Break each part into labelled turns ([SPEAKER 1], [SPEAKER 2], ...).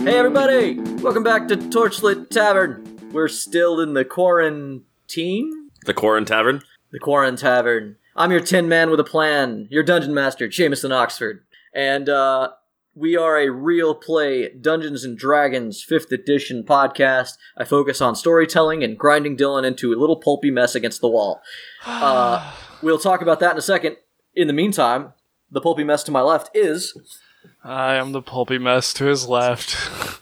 [SPEAKER 1] Hey everybody! Welcome back to Torchlit Tavern. We're still in the quarantine?
[SPEAKER 2] The Quarren Tavern?
[SPEAKER 1] The Quarren Tavern. I'm your tin man with a plan, your dungeon master, Jameson Oxford. And uh we are a real play Dungeons and Dragons 5th edition podcast. I focus on storytelling and grinding Dylan into a little pulpy mess against the wall. Uh, we'll talk about that in a second. In the meantime, the pulpy mess to my left is
[SPEAKER 3] I am the pulpy mess to his left.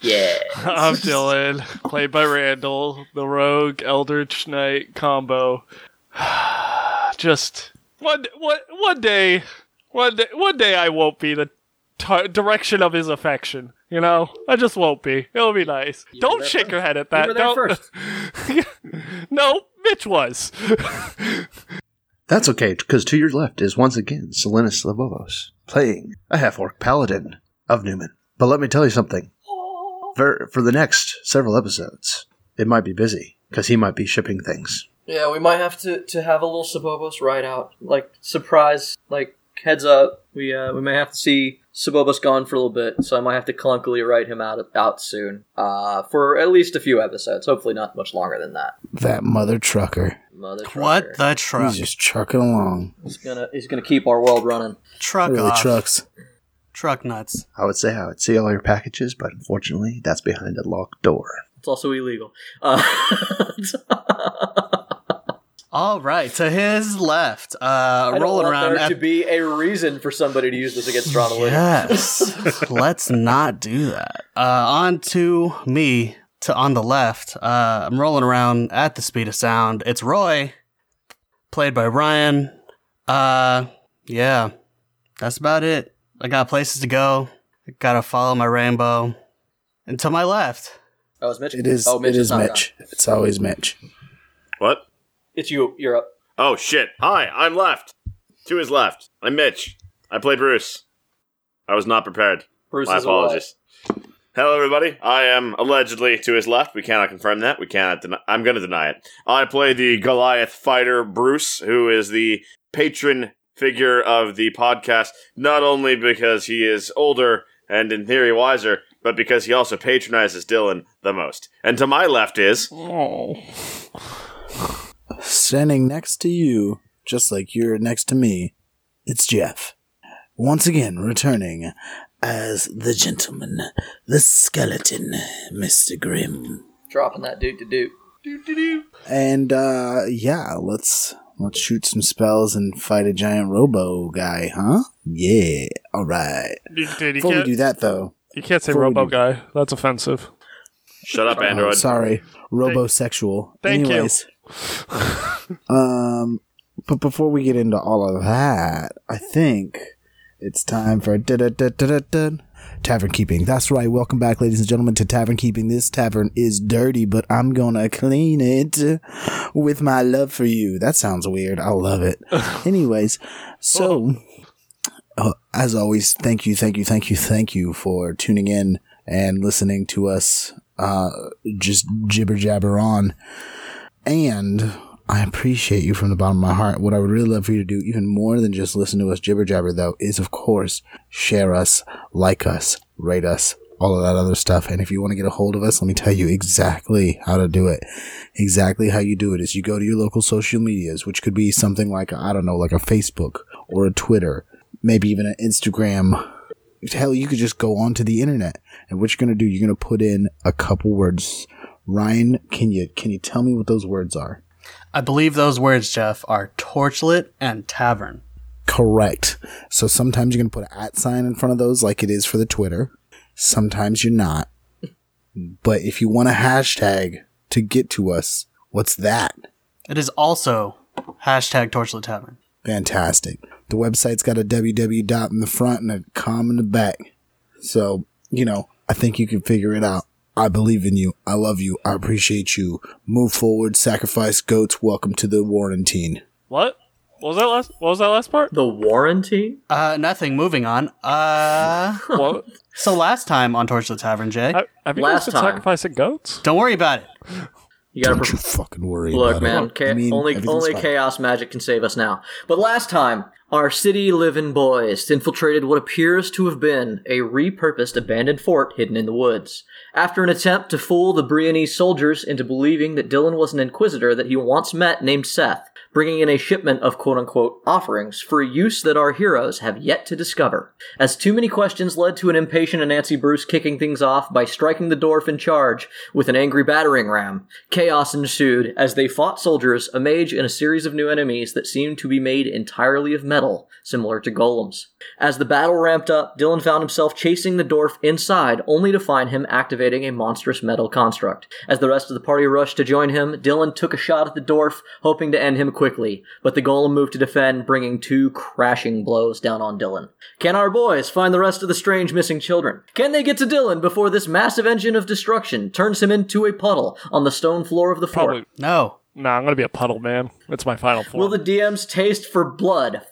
[SPEAKER 1] yeah.
[SPEAKER 3] I'm Dylan, played by Randall, the rogue Eldritch Knight combo. Just one, one, one day, one day, one day I won't be the t- direction of his affection. You know, I just won't be. It'll be nice. Don't
[SPEAKER 1] there
[SPEAKER 3] shake your head at
[SPEAKER 1] You
[SPEAKER 3] that.
[SPEAKER 1] were there
[SPEAKER 3] Don't-
[SPEAKER 1] first.
[SPEAKER 3] no, Mitch was.
[SPEAKER 4] That's okay, because to your left is once again Salinas Lobos, playing a half orc paladin of Newman. But let me tell you something. For, for the next several episodes, it might be busy, because he might be shipping things.
[SPEAKER 1] Yeah, we might have to, to have a little Sabobos ride out, like surprise, like heads up. We uh, we may have to see Sabobos gone for a little bit, so I might have to clunkily write him out out soon. Uh, for at least a few episodes, hopefully not much longer than that.
[SPEAKER 5] That mother trucker.
[SPEAKER 1] Mother trucker.
[SPEAKER 6] What the truck?
[SPEAKER 5] He's just trucking along.
[SPEAKER 1] He's gonna he's gonna keep our world running.
[SPEAKER 6] Truck
[SPEAKER 5] really
[SPEAKER 6] off. Truck.
[SPEAKER 5] trucks.
[SPEAKER 6] nuts.
[SPEAKER 4] I would say I would see all your packages, but unfortunately, that's behind a locked door.
[SPEAKER 1] It's also illegal. Uh,
[SPEAKER 6] All right, to his left, uh,
[SPEAKER 1] I don't
[SPEAKER 6] roll
[SPEAKER 1] want
[SPEAKER 6] around.
[SPEAKER 1] there
[SPEAKER 6] F-
[SPEAKER 1] to be a reason for somebody to use this against Ron
[SPEAKER 6] yes, let's not do that. Uh, on to me, to on the left. Uh, I'm rolling around at the speed of sound. It's Roy, played by Ryan. Uh, yeah, that's about it. I got places to go. I gotta follow my rainbow. And to my left,
[SPEAKER 1] Oh, it's Mitch.
[SPEAKER 5] It is.
[SPEAKER 1] Oh, Mitch
[SPEAKER 5] it is
[SPEAKER 1] not
[SPEAKER 5] Mitch. It's always Mitch.
[SPEAKER 2] What?
[SPEAKER 1] done. It's you. You're up.
[SPEAKER 2] Oh shit. Hi, I'm left. To his left. I'm Mitch. I play Bruce. I was not prepared.
[SPEAKER 1] Bruce
[SPEAKER 2] My
[SPEAKER 1] is alive.
[SPEAKER 2] apologies. Hello, everybody. I am allegedly to his left. We cannot confirm that. We cannot deny. I'm going to deny it. I play the Goliath fighter Bruce, who is the patron figure of the podcast, not only because he is older and in theory wiser, but because he also patronizes Dylan the most. And to my left is
[SPEAKER 5] Standing next to you, just like you're next to me, it's Jeff. Once again, returning as the gentleman, the skeleton, Mr. Grimm.
[SPEAKER 1] Dropping that dude to do.
[SPEAKER 5] And uh yeah, let's let's shoot some spells and fight a giant robo guy, huh? Yeah. All right.
[SPEAKER 3] you, dude, you,
[SPEAKER 5] Before we do
[SPEAKER 3] can't,
[SPEAKER 5] that though,
[SPEAKER 3] you can't say
[SPEAKER 5] before we
[SPEAKER 3] Robo
[SPEAKER 5] do-
[SPEAKER 3] Guy. That's offensive.
[SPEAKER 2] shut up,
[SPEAKER 5] Oh,
[SPEAKER 2] Android.
[SPEAKER 5] sorry, robosexual.
[SPEAKER 3] Thank you.
[SPEAKER 5] Anyways, um, but before we get into all of that, I think it's time for da da da da da tavern keeping. That's right. Welcome back, ladies and gentlemen, to tavern keeping. This tavern is dirty, but I'm gonna clean it with my love for you. That sounds weird. I love it. Anyways, so. uh, As always, thank you, thank you, thank you, thank you for tuning in and listening to us uh, just jibber jabber on. And I appreciate you from the bottom of my heart. What I would really love for you to do, even more than just listen to us jibber jabber, though, is of course share us, like us, rate us, all of that other stuff. And if you want to get a hold of us, let me tell you exactly how to do it. Exactly how you do it is you go to your local social medias, which could be something like, I don't know, like a Facebook or a Twitter, maybe even an Instagram hell, you could just go onto the internet. And what you're gonna do, you're gonna put in a couple words. Ryan, can you can you tell me what those words are?
[SPEAKER 6] I believe those words, Jeff, are torchlit and tavern.
[SPEAKER 5] Correct. So sometimes you're gonna put an at sign in front of those, like it is for the Twitter. Sometimes you're not. But if you want a hashtag to get to us, what's that?
[SPEAKER 6] It is also hashtag Torchlit Tavern.
[SPEAKER 5] Fantastic. The website's got a www dot in the front and a com in the back. So, you know, I think you can figure it out. I believe in you. I love you. I appreciate you. Move forward, sacrifice goats. Welcome to the quarantine.
[SPEAKER 3] What? What was that last? What was that last part?
[SPEAKER 1] The warranty?
[SPEAKER 6] Uh, nothing. Moving on. Uh,
[SPEAKER 3] What?
[SPEAKER 6] so last time on Torchlit Tavern, Jay,
[SPEAKER 3] Have have you
[SPEAKER 1] Last
[SPEAKER 3] guys been
[SPEAKER 1] time.
[SPEAKER 3] sacrificing goats?
[SPEAKER 6] don't worry about it.
[SPEAKER 1] You gotta
[SPEAKER 5] Don't
[SPEAKER 1] pre-
[SPEAKER 5] you fucking worry
[SPEAKER 1] Look,
[SPEAKER 5] about
[SPEAKER 1] man,
[SPEAKER 5] it.
[SPEAKER 1] cha-
[SPEAKER 5] Oh, I mean,
[SPEAKER 1] only
[SPEAKER 5] everything's
[SPEAKER 1] only
[SPEAKER 5] fine.
[SPEAKER 1] chaos magic can save us now. But last time, our city living boys infiltrated what appears to have been a repurposed abandoned fort hidden in the woods. After an attempt to fool the Brianese soldiers into believing that Dylan was an inquisitor that he once met named Seth, bringing in a shipment of quote unquote offerings for use that our heroes have yet to discover. As too many questions led to an impatient Anansi Bruce kicking things off by striking the dwarf in charge with an angry battering ram, chaos ensued as they fought soldiers, a mage, and a series of new enemies that seemed to be made entirely of metal, similar to golems. As the battle ramped up, Dylan found himself chasing the dwarf inside, only to find him activating a monstrous metal construct. As the rest of the party rushed to join him, Dylan took a shot at the dwarf, hoping to end him quickly, but the golem moved to defend, bringing two crashing blows down on Dylan. Can our boys find the rest of the strange missing children? Can they get to Dylan before this massive engine of destruction turns him into a puddle on the stone floor of the fort?
[SPEAKER 3] Probably.
[SPEAKER 6] No.
[SPEAKER 3] Nah, I'm gonna be a puddle man. That's my final form.
[SPEAKER 1] Will the DM's taste for blood?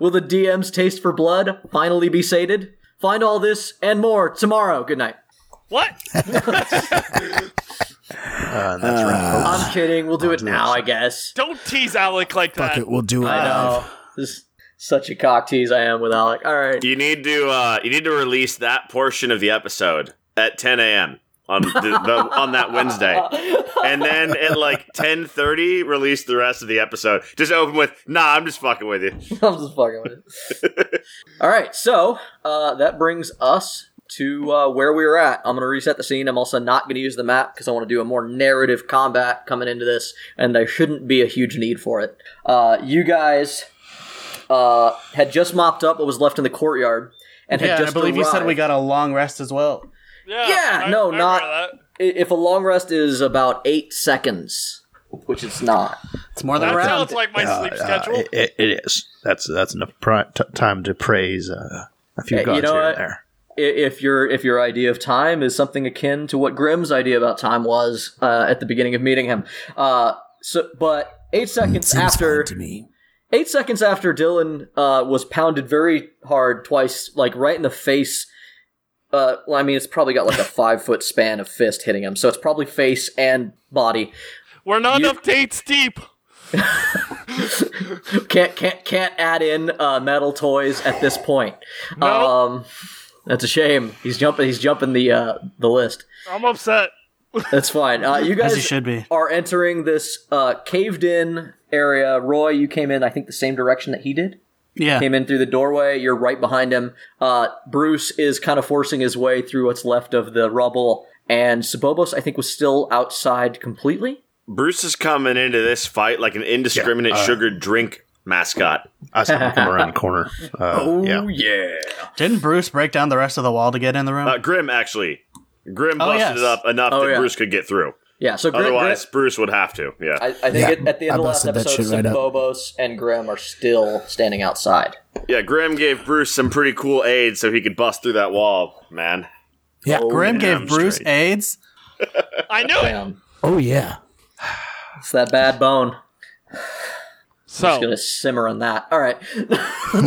[SPEAKER 1] Will the DM's taste for blood finally be sated? Find all this and more tomorrow. Good night.
[SPEAKER 3] what?
[SPEAKER 4] Uh, and that's right. folks.
[SPEAKER 1] I'm kidding. We'll do it now, I guess.
[SPEAKER 3] Don't tease Alec like that.
[SPEAKER 5] Fuck it, we'll do it.
[SPEAKER 1] I know. This is such a cock tease I am with Alec. All right.
[SPEAKER 2] You need to uh, you need to release that portion of the episode at 10 a.m. on the, the, on that Wednesday,
[SPEAKER 1] Uh,
[SPEAKER 2] and then at like 10:30, release the rest of the episode. Just open with, "Nah, I'm just fucking with you."
[SPEAKER 1] I'm just fucking with it. All right, so uh, that brings us to uh, where we were at. I'm going to reset the scene. I'm also not going to use the map because I want to do a more narrative combat coming into this, and there shouldn't be a huge need for it. Uh, you guys uh, had just mopped up what was left in the courtyard, and had
[SPEAKER 6] Yeah, and
[SPEAKER 1] just
[SPEAKER 6] I believe you said we
[SPEAKER 1] arrived.
[SPEAKER 6] got a long rest as well.
[SPEAKER 3] Yeah.
[SPEAKER 1] Yeah,
[SPEAKER 3] I-
[SPEAKER 1] no,
[SPEAKER 3] I remember
[SPEAKER 1] not-
[SPEAKER 3] that.
[SPEAKER 1] I- If a long rest is about eight seconds, which it's not.
[SPEAKER 6] It's more than
[SPEAKER 3] That
[SPEAKER 6] a round.
[SPEAKER 3] sounds like my sleep
[SPEAKER 4] Uh,
[SPEAKER 3] schedule.
[SPEAKER 4] it- it- it is. That's that's enough pri- t- time to praise uh, a few
[SPEAKER 1] Hey, you
[SPEAKER 4] gods
[SPEAKER 1] know
[SPEAKER 4] here
[SPEAKER 1] what?
[SPEAKER 4] and there.
[SPEAKER 1] i- if your if your idea of time is something akin to what Grimm's idea about time was uh, at the beginning of meeting him. Uh, so, but eight seconds
[SPEAKER 5] Seems
[SPEAKER 1] after
[SPEAKER 5] fine to me.
[SPEAKER 1] eight seconds after Dylan uh, was pounded very hard twice, like right in the face. Uh, well, I mean, it's probably got like a five foot span of fist hitting him, so it's probably face and body.
[SPEAKER 3] We're not
[SPEAKER 1] you-
[SPEAKER 3] enough dates deep.
[SPEAKER 1] Can't can't can't add in uh, metal toys at this point.
[SPEAKER 3] No.
[SPEAKER 1] Um, that's a shame. He's jumping. He's jumping the uh, the list.
[SPEAKER 3] I'm upset.
[SPEAKER 1] That's fine. Uh, you guys
[SPEAKER 6] As you should be.
[SPEAKER 1] are entering this uh, caved in area. Roy, you came in, I think, the same direction that he did.
[SPEAKER 6] Yeah.
[SPEAKER 1] Came in through the doorway. You're right behind him. Uh, Bruce is kind of forcing his way through what's left of the rubble, and Sabobos, I think, was still outside completely.
[SPEAKER 2] Bruce is coming into this fight like an indiscriminate
[SPEAKER 6] uh,
[SPEAKER 2] sugar drink mascot.
[SPEAKER 4] I saw him come around the corner. Uh,
[SPEAKER 1] Oh.
[SPEAKER 4] yeah.
[SPEAKER 6] Didn't Bruce break down the rest of the wall to get in the room?
[SPEAKER 2] Uh, Grim actually, Grim
[SPEAKER 6] Oh,
[SPEAKER 2] busted
[SPEAKER 6] yes.
[SPEAKER 2] it up enough
[SPEAKER 1] Oh,
[SPEAKER 2] that
[SPEAKER 1] yeah.
[SPEAKER 2] Bruce could get through.
[SPEAKER 1] Yeah, so Grim,
[SPEAKER 2] Otherwise, Bruce would have to. Yeah.
[SPEAKER 1] Grim- I, I think
[SPEAKER 5] Yeah,
[SPEAKER 1] it, at the end
[SPEAKER 5] I
[SPEAKER 1] of the last
[SPEAKER 5] busted that
[SPEAKER 1] episode,
[SPEAKER 5] shit right up.
[SPEAKER 1] Sabobos and Grim are still standing outside.
[SPEAKER 2] Yeah, Grim gave Bruce some pretty cool aids so he could bust through that wall, man.
[SPEAKER 5] Yeah.
[SPEAKER 1] Oh.
[SPEAKER 6] Grim
[SPEAKER 2] yeah,
[SPEAKER 6] gave
[SPEAKER 2] I'm
[SPEAKER 6] Bruce
[SPEAKER 2] straight.
[SPEAKER 6] AIDS.
[SPEAKER 3] I knew it.
[SPEAKER 1] Damn.
[SPEAKER 5] Oh yeah.
[SPEAKER 1] Um, It's that bad bone. Just
[SPEAKER 3] So
[SPEAKER 1] gonna simmer on that. All right. Uh,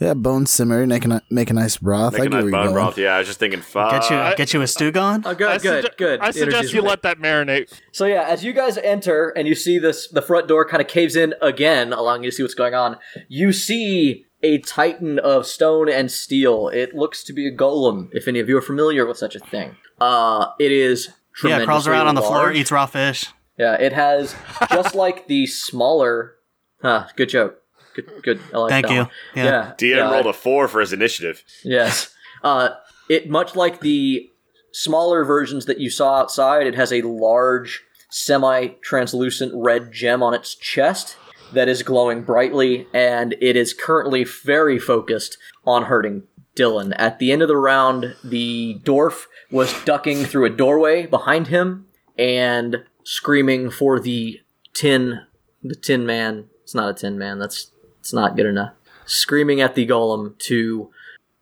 [SPEAKER 5] Yeah, bone simmer, make a ni- make a nice broth.
[SPEAKER 2] Make
[SPEAKER 5] I
[SPEAKER 2] a
[SPEAKER 5] get where
[SPEAKER 2] nice
[SPEAKER 5] you're
[SPEAKER 2] bone
[SPEAKER 5] going.
[SPEAKER 2] broth. Yeah, I was just thinking, fuck.
[SPEAKER 6] Get you, get you a stew gone.
[SPEAKER 1] Oh, good,
[SPEAKER 3] I,
[SPEAKER 1] good,
[SPEAKER 3] sugge-
[SPEAKER 1] good.
[SPEAKER 3] I
[SPEAKER 1] The energy's
[SPEAKER 3] suggest you
[SPEAKER 1] right.
[SPEAKER 3] let that marinate.
[SPEAKER 1] So yeah, as you guys enter and you see this, the front door kind of caves in again, allowing you to see what's going on. You see a titan of stone and steel. It looks to be a golem. If any of you are familiar with such a thing, uh, it is
[SPEAKER 6] Yeah, crawls
[SPEAKER 1] tremendously
[SPEAKER 6] around on the floor,
[SPEAKER 1] large.
[SPEAKER 6] eats raw fish.
[SPEAKER 1] Yeah, it has just like the smaller. Huh, good joke. Good, good. I like
[SPEAKER 6] Thank
[SPEAKER 1] that
[SPEAKER 6] you.
[SPEAKER 1] one.
[SPEAKER 6] Yeah.
[SPEAKER 1] yeah.
[SPEAKER 2] DM
[SPEAKER 1] yeah,
[SPEAKER 2] rolled a four for his initiative.
[SPEAKER 1] Yes. Uh, it much like the smaller versions that you saw outside. It has a large, semi-translucent red gem on its chest that is glowing brightly, and it is currently very focused on hurting Dylan. At the end of the round, the dwarf was ducking through a doorway behind him and screaming for the tin, the tin man. It's not a tin man. That's it's not good enough. Screaming at the golem to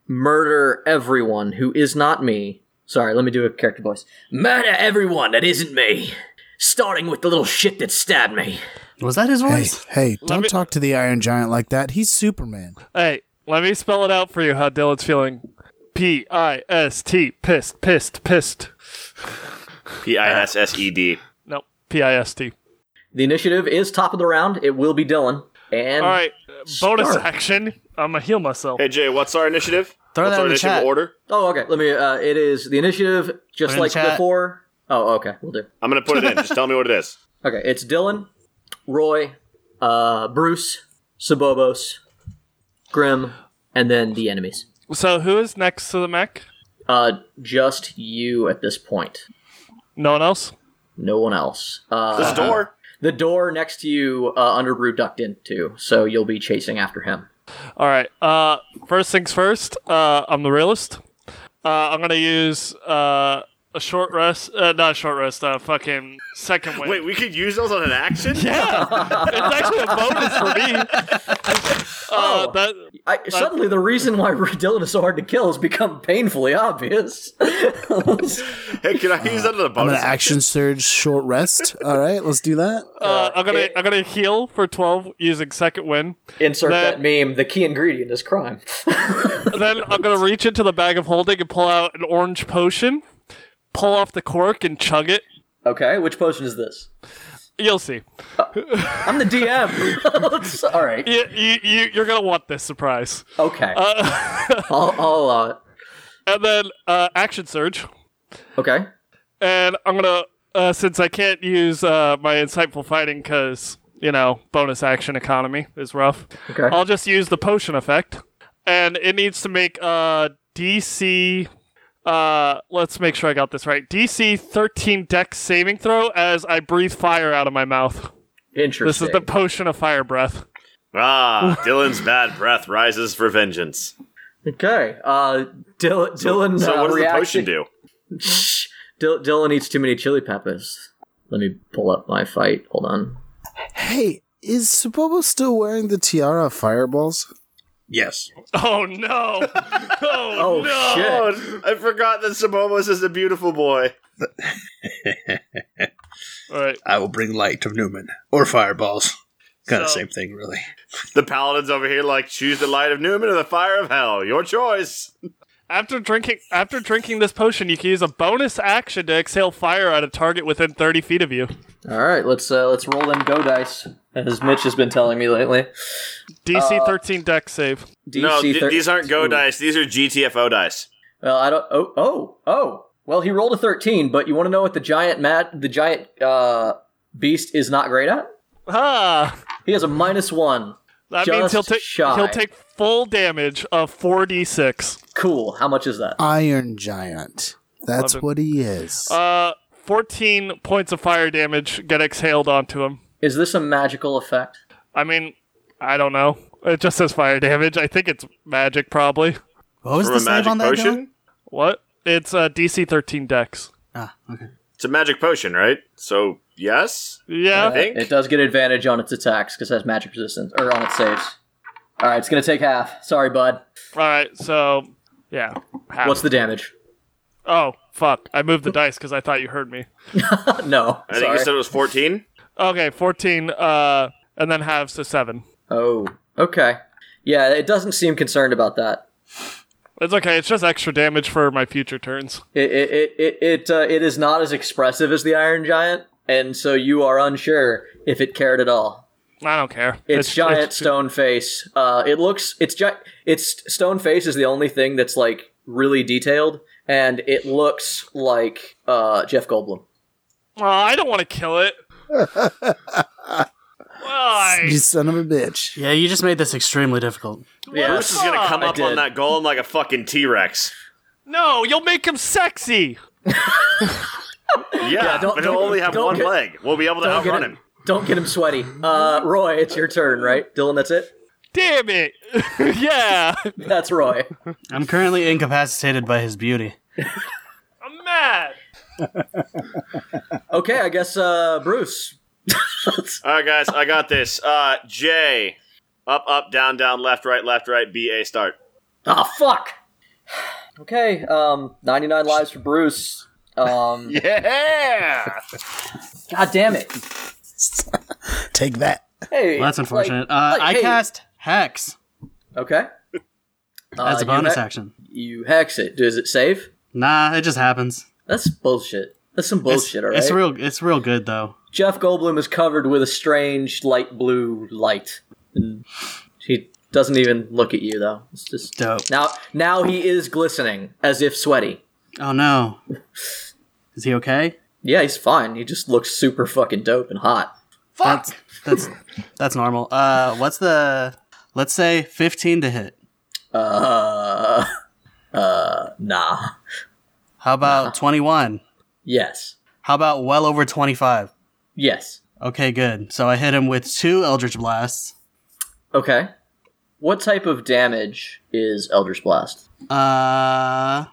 [SPEAKER 1] murder everyone who is not me. Sorry, let me do a character voice. Murder everyone that isn't me. Starting with the little shit that stabbed me.
[SPEAKER 6] Was that his
[SPEAKER 5] Hey,
[SPEAKER 6] voice?
[SPEAKER 5] hey, don't
[SPEAKER 3] me-
[SPEAKER 5] talk to the Iron Giant like that. He's Superman.
[SPEAKER 3] Hey, let me spell it out for you how Dylan's feeling. P I S T pissed pissed pissed.
[SPEAKER 2] P I S S E D.
[SPEAKER 3] Nope. P I S T.
[SPEAKER 1] The initiative is top of the round. It will be Dylan. And
[SPEAKER 3] All right, bonus
[SPEAKER 1] Start.
[SPEAKER 3] action. I'm gonna heal myself.
[SPEAKER 2] Hey Jay, what's our initiative?
[SPEAKER 6] Throw
[SPEAKER 2] what's
[SPEAKER 6] that
[SPEAKER 2] our
[SPEAKER 6] in the
[SPEAKER 2] initiative
[SPEAKER 6] chat.
[SPEAKER 2] order?
[SPEAKER 1] oh, okay. Let me. Uh, it is the initiative,
[SPEAKER 6] Put
[SPEAKER 1] just
[SPEAKER 6] it in
[SPEAKER 1] like
[SPEAKER 6] the chat.
[SPEAKER 1] before. Oh, okay. We'll do.
[SPEAKER 2] I'm gonna put it in. Just tell me what it is.
[SPEAKER 1] Okay, it's Dylan, Roy, uh, Bruce, Sabobos, Grim, and then the enemies.
[SPEAKER 3] So who is next to the mech?
[SPEAKER 1] Uh, just you at this point.
[SPEAKER 3] No one else.
[SPEAKER 1] No one else. Uh,
[SPEAKER 2] This door.
[SPEAKER 1] The door next to you, uh, Underbrew ducked into, so you'll be chasing after him.
[SPEAKER 3] All right. Uh, first things first. Uh, I'm the realist. Uh, I'm gonna use uh a short rest. Uh, not a short rest. Uh, fucking second wind.
[SPEAKER 2] Wait, we could use those on an action?
[SPEAKER 3] yeah, it's actually a bonus for me. Uh,
[SPEAKER 1] Oh.
[SPEAKER 3] that
[SPEAKER 1] I, suddenly, the reason why Dylan is so hard to kill has become painfully obvious.
[SPEAKER 2] Hey, can I use that on a bonus?
[SPEAKER 5] I'm gonna action surge short rest. All right, let's do that.
[SPEAKER 3] uh, I'm gonna
[SPEAKER 1] it-
[SPEAKER 3] I'm gonna heal for twelve using second wind.
[SPEAKER 1] Insert that,
[SPEAKER 3] That-
[SPEAKER 1] meme. The key ingredient is crime.
[SPEAKER 3] then I'm gonna reach into the bag of holding and pull out an orange potion, pull off the cork and chug it.
[SPEAKER 1] okay, which potion is this?
[SPEAKER 3] You'll see.
[SPEAKER 1] I'm the DM. All right.
[SPEAKER 3] You, you, you, you're gonna want this surprise.
[SPEAKER 1] Okay. I'll, I'll uh,
[SPEAKER 3] And then uh, action surge,
[SPEAKER 1] okay.
[SPEAKER 3] and I'm gonna uh, since I can't use uh, my insightful fighting because you know bonus action economy is rough.
[SPEAKER 1] Okay.
[SPEAKER 3] I'll just use the potion effect, and it needs to make uh, DC. Uh, let's make sure I got this right. DC 13 Dex saving throw as I breathe fire out of my mouth.
[SPEAKER 1] Interesting.
[SPEAKER 3] This is the potion of fire breath.
[SPEAKER 2] Ah, Dylan's bad breath rises for vengeance.
[SPEAKER 1] okay. Uh, Dylan. Dylan.
[SPEAKER 2] So
[SPEAKER 1] uh,
[SPEAKER 2] what does the
[SPEAKER 1] reacting-
[SPEAKER 2] potion do?
[SPEAKER 1] Shh. Dil- Dylan eats too many chili peppers. Let me pull up my fight. Hold on.
[SPEAKER 5] Hey, is Subobo still wearing the tiara of fireballs?
[SPEAKER 4] Yes.
[SPEAKER 3] Oh no!
[SPEAKER 1] Oh
[SPEAKER 3] Oh, no!
[SPEAKER 1] shit!
[SPEAKER 2] Oh, I forgot that Sabobos is a beautiful boy.
[SPEAKER 3] All right.
[SPEAKER 4] I will bring light to Newman. Or fireballs. Kind of
[SPEAKER 3] So-
[SPEAKER 4] same thing, really.
[SPEAKER 2] The paladin's over here like, choose the light of Newman or the fire of hell. Your choice.
[SPEAKER 3] After drinking, after drinking this potion, you can use a bonus action to exhale fire at a target within 30 feet of you.
[SPEAKER 1] All right, let's uh, let's roll them go dice, as Mitch has been telling me lately.
[SPEAKER 3] DC 13 Dex save.
[SPEAKER 1] DC
[SPEAKER 2] no, th-
[SPEAKER 1] thir-
[SPEAKER 2] these aren't go
[SPEAKER 1] Ooh.
[SPEAKER 2] dice. These are GTFO dice.
[SPEAKER 1] Well, I don't. Oh, oh, oh. Well, he rolled a thirteen, but you want to know what the giant mat, the giant uh, beast is not great at?
[SPEAKER 3] Ah,
[SPEAKER 1] He has a minus one.
[SPEAKER 3] that
[SPEAKER 1] Just
[SPEAKER 3] means he'll take
[SPEAKER 1] shy.
[SPEAKER 3] he'll take full damage of 4d6.
[SPEAKER 1] Cool. How much is that?
[SPEAKER 5] Iron Giant. That's
[SPEAKER 3] Love it.
[SPEAKER 5] what he is.
[SPEAKER 3] Uh, 14 points of fire damage get exhaled onto him.
[SPEAKER 1] Is this a magical effect?
[SPEAKER 3] I mean, I don't know. It just says fire damage. I think it's magic, probably.
[SPEAKER 6] What was
[SPEAKER 2] From
[SPEAKER 6] the
[SPEAKER 2] a
[SPEAKER 6] save
[SPEAKER 2] magic
[SPEAKER 6] on that?
[SPEAKER 2] potion?
[SPEAKER 6] Dylan?
[SPEAKER 3] What? It's uh, DC 13 Dex.
[SPEAKER 6] Ah, okay.
[SPEAKER 2] It's a magic potion, right? So, yes?
[SPEAKER 3] Yeah.
[SPEAKER 2] I think.
[SPEAKER 1] Uh, It does get advantage on its attacks because it has magic resistance, or on its saves. All right, it's gonna take half. Sorry, bud.
[SPEAKER 3] All right. So, yeah. Half.
[SPEAKER 1] What's the damage?
[SPEAKER 3] Oh, fuck. I moved the dice because I thought you heard me.
[SPEAKER 1] no,
[SPEAKER 2] I think
[SPEAKER 1] sorry.
[SPEAKER 2] you said it was 14.
[SPEAKER 3] Okay, 14, uh, and then halves to 7.
[SPEAKER 1] oh, okay. Yeah, it doesn't seem concerned about that.
[SPEAKER 3] It's okay, it's just extra damage for my future turns.
[SPEAKER 1] It it it it it, uh, it is not as expressive as the Iron Giant, and so you are unsure if it cared at all.
[SPEAKER 3] I don't care.
[SPEAKER 1] It's, giant stone face. Uh, it looks it's gi- it's stone face is the only thing that's like really detailed, and it looks like uh, Jeff Goldblum.
[SPEAKER 3] Aw, I don't want to kill it. Why?
[SPEAKER 5] you son of a bitch.
[SPEAKER 6] Yeah, you just made this extremely difficult.
[SPEAKER 1] Yeah,
[SPEAKER 2] Bruce is going to come
[SPEAKER 1] I
[SPEAKER 2] up on
[SPEAKER 1] did.
[SPEAKER 2] that golem like a fucking T Rex.
[SPEAKER 3] No, you'll make him sexy.
[SPEAKER 2] Yeah,
[SPEAKER 1] don't-
[SPEAKER 2] but he'll
[SPEAKER 1] don't-
[SPEAKER 2] only have
[SPEAKER 1] don't
[SPEAKER 2] one
[SPEAKER 1] get-
[SPEAKER 2] leg. We'll be able to
[SPEAKER 1] Don't get
[SPEAKER 2] outrun
[SPEAKER 1] him.
[SPEAKER 2] him.
[SPEAKER 1] Don't get him sweaty. Uh, Roy, it's your turn, right? Dylan, that's it.
[SPEAKER 3] Damn it. yeah.
[SPEAKER 1] That's Roy.
[SPEAKER 6] I'm currently incapacitated by his beauty.
[SPEAKER 3] I'm mad.
[SPEAKER 1] Okay, I guess uh, Bruce.
[SPEAKER 2] All right, guys, I got this. Uh, J, up, up, down, down, left, right, left, right, B, A, start.
[SPEAKER 1] Ah, fuck. Okay, um, 99 lives for Bruce. Um,
[SPEAKER 2] Yeah!
[SPEAKER 1] God damn it.
[SPEAKER 5] Take that.
[SPEAKER 1] Hey.
[SPEAKER 6] Well, that's
[SPEAKER 1] like-
[SPEAKER 6] unfortunate. uh,
[SPEAKER 1] like,
[SPEAKER 6] I
[SPEAKER 1] hey.
[SPEAKER 6] cast Hex
[SPEAKER 1] Okay. Uh,
[SPEAKER 6] as a bonus
[SPEAKER 1] you he-
[SPEAKER 6] action.
[SPEAKER 1] You hex it. Does it save?
[SPEAKER 6] Nah, it just happens.
[SPEAKER 1] That's bullshit. That's some bullshit,
[SPEAKER 6] it's,
[SPEAKER 1] alright?
[SPEAKER 6] It's real. It's real good though.
[SPEAKER 1] Jeff Goldblum is covered with a strange light blue light. And he doesn't even look at you though. It's just
[SPEAKER 6] Dope.
[SPEAKER 1] now. Now he is glistening as if sweaty.
[SPEAKER 6] Oh no. Is he okay?
[SPEAKER 1] Yeah, he's fine. He just looks super fucking dope and hot.
[SPEAKER 6] That's that's that's normal. Uh what's the let's say 15 to hit.
[SPEAKER 1] Uh, uh, nah.
[SPEAKER 6] How about 21?
[SPEAKER 1] Yes,
[SPEAKER 6] How about well over 25?
[SPEAKER 1] yes.
[SPEAKER 6] Okay, good. So I hit him with two Eldritch Blasts.
[SPEAKER 1] Okay. What type of damage is Elder's Blast?
[SPEAKER 6] Uh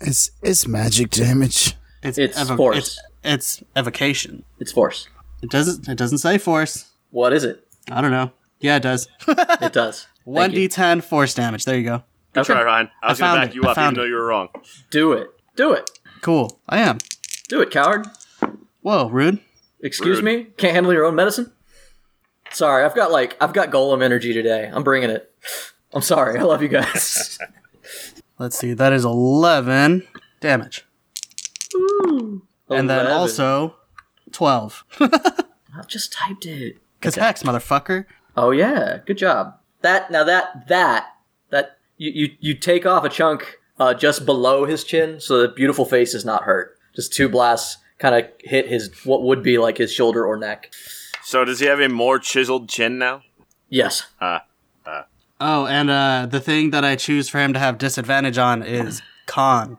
[SPEAKER 5] It's it's magic damage.
[SPEAKER 6] it's
[SPEAKER 1] It's force.
[SPEAKER 6] It's, it's evocation.
[SPEAKER 1] It's force.
[SPEAKER 6] It doesn't it doesn't say force.
[SPEAKER 1] What is it?
[SPEAKER 6] I don't know. Yeah, it does.
[SPEAKER 1] It does. Thank you.
[SPEAKER 6] 1d10 force damage. There you go.
[SPEAKER 2] Good try, Ryan. I was going
[SPEAKER 6] found
[SPEAKER 2] to back
[SPEAKER 6] it.
[SPEAKER 2] you
[SPEAKER 6] I
[SPEAKER 2] up, even
[SPEAKER 6] found
[SPEAKER 2] though
[SPEAKER 6] it.
[SPEAKER 2] you were wrong.
[SPEAKER 1] Do it. Do it.
[SPEAKER 6] Cool. I am.
[SPEAKER 1] Do it, coward.
[SPEAKER 6] Whoa, rude.
[SPEAKER 1] Excuse
[SPEAKER 2] Rude.
[SPEAKER 1] me? Can't handle your own medicine? Sorry, I've got like I've got golem energy today. I'm bringing it. I'm sorry. I love you guys.
[SPEAKER 6] Let's see. That is 11 damage. And then
[SPEAKER 1] 11.
[SPEAKER 6] also 12.
[SPEAKER 1] I just typed it.
[SPEAKER 6] Cuz hex, motherfucker.
[SPEAKER 1] Oh yeah, good job. That now that that that you you, you take off a chunk uh, just below his chin, so the beautiful face is not hurt. Just two blasts kind of hit his what would be like his shoulder or neck.
[SPEAKER 2] So does he have a more chiseled chin now?
[SPEAKER 1] Yes,
[SPEAKER 6] Oh, and uh the thing that I choose for him to have disadvantage on is con.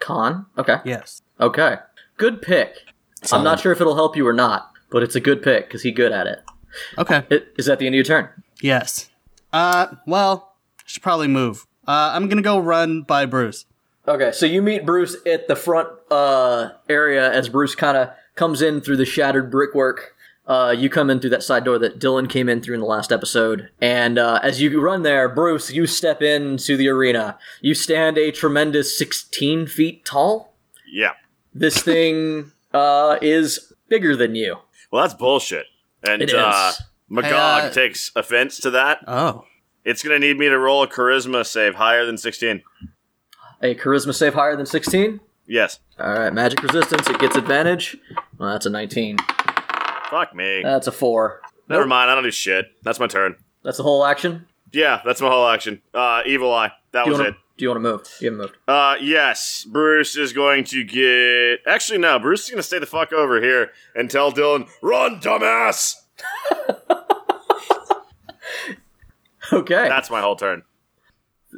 [SPEAKER 1] con. Okay,
[SPEAKER 6] Yes.
[SPEAKER 1] okay, good pick. I'm not sure if it'll help you or not, but it's a good pick because he's good at it.
[SPEAKER 6] Okay.
[SPEAKER 1] it. Is that the end of your turn?
[SPEAKER 6] Yes. Uh well, should probably move. Uh I'm going to go run by Bruce.
[SPEAKER 1] Okay, so you meet Bruce at the front uh, area as Bruce kind of comes in through the shattered brickwork. Uh, you come in through that side door that Dylan came in through in the last episode. And uh, as you run there, Bruce, you step into the arena. You stand a tremendous 16 feet tall.
[SPEAKER 2] Yeah.
[SPEAKER 1] This thing uh, is bigger than you.
[SPEAKER 2] Well, that's bullshit. And
[SPEAKER 1] It is.
[SPEAKER 2] uh, Magog
[SPEAKER 6] Hey, uh,
[SPEAKER 2] takes offense to that.
[SPEAKER 6] Oh.
[SPEAKER 2] It's going to need me to roll a charisma save higher than 16.
[SPEAKER 1] A charisma save higher than 16.
[SPEAKER 2] Yes.
[SPEAKER 1] All right, magic resistance. It gets advantage. Well, that's a 19.
[SPEAKER 2] Fuck me.
[SPEAKER 1] That's a 4.
[SPEAKER 2] Never mind. I don't do shit. That's my turn.
[SPEAKER 1] That's the whole action.
[SPEAKER 2] Yeah, that's my whole action. Uh, evil eye. That
[SPEAKER 1] Do you
[SPEAKER 2] was
[SPEAKER 1] wanna-
[SPEAKER 2] it.
[SPEAKER 1] Do you want to move? You haven't moved.
[SPEAKER 2] Uh, yes, Bruce is going to get. Actually, no. Bruce is going to stay the fuck over here and tell Dylan, "Run, dumbass."
[SPEAKER 1] Okay.
[SPEAKER 2] That's my whole turn.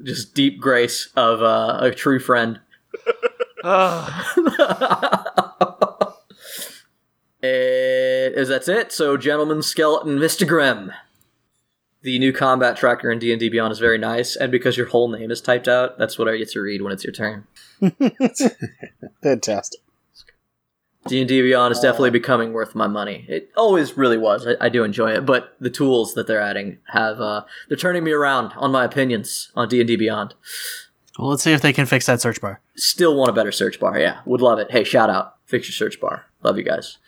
[SPEAKER 1] just deep grace of uh, a true friend. Uh,
[SPEAKER 3] Ugh.
[SPEAKER 1] It is that's it. So, gentlemen, skeleton, Mr. Grimm. The new combat tracker in D and D Beyond is very nice, and because your whole name is typed out, that's what I get to read when it's your turn.
[SPEAKER 5] Fantastic.
[SPEAKER 1] D and D Beyond is definitely becoming worth my money. It always really was. I, I do enjoy it, but the tools that they're adding have uh, they're turning me around on my opinions on D and D Beyond.
[SPEAKER 6] Well, let's see if they can fix that search bar.
[SPEAKER 1] Still want a better search bar. Yeah, would love it. Hey, shout out, fix your search bar. Love you guys.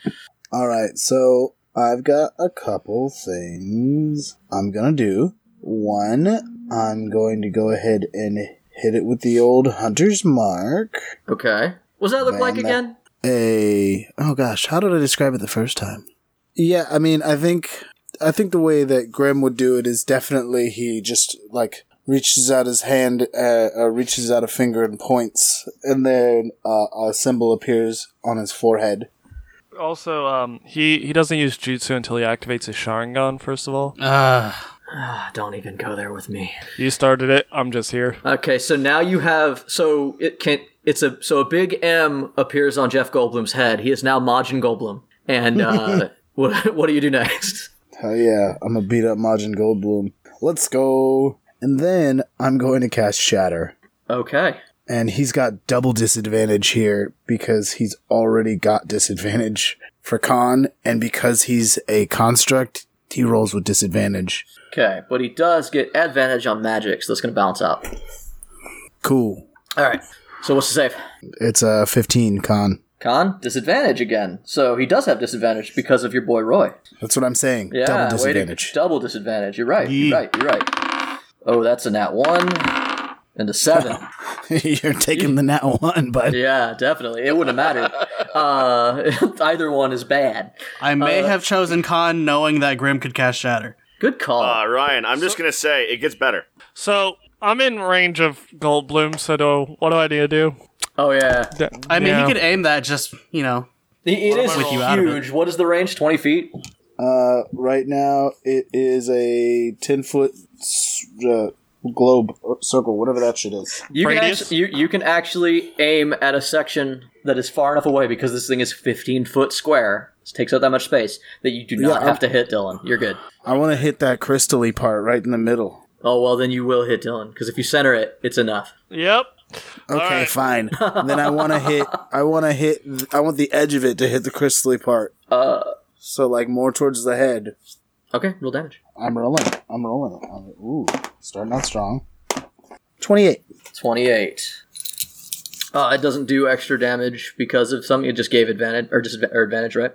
[SPEAKER 5] All right, so I've got a couple things I'm gonna do. One, I'm going to go ahead and hit it with the old hunter's mark.
[SPEAKER 1] Okay, what's that look
[SPEAKER 5] Man,
[SPEAKER 1] like
[SPEAKER 5] that-
[SPEAKER 1] again?
[SPEAKER 5] a oh gosh how did i describe it the first time yeah i mean i think i think the way that Grimm would do it is definitely he just like reaches out his hand uh, uh, reaches out a finger and points and then uh, a symbol appears on his forehead
[SPEAKER 3] also, um, he he doesn't use jutsu until he activates his Sharingan. First of all,
[SPEAKER 6] Uh
[SPEAKER 1] Ah, don't even go there with me.
[SPEAKER 3] you started it. I'm just here.
[SPEAKER 1] Okay, so now you have so it can it's a so a big M appears on Jeff Goldblum's head. He is now Majin Goldblum. And uh, what what do you do next?
[SPEAKER 5] hell yeah i'm gonna beat up majin goldblum let's go and then i'm going to cast shatter
[SPEAKER 1] Okay,
[SPEAKER 5] and he's got double disadvantage here because he's already got disadvantage for con and because he's a construct he rolls with disadvantage
[SPEAKER 1] okay, but he does get advantage on magic, so that's gonna balance out.
[SPEAKER 5] cool
[SPEAKER 1] All right, so what's the save?
[SPEAKER 5] it's a 15 con
[SPEAKER 1] Con disadvantage again. So he does have disadvantage because of your boy Roy.
[SPEAKER 5] that's what i'm saying
[SPEAKER 1] Yeah,
[SPEAKER 5] double
[SPEAKER 1] way to-
[SPEAKER 5] disadvantage
[SPEAKER 1] double disadvantage. You're right.
[SPEAKER 6] Yee.
[SPEAKER 1] You're right. You're right. Oh, that's a nat one and a seven.
[SPEAKER 5] you're taking the nat one but
[SPEAKER 1] Yeah, definitely. It wouldn't have mattered. Uh, either one is bad.
[SPEAKER 6] I may have chosen Khan knowing that Grim could cast Shatter.
[SPEAKER 1] Good call.
[SPEAKER 2] Uh, Ryan, I'm just gonna say it gets better.
[SPEAKER 3] So I'm in range of Goldblum. So do, what do I need to do?
[SPEAKER 1] oh yeah,
[SPEAKER 6] I mean,
[SPEAKER 3] Yeah.
[SPEAKER 6] he could aim that just, you know.
[SPEAKER 1] it, it is
[SPEAKER 6] With you out of it.
[SPEAKER 1] huge. What is the range? Twenty feet.
[SPEAKER 5] Uh, right now it is a ten foot s- uh, globe or circle, whatever that shit is.
[SPEAKER 1] You can,
[SPEAKER 3] Radius?
[SPEAKER 1] actu- you, you can actually aim at a section that is far enough away because this thing is 15 foot square. This takes up that much space that you do not
[SPEAKER 5] Yeah.
[SPEAKER 1] have to hit Dylan. You're good.
[SPEAKER 5] I want to hit that crystally part right in the middle.
[SPEAKER 1] Oh, well, then you will hit Dylan because if you center it, it's enough.
[SPEAKER 3] Yep.
[SPEAKER 5] Okay,
[SPEAKER 3] right.
[SPEAKER 5] fine. then I want to hit. I want to hit. I want the edge of it to hit the crystally part.
[SPEAKER 1] Uh,
[SPEAKER 5] So like more towards the head.
[SPEAKER 1] okay, roll damage.
[SPEAKER 5] I'm rolling. I'm rolling. I'm, ooh, starting out strong. Twenty-eight.
[SPEAKER 1] 28. Uh, it doesn't do extra damage because of something. It just gave advantage, or, disadva- or advantage, right?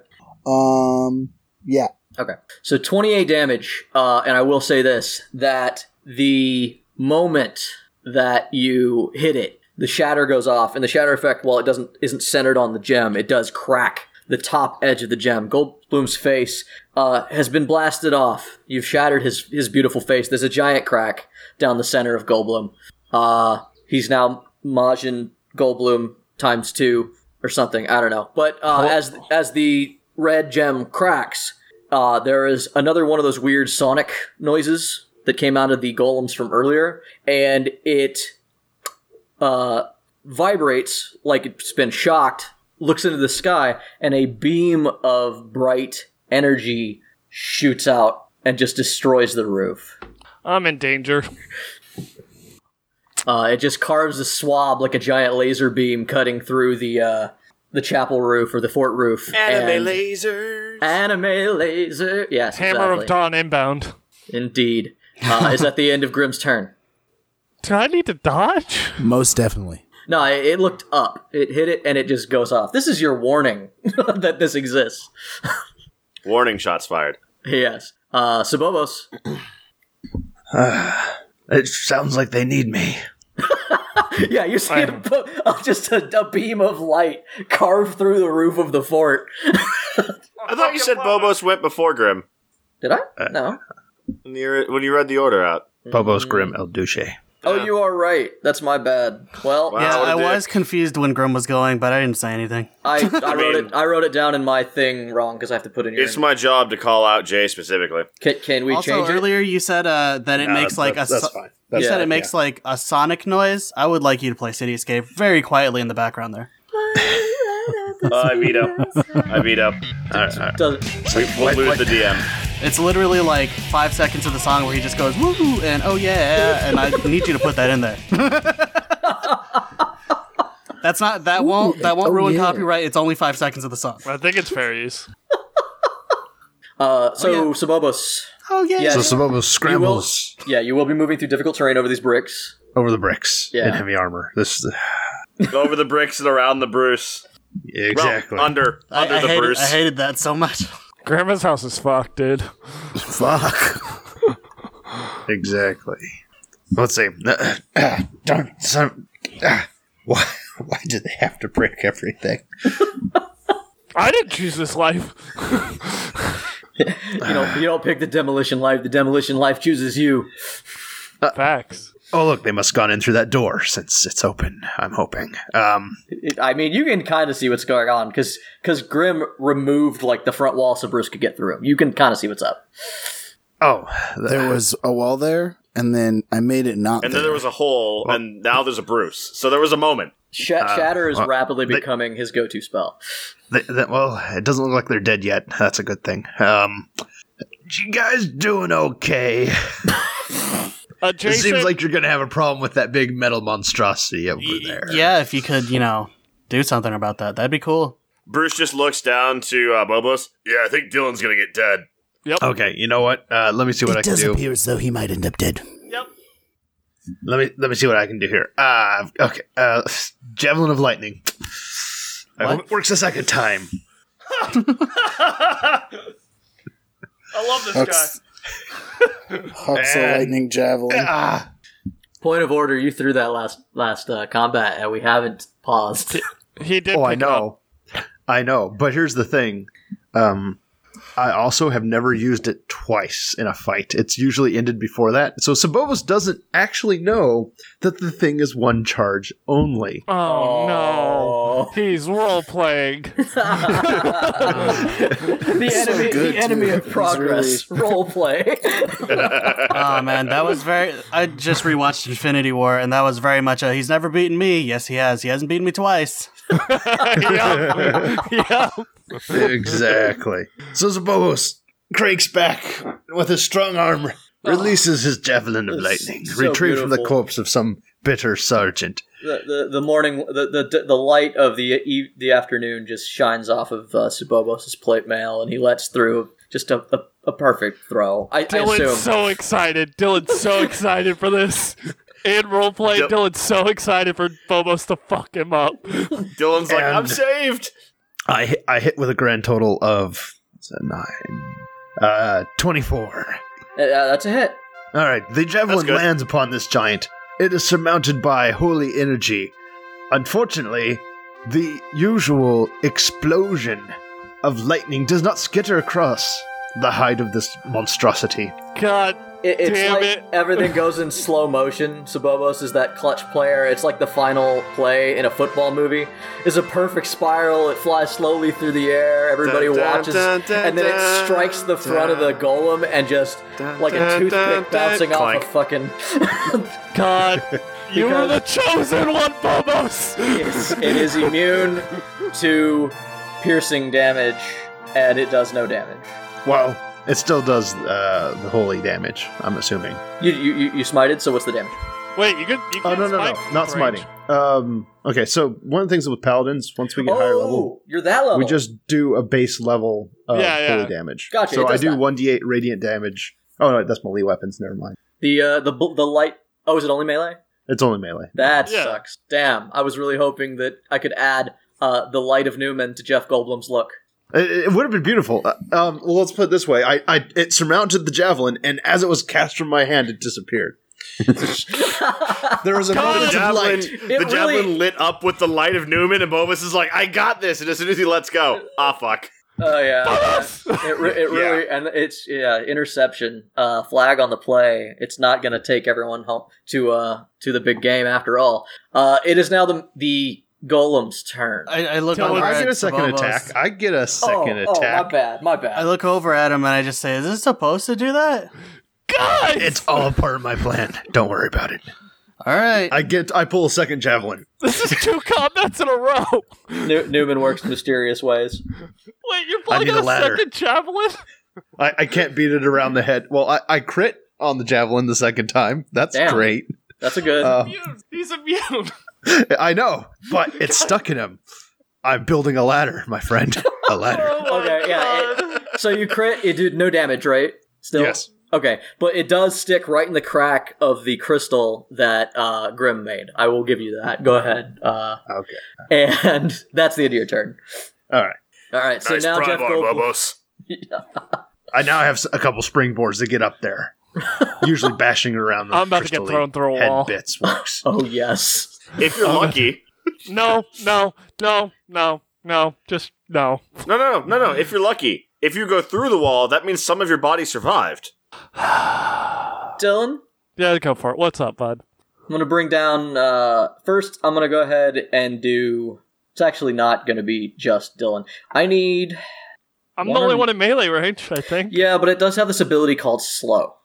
[SPEAKER 5] Um. Yeah.
[SPEAKER 1] Okay. So 28 damage, uh, and I will say this that the moment that you hit it, the shatter goes off, and the shatter effect, while it doesn't isn't centered on the gem, it does crack the top edge of the gem. Goldblum's face uh, has been blasted off. You've shattered his his beautiful face. There's a giant crack down the center of Goldblum. Uh, he's now Majin Goldblum times two or something. I don't know. But uh, as as the red gem cracks, uh, there is another one of those weird sonic noises that came out of the golems from earlier, and it uh, vibrates like it's been shocked. Looks into the sky, and a beam of bright energy shoots out and just destroys the roof.
[SPEAKER 3] I'm in danger.
[SPEAKER 1] Uh, it just carves a swab like a giant laser beam cutting through the uh, the chapel roof or the fort roof. and-
[SPEAKER 2] lasers.
[SPEAKER 1] Anime laser. Yes,
[SPEAKER 3] Hammer
[SPEAKER 1] exactly.
[SPEAKER 3] of Dawn inbound.
[SPEAKER 1] Indeed. Uh, is that the end of Grimm's turn?
[SPEAKER 3] Do I need to dodge?
[SPEAKER 5] Most definitely.
[SPEAKER 1] No, it, it looked up. It hit it, and it just goes off. This is your warning that this exists.
[SPEAKER 2] Warning shots fired.
[SPEAKER 1] Yes. Uh, Sabobos.
[SPEAKER 4] It sounds like they need me.
[SPEAKER 1] Yeah, you see a, bo- of just a, a beam of light carved through the roof of the fort.
[SPEAKER 2] I thought you said Bobos went before Grim
[SPEAKER 1] Did I?
[SPEAKER 2] Uh,
[SPEAKER 1] No.
[SPEAKER 2] when you when you read the order out.
[SPEAKER 4] Bobo's Grim El Duche.
[SPEAKER 1] Oh, you are right. That's my bad. Well,
[SPEAKER 2] Wow.
[SPEAKER 6] Yeah,
[SPEAKER 2] what a
[SPEAKER 6] I
[SPEAKER 2] dick.
[SPEAKER 6] was confused when Grim was going, but I didn't say anything.
[SPEAKER 1] I, I wrote
[SPEAKER 2] mean-
[SPEAKER 1] it. I wrote it down in my thing wrong because I have to put in your.
[SPEAKER 2] It's my job to call out Jay specifically.
[SPEAKER 1] can, can we
[SPEAKER 6] also,
[SPEAKER 1] change it?
[SPEAKER 6] earlier you said uh, that it
[SPEAKER 4] No,
[SPEAKER 6] makes
[SPEAKER 4] that's-
[SPEAKER 6] like
[SPEAKER 4] that's,
[SPEAKER 6] a.
[SPEAKER 4] that's
[SPEAKER 6] so-
[SPEAKER 4] fine.
[SPEAKER 6] You
[SPEAKER 4] That's
[SPEAKER 6] said
[SPEAKER 1] Yeah.
[SPEAKER 6] it makes like a sonic noise. I would like you to play Cityscape very quietly in the background there.
[SPEAKER 2] Uh, I veto. I veto. All right, all right.
[SPEAKER 1] Does-
[SPEAKER 2] We, we'll lose the DM.
[SPEAKER 6] It's literally like five seconds of the song where he just goes woo and oh yeah, and I need you to put that in there. That's not that won't that won't
[SPEAKER 5] oh,
[SPEAKER 6] ruin
[SPEAKER 5] yeah.
[SPEAKER 6] copyright. It's only five seconds of the song.
[SPEAKER 3] I think it's fair use.
[SPEAKER 1] uh, so Sabobos.
[SPEAKER 6] Oh yeah,
[SPEAKER 1] Yeah.
[SPEAKER 4] So Sabobo scrambles
[SPEAKER 1] Yeah, you will be moving through difficult terrain over these bricks.
[SPEAKER 4] over the bricks in
[SPEAKER 1] Yeah.
[SPEAKER 4] heavy armor. This is the,
[SPEAKER 2] Over the bricks and around the Bruce. Well,
[SPEAKER 4] exactly.
[SPEAKER 2] under
[SPEAKER 6] I,
[SPEAKER 2] under
[SPEAKER 6] I
[SPEAKER 2] the
[SPEAKER 6] hated,
[SPEAKER 2] Bruce.
[SPEAKER 6] I hated that so much.
[SPEAKER 3] Grandma's house is fucked, dude.
[SPEAKER 5] Fuck.
[SPEAKER 4] Exactly. Let's see. Ah, darn. Son, ah, why, why do they have to break everything?
[SPEAKER 3] I didn't choose this life.
[SPEAKER 1] You don't, you don't pick the demolition life. The demolition life chooses you.
[SPEAKER 3] Facts.
[SPEAKER 4] Oh, look, they must have gone in through that door since it's open, I'm hoping. Um,
[SPEAKER 1] It- I mean, you can kind of see what's going on because because Grim removed like the front wall so Bruce could get through. You can kind of see what's up.
[SPEAKER 4] oh,
[SPEAKER 5] There was a wall there, and then I made it not.
[SPEAKER 2] and then there was a hole, and now there's a Bruce. So there was a moment.
[SPEAKER 1] Sh- Shatter is
[SPEAKER 4] Uh, well,
[SPEAKER 1] rapidly
[SPEAKER 4] they-
[SPEAKER 1] becoming his go-to spell.
[SPEAKER 4] th- th- well, it doesn't look like they're dead yet. That's a good thing. Um, you guys doing okay?
[SPEAKER 3] Uh,
[SPEAKER 4] It
[SPEAKER 3] Adjacent.
[SPEAKER 4] seems like you're going to have a problem with that big metal monstrosity over there.
[SPEAKER 6] Yeah, if you could, you know, do something about that, that'd be cool.
[SPEAKER 2] Bruce just looks down to uh, Bobos. Yeah, I think Dylan's gonna get dead.
[SPEAKER 4] Okay, you know what? Uh, let me see what I can do.
[SPEAKER 5] as though he might end up dead.
[SPEAKER 4] let me let me see what I can do here. Uh, okay, uh, javelin of lightning. I hope it works a second time.
[SPEAKER 3] I love this
[SPEAKER 5] Huck's, Huck's a
[SPEAKER 4] And-
[SPEAKER 5] lightning javelin.
[SPEAKER 4] Ah,
[SPEAKER 1] Point of order: You threw that last last uh, combat, and we haven't paused.
[SPEAKER 3] guy. He did.
[SPEAKER 4] oh, I
[SPEAKER 3] pick it up.
[SPEAKER 4] know. I know, but here's the thing. Um, I also have never used it twice in a fight. It's usually ended before that. So Sabobos doesn't actually know that the thing is one charge only.
[SPEAKER 3] Oh, no. He's role playing.
[SPEAKER 1] the enemy,
[SPEAKER 5] good,
[SPEAKER 1] the enemy
[SPEAKER 5] too.
[SPEAKER 1] of
[SPEAKER 5] He's
[SPEAKER 1] progress role play.
[SPEAKER 6] oh man, that was very. I just rewatched Infinity War, and that was very much a. He's never beaten me. Yes, he has. He hasn't beaten me twice.
[SPEAKER 3] yep. yep.
[SPEAKER 4] exactly. So Sabobos cranks back with his strong arm, releases his javelin of
[SPEAKER 1] Oh. It's
[SPEAKER 4] lightning,
[SPEAKER 1] so
[SPEAKER 4] retrieved from the
[SPEAKER 1] beautiful.
[SPEAKER 4] corpse of some bitter sergeant.
[SPEAKER 1] the, the the morning the the, the light of the e- the afternoon just shines off of uh, Subobos' plate mail, and he lets through just a a, a perfect throw. I, I assume.
[SPEAKER 3] Dylan's so excited. Dylan's so excited for this. In roleplay,
[SPEAKER 2] Yep.
[SPEAKER 3] Dylan's so excited for Bobos to fuck him up.
[SPEAKER 2] Dylan's like, I'm
[SPEAKER 4] And-
[SPEAKER 2] saved.
[SPEAKER 4] I hit, I hit with a grand total of it's a nine, uh, twenty-four.
[SPEAKER 1] Uh, uh, that's a hit.
[SPEAKER 4] All right, the javelin
[SPEAKER 2] That's good.
[SPEAKER 4] lands upon this giant. It is surmounted by holy energy. Unfortunately, the usual explosion of lightning does not skitter across the hide of this monstrosity.
[SPEAKER 3] God.
[SPEAKER 1] It, it's
[SPEAKER 3] Damn
[SPEAKER 1] like
[SPEAKER 3] it.
[SPEAKER 1] everything goes in slow motion. Sabobos is that clutch player. It's like the final play in a football movie. It's a perfect spiral. It flies slowly through the air. Everybody
[SPEAKER 2] Dun, dun,
[SPEAKER 1] watches,
[SPEAKER 2] dun, dun,
[SPEAKER 1] and then it
[SPEAKER 2] dun,
[SPEAKER 1] strikes the front of the golem and just
[SPEAKER 2] dun,
[SPEAKER 1] like a
[SPEAKER 2] dun,
[SPEAKER 1] toothpick
[SPEAKER 2] dun, dun,
[SPEAKER 1] bouncing
[SPEAKER 2] clank.
[SPEAKER 1] off a fucking.
[SPEAKER 3] God. You were
[SPEAKER 1] Because-
[SPEAKER 3] the chosen one, Bobos.
[SPEAKER 1] Yes, it is immune to piercing damage, and it does no damage.
[SPEAKER 4] Well, it still does uh, the holy damage. I'm assuming.
[SPEAKER 1] You you you, you smited. So what's the damage?
[SPEAKER 3] Wait, you could. You
[SPEAKER 4] Oh
[SPEAKER 3] can't
[SPEAKER 4] no no no,
[SPEAKER 3] smite from
[SPEAKER 4] not
[SPEAKER 3] range.
[SPEAKER 4] smiting. Um, okay, so one of the things with paladins, once we get
[SPEAKER 1] Oh.
[SPEAKER 4] higher level,
[SPEAKER 1] you're that level.
[SPEAKER 4] we just do a base level of
[SPEAKER 3] Yeah, yeah.
[SPEAKER 4] holy damage.
[SPEAKER 1] Gotcha,
[SPEAKER 4] So
[SPEAKER 1] it
[SPEAKER 4] I
[SPEAKER 1] does
[SPEAKER 4] do
[SPEAKER 1] that.
[SPEAKER 4] one d8 radiant damage. Oh no, that's melee weapons. Never mind.
[SPEAKER 1] the uh, the bl- the light. Oh, is it only melee?
[SPEAKER 4] It's only melee.
[SPEAKER 1] That
[SPEAKER 3] Yeah.
[SPEAKER 1] sucks. Damn. I was really hoping that I could add uh, the light of Newman to Jeff Goldblum's look.
[SPEAKER 4] It, it would have been beautiful. Uh, um, well, let's put it this way: I, I it surmounted the javelin, and as it was cast from my hand, it disappeared. There was a
[SPEAKER 3] God,
[SPEAKER 4] moment
[SPEAKER 2] The
[SPEAKER 4] of
[SPEAKER 2] javelin,
[SPEAKER 4] light.
[SPEAKER 2] the
[SPEAKER 1] really-
[SPEAKER 2] javelin lit up with the light of Newman, and Bobus is like, I got this. And as soon as he lets go, ah, fuck.
[SPEAKER 1] Oh yeah. it, re- it really and it's yeah interception uh flag on the play it's not gonna take everyone home to uh to the big game after all uh it is now the the golem's turn
[SPEAKER 6] I, I look
[SPEAKER 3] Tell
[SPEAKER 6] over.
[SPEAKER 3] him
[SPEAKER 4] I
[SPEAKER 6] at
[SPEAKER 4] get a second
[SPEAKER 6] Sabobos.
[SPEAKER 4] attack. I get a
[SPEAKER 1] Oh,
[SPEAKER 4] second
[SPEAKER 1] oh, my
[SPEAKER 4] attack.
[SPEAKER 1] bad my
[SPEAKER 6] I
[SPEAKER 1] bad
[SPEAKER 6] look over at him and I just say, "Is this supposed to do that?"
[SPEAKER 3] Guys!
[SPEAKER 4] it's all a part of my plan. Don't worry about it.
[SPEAKER 6] All right.
[SPEAKER 4] I get. I pull a second javelin.
[SPEAKER 3] this is two combats in a row.
[SPEAKER 1] New- newman works mysterious ways
[SPEAKER 3] Wait, you're
[SPEAKER 4] I
[SPEAKER 3] playing
[SPEAKER 4] need
[SPEAKER 3] a,
[SPEAKER 4] a ladder.
[SPEAKER 3] second javelin?
[SPEAKER 4] I, I can't beat it around the head. Well, I, I crit on the javelin the second time. That's
[SPEAKER 1] Damn.
[SPEAKER 4] great.
[SPEAKER 1] that's a good
[SPEAKER 4] Uh,
[SPEAKER 3] Immune. He's immune.
[SPEAKER 4] I know, but it's stuck in him. I'm building a ladder, my friend. A ladder.
[SPEAKER 3] Oh my
[SPEAKER 1] Okay, yeah,
[SPEAKER 3] God.
[SPEAKER 1] so you crit it did no damage right still
[SPEAKER 4] Yes.
[SPEAKER 1] okay but it does stick right in the crack of the crystal that uh grim made i will give you that go ahead uh
[SPEAKER 4] Okay.
[SPEAKER 1] and that's the end of your turn
[SPEAKER 4] All right.
[SPEAKER 1] all right so
[SPEAKER 2] nice
[SPEAKER 1] now
[SPEAKER 2] bravo,
[SPEAKER 1] jeff goldblum
[SPEAKER 2] Bobos.
[SPEAKER 4] I now have s- a couple springboards to get up there. Usually bashing around the
[SPEAKER 3] I'm about to get
[SPEAKER 4] crystally
[SPEAKER 3] thrown through a
[SPEAKER 4] head
[SPEAKER 3] wall.
[SPEAKER 4] bits works.
[SPEAKER 1] Oh yes.
[SPEAKER 2] If you're lucky,
[SPEAKER 3] No, no, no, no, no. Just no.
[SPEAKER 2] no, no, no, no. If you're lucky, if you go through the wall, that means some of your body survived.
[SPEAKER 1] Dylan,
[SPEAKER 3] Yeah, go for it. What's up, bud?
[SPEAKER 1] I'm gonna bring down uh first I'm gonna go ahead and do it's actually not gonna be just Dylan. I need
[SPEAKER 3] I'm
[SPEAKER 1] One
[SPEAKER 3] the only
[SPEAKER 1] or-
[SPEAKER 3] one in melee range, I think.
[SPEAKER 1] yeah, but it does have this ability called slow.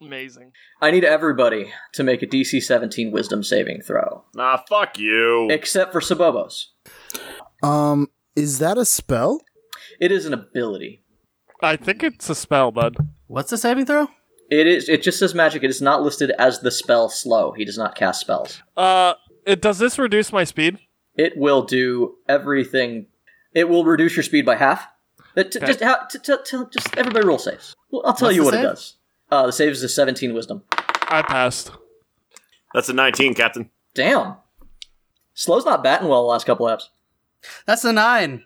[SPEAKER 3] Amazing.
[SPEAKER 1] I need everybody to make a DC 17 wisdom saving throw.
[SPEAKER 2] Nah, Ah, fuck you.
[SPEAKER 1] Except for Sabobos.
[SPEAKER 5] Um, is that a spell?
[SPEAKER 1] It is an ability.
[SPEAKER 3] I think it's a spell, bud.
[SPEAKER 6] What's the saving throw?
[SPEAKER 1] It is it just says magic, it is not listed as the spell slow. He does not cast spells.
[SPEAKER 3] Uh, it, does this reduce my speed?
[SPEAKER 1] It will do everything. It will reduce your speed by half. Uh, t- Just how, t- t- t- just everybody roll saves. Well, I'll tell
[SPEAKER 6] What's
[SPEAKER 1] you
[SPEAKER 6] the
[SPEAKER 1] what it
[SPEAKER 6] save?
[SPEAKER 1] does. Uh, the save is a 17 wisdom.
[SPEAKER 3] I passed.
[SPEAKER 2] That's a 19, Captain.
[SPEAKER 1] Damn. Slow's not batting well the last couple apps.
[SPEAKER 6] That's a nine.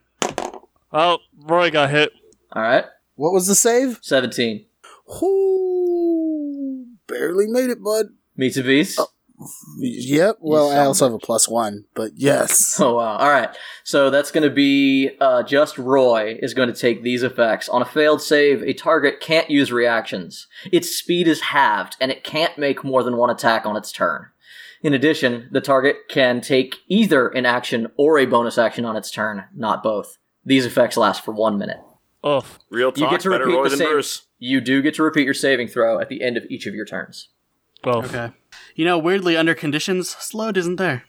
[SPEAKER 3] Oh, Roy got hit.
[SPEAKER 1] All right,
[SPEAKER 5] What was the save?
[SPEAKER 1] 17.
[SPEAKER 5] Whoo! Barely made it, bud.
[SPEAKER 1] Me to beast.
[SPEAKER 5] Yep. Well, I
[SPEAKER 1] sound
[SPEAKER 5] also have a plus one, but yes.
[SPEAKER 1] Oh wow! All right, so that's going to be uh, just Roy is going to take these effects on a failed save. A target can't use reactions. Its speed is halved, and it can't make more than one attack on its turn. In addition, the target can take either an action or a bonus action on its turn, not both. These effects last for one minute.
[SPEAKER 3] Ugh.
[SPEAKER 2] Real
[SPEAKER 1] You
[SPEAKER 2] talk,
[SPEAKER 1] get to
[SPEAKER 2] better
[SPEAKER 1] repeat
[SPEAKER 2] Roy
[SPEAKER 1] the
[SPEAKER 2] than
[SPEAKER 1] same-
[SPEAKER 2] Bruce.
[SPEAKER 1] You do get to repeat your saving throw at the end of each of your turns.
[SPEAKER 3] Well,
[SPEAKER 6] Okay. You know, weirdly, under conditions, slowed isn't there.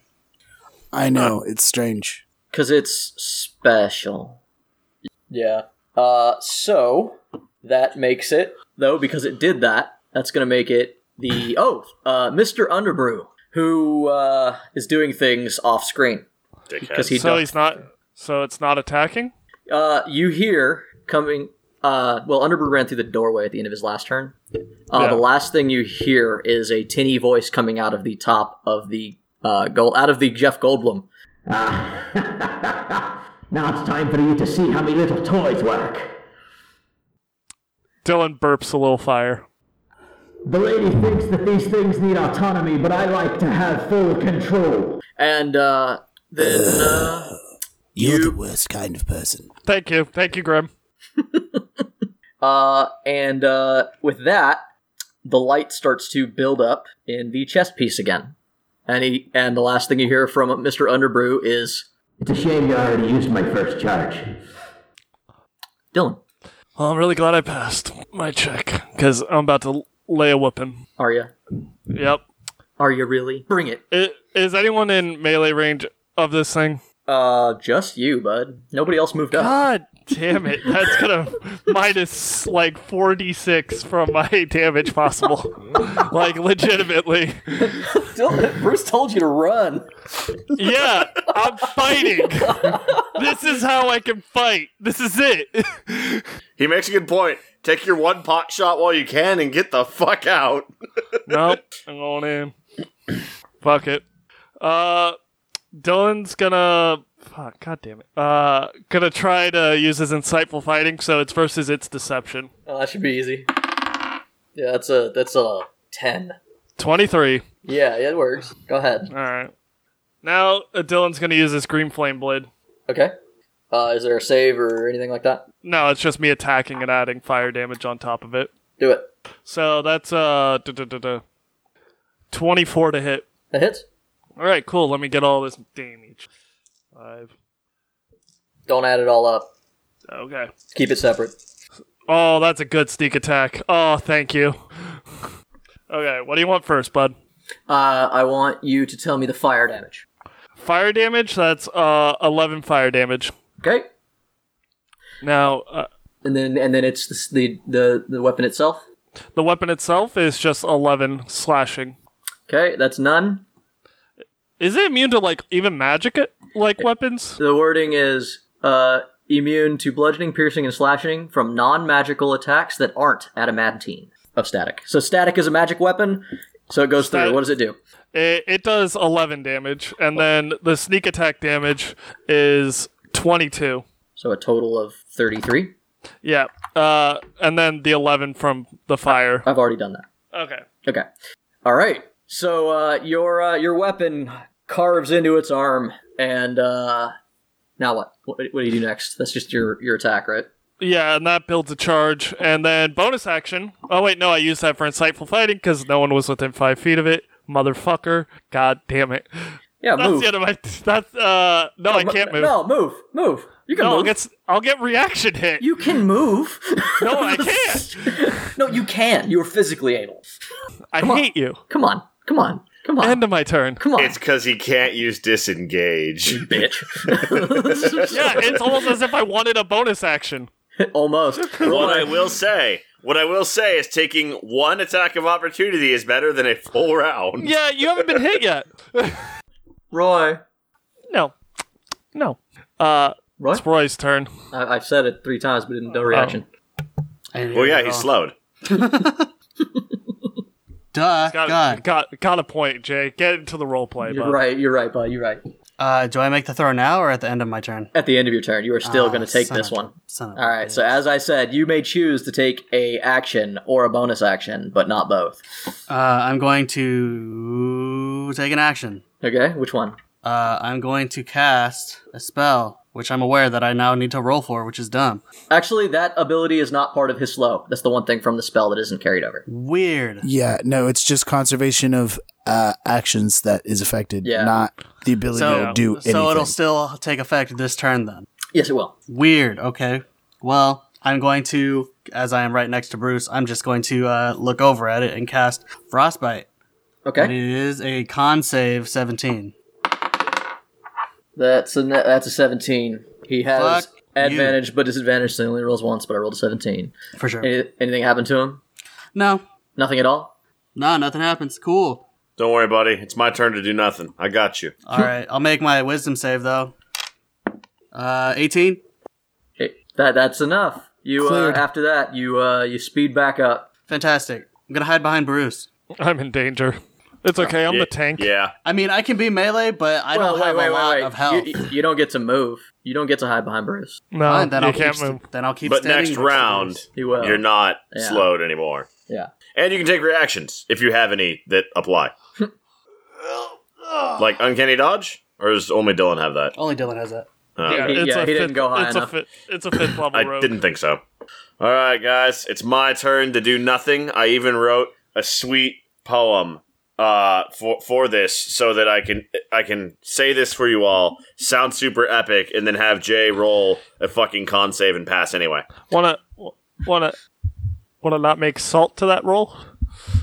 [SPEAKER 5] I know it's strange.
[SPEAKER 1] Because it's special. Yeah. Uh, so, that makes it, though, because it did that, that's going to make it the. Oh, uh, Mr. Underbrew, who uh, is doing things off screen.
[SPEAKER 2] Dickhead.
[SPEAKER 1] Because he
[SPEAKER 3] so
[SPEAKER 1] does.
[SPEAKER 3] he's not. So it's not attacking.
[SPEAKER 1] Uh, you hear coming. Uh, well, Underbrew ran through the doorway at the end of his last turn. Uh,
[SPEAKER 3] Yeah.
[SPEAKER 1] The last thing you hear is a tinny voice coming out of the top of the uh, gold, out of the Jeff Goldblum.
[SPEAKER 7] Now it's time for you to see how me little toys work.
[SPEAKER 3] Dylan burps a little fire.
[SPEAKER 7] The lady thinks that these things need autonomy, but I like to have full control.
[SPEAKER 1] And uh, then. Uh,
[SPEAKER 5] You're the worst kind of person.
[SPEAKER 3] Thank you, thank you, Grim.
[SPEAKER 1] Uh, and uh, with that, the light starts to build up in the chest piece again. And he and the last thing you hear from Mr. Underbrew is
[SPEAKER 7] It's a shame you already used my first charge.
[SPEAKER 1] Dylan.
[SPEAKER 3] Well, I'm really glad I passed my check because I'm about to l- lay a whooping.
[SPEAKER 1] Are you?
[SPEAKER 3] Yep.
[SPEAKER 1] Are you really? Bring it.
[SPEAKER 3] I- Is anyone in melee range of this thing?
[SPEAKER 1] Uh, just you, bud. Nobody else moved up.
[SPEAKER 3] God damn it! That's gonna minus like 46 from my damage possible. like legitimately.
[SPEAKER 1] Dylan, Bruce told you to run.
[SPEAKER 3] Yeah, I'm fighting. this is how I can fight. This is it.
[SPEAKER 2] He makes a good point. Take your one pot shot while you can and get the fuck out.
[SPEAKER 3] nope, I'm going in. Fuck it. Uh, Dylan's gonna. Fuck, god damn it. Uh, gonna try to use his insightful fighting, so it's versus its deception.
[SPEAKER 1] Oh, that should be easy. Yeah, that's a that's a ten.
[SPEAKER 3] 23.
[SPEAKER 1] Yeah, it works. Go ahead.
[SPEAKER 3] Alright. Now, uh, Dylan's gonna use his green flame blade.
[SPEAKER 1] Okay. Uh, is there a save or anything like that?
[SPEAKER 3] No, it's just me attacking and adding fire damage on top of it.
[SPEAKER 1] Do it.
[SPEAKER 3] So that's uh duh, duh, duh, duh. 24 to hit.
[SPEAKER 1] That hits.
[SPEAKER 3] All right, cool. Let me get all this damage. Five.
[SPEAKER 1] Don't add it all up.
[SPEAKER 3] Okay.
[SPEAKER 1] Keep it separate.
[SPEAKER 3] Oh, that's a good sneak attack. Oh, thank you. Okay, what do you want first, bud?
[SPEAKER 1] Uh, I want you to tell me the fire damage.
[SPEAKER 3] Fire damage. That's uh 11 fire damage.
[SPEAKER 1] Okay.
[SPEAKER 3] Now, uh,
[SPEAKER 1] And then and then it's the the the, the weapon itself.
[SPEAKER 3] the weapon itself is just 11 slashing.
[SPEAKER 1] Okay, that's none.
[SPEAKER 3] Is it immune to like even magic like weapons?
[SPEAKER 1] The wording is uh, immune to bludgeoning, piercing, and slashing from non-magical attacks that aren't adamantine of static. So static is a magic weapon. So it goes
[SPEAKER 3] Static-
[SPEAKER 1] through. What does it do?
[SPEAKER 3] It, it does 11 damage, and then the sneak attack damage is 22.
[SPEAKER 1] So a total of thirty-three.
[SPEAKER 3] Yeah. Uh, and then the 11 from the fire.
[SPEAKER 1] I've already done that.
[SPEAKER 3] Okay.
[SPEAKER 1] Okay. All right. So uh, your uh, your weapon carves into its arm, and uh, now what? what? What do you do next? That's just your your attack, right?
[SPEAKER 3] Yeah, and that builds a charge. And then bonus action. Oh, wait, no, I used that for insightful fighting because no one was within five feet of it. Motherfucker. God damn it.
[SPEAKER 1] Yeah,
[SPEAKER 3] That's
[SPEAKER 1] move.
[SPEAKER 3] the end of my. That's, uh, no, I can't move.
[SPEAKER 1] No, move, move. You can
[SPEAKER 3] No, I'll
[SPEAKER 1] move.
[SPEAKER 3] get, s- I'll get reaction hit.
[SPEAKER 1] You can move.
[SPEAKER 3] no, I can't.
[SPEAKER 1] no, you can. You are physically able.
[SPEAKER 3] I hate you.
[SPEAKER 1] Come on, come on, come on,
[SPEAKER 3] End of my turn.
[SPEAKER 1] come on,
[SPEAKER 2] It's because he can't use disengage.
[SPEAKER 1] bitch.
[SPEAKER 3] Yeah, it's almost as if I wanted a bonus action.
[SPEAKER 1] Almost.
[SPEAKER 2] what I will say, what I will say is taking one attack of opportunity is better than a full round.
[SPEAKER 3] Yeah, you haven't been hit yet.
[SPEAKER 1] Roy,
[SPEAKER 3] No. No. Uh,
[SPEAKER 1] Roy.
[SPEAKER 3] it's Roy's turn.
[SPEAKER 1] I- I've said it three times, but
[SPEAKER 3] Oh.
[SPEAKER 1] didn't no reaction.
[SPEAKER 6] I didn't
[SPEAKER 2] Well,
[SPEAKER 6] hear
[SPEAKER 2] yeah,
[SPEAKER 6] it at
[SPEAKER 2] he's
[SPEAKER 6] all.
[SPEAKER 2] slowed.
[SPEAKER 6] Duh.
[SPEAKER 3] Got,
[SPEAKER 6] God.
[SPEAKER 3] got got a point, Jay. Get into the role play.
[SPEAKER 1] You're
[SPEAKER 3] bud.
[SPEAKER 1] right. You're right, bud. You're right.
[SPEAKER 6] Uh, do I make the throw now or at the end of my turn?
[SPEAKER 1] At the end of your turn, you are still
[SPEAKER 6] Ah,
[SPEAKER 1] going to take
[SPEAKER 6] son
[SPEAKER 1] this
[SPEAKER 6] of a-
[SPEAKER 1] one.
[SPEAKER 6] son of a
[SPEAKER 1] All right. So
[SPEAKER 6] bitch.
[SPEAKER 1] as I said, you may choose to take a action or a bonus action, but not both.
[SPEAKER 6] Uh, I'm going to take an action.
[SPEAKER 1] Okay, which one?
[SPEAKER 6] Uh, I'm going to cast a spell, which I'm aware that I now need to roll for, which is dumb.
[SPEAKER 1] Actually, that ability is not part of his slow. That's the one thing from the spell that isn't carried over.
[SPEAKER 6] Weird.
[SPEAKER 5] Yeah, no, it's just conservation of uh, actions that is affected,
[SPEAKER 1] Yeah.
[SPEAKER 5] not the ability
[SPEAKER 6] So,
[SPEAKER 5] to do anything.
[SPEAKER 6] so it'll still take effect this turn then.
[SPEAKER 1] Yes, it will.
[SPEAKER 6] Weird. Okay. Well, I'm going to, as I am right next to Bruce, I'm just going to uh, look over at it and cast Frostbite. And
[SPEAKER 1] Okay,
[SPEAKER 6] it is a con save 17.
[SPEAKER 1] that's a ne- that's a seventeen. He has
[SPEAKER 6] Fuck
[SPEAKER 1] advantage but disadvantage, so he only rolls once. But I rolled a seventeen.
[SPEAKER 6] For sure.
[SPEAKER 1] Any- anything happened to him?
[SPEAKER 6] No.
[SPEAKER 1] Nothing at all.
[SPEAKER 6] No, nothing happens. Cool.
[SPEAKER 2] Don't worry, buddy. It's my turn to do nothing. I got you.
[SPEAKER 6] All right. I'll make my wisdom save, though. Uh, 18?
[SPEAKER 1] It- that that's enough. You uh,
[SPEAKER 5] Cleared.
[SPEAKER 1] after that, you uh, you speed back up.
[SPEAKER 6] Fantastic. I'm going to hide behind Bruce.
[SPEAKER 3] I'm in danger. It's okay. I'm
[SPEAKER 2] Yeah,
[SPEAKER 3] the tank.
[SPEAKER 2] Yeah.
[SPEAKER 6] I mean, I can be melee, but I
[SPEAKER 1] Well,
[SPEAKER 6] don't have a lot of health.
[SPEAKER 1] You, you don't get to move. You don't get to hide behind Bruce.
[SPEAKER 3] No,
[SPEAKER 6] Fine, then,
[SPEAKER 3] you
[SPEAKER 6] I'll
[SPEAKER 3] can't
[SPEAKER 6] keep,
[SPEAKER 3] move.
[SPEAKER 6] st- then I'll keep
[SPEAKER 2] But
[SPEAKER 6] standing
[SPEAKER 2] next
[SPEAKER 6] next to
[SPEAKER 2] round,
[SPEAKER 6] Bruce.
[SPEAKER 1] He will.
[SPEAKER 2] you're not
[SPEAKER 1] Yeah.
[SPEAKER 2] slowed anymore.
[SPEAKER 1] Yeah.
[SPEAKER 2] And you can take reactions if you have any that apply. like uncanny dodge, or does only Dylan have that?
[SPEAKER 6] Only Dylan has that.
[SPEAKER 2] Uh,
[SPEAKER 3] Yeah,
[SPEAKER 1] Um, He-
[SPEAKER 3] it's
[SPEAKER 1] yeah,
[SPEAKER 3] a
[SPEAKER 1] he
[SPEAKER 3] fifth,
[SPEAKER 1] didn't go high
[SPEAKER 3] it's
[SPEAKER 1] enough.
[SPEAKER 3] A fifth, it's a fifth level
[SPEAKER 2] I
[SPEAKER 3] rogue.
[SPEAKER 2] didn't think so. All right, guys, it's my turn to do nothing. I even wrote a sweet poem uh, for for this, so that I can I can say this for you all, sound super epic, and then have Jay roll a fucking con save and pass anyway.
[SPEAKER 3] Wanna wanna wanna not make salt to that roll?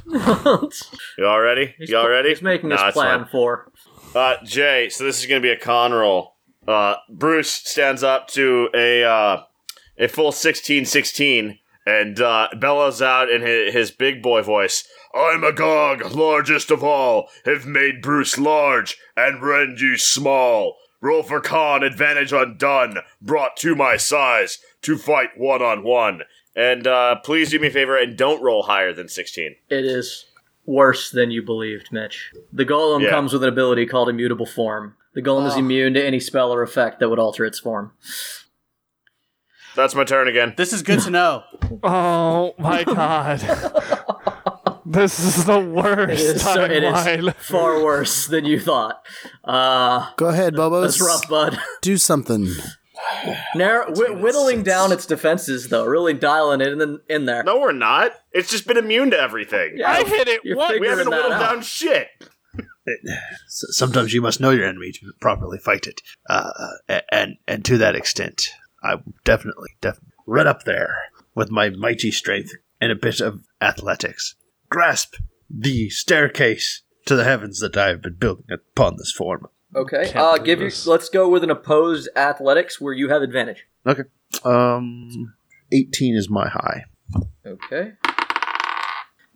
[SPEAKER 2] You all ready? You all ready?
[SPEAKER 1] He's making
[SPEAKER 2] Nah,
[SPEAKER 1] his
[SPEAKER 2] it's fine.
[SPEAKER 1] plan for.
[SPEAKER 2] Uh, Jay, so this is going to be a con roll. Uh, Bruce stands up to a uh, a full 16-16 and uh, bellows out in his, his big boy voice, I, Magog, largest of all, have made Bruce large and rend you small. Roll for con, advantage undone, brought to my size, to fight one-on-one. And uh, please do me a favor and don't roll higher than 16.
[SPEAKER 1] It is worse than you believed, Mitch. The golem
[SPEAKER 2] Yeah.
[SPEAKER 1] comes with an ability called immutable form. The golem
[SPEAKER 3] Ah.
[SPEAKER 1] is immune to any spell or effect that would alter its form.
[SPEAKER 2] That's my turn again.
[SPEAKER 6] This is good to know.
[SPEAKER 3] Oh my god. this is the worst
[SPEAKER 1] It is, so, it
[SPEAKER 3] timeline.
[SPEAKER 1] is far worse than you thought. Uh,
[SPEAKER 5] Go ahead, Bobos.
[SPEAKER 1] that's rough, bud.
[SPEAKER 5] Do something.
[SPEAKER 1] Narrow, whi- whittling down its defenses, though, really dialing it in, in there.
[SPEAKER 2] No, we're not. It's just been immune to everything.
[SPEAKER 1] Yeah,
[SPEAKER 3] I hit it
[SPEAKER 1] you're
[SPEAKER 3] once.
[SPEAKER 2] We
[SPEAKER 1] figuring
[SPEAKER 2] haven't
[SPEAKER 1] that
[SPEAKER 2] whittled
[SPEAKER 1] out.
[SPEAKER 2] down shit.
[SPEAKER 4] S- sometimes you must know your enemy to properly fight it, uh, a- and and to that extent, I definitely definitely right up there with my mighty strength and a bit of athletics. Grasp the staircase to the heavens that I have been building upon this form.
[SPEAKER 1] Okay,
[SPEAKER 3] Can't
[SPEAKER 1] uh,
[SPEAKER 3] do
[SPEAKER 1] give you.
[SPEAKER 3] this.
[SPEAKER 1] Let's go with an opposed athletics where you have advantage.
[SPEAKER 4] Okay, um, eighteen is my high.
[SPEAKER 1] Okay.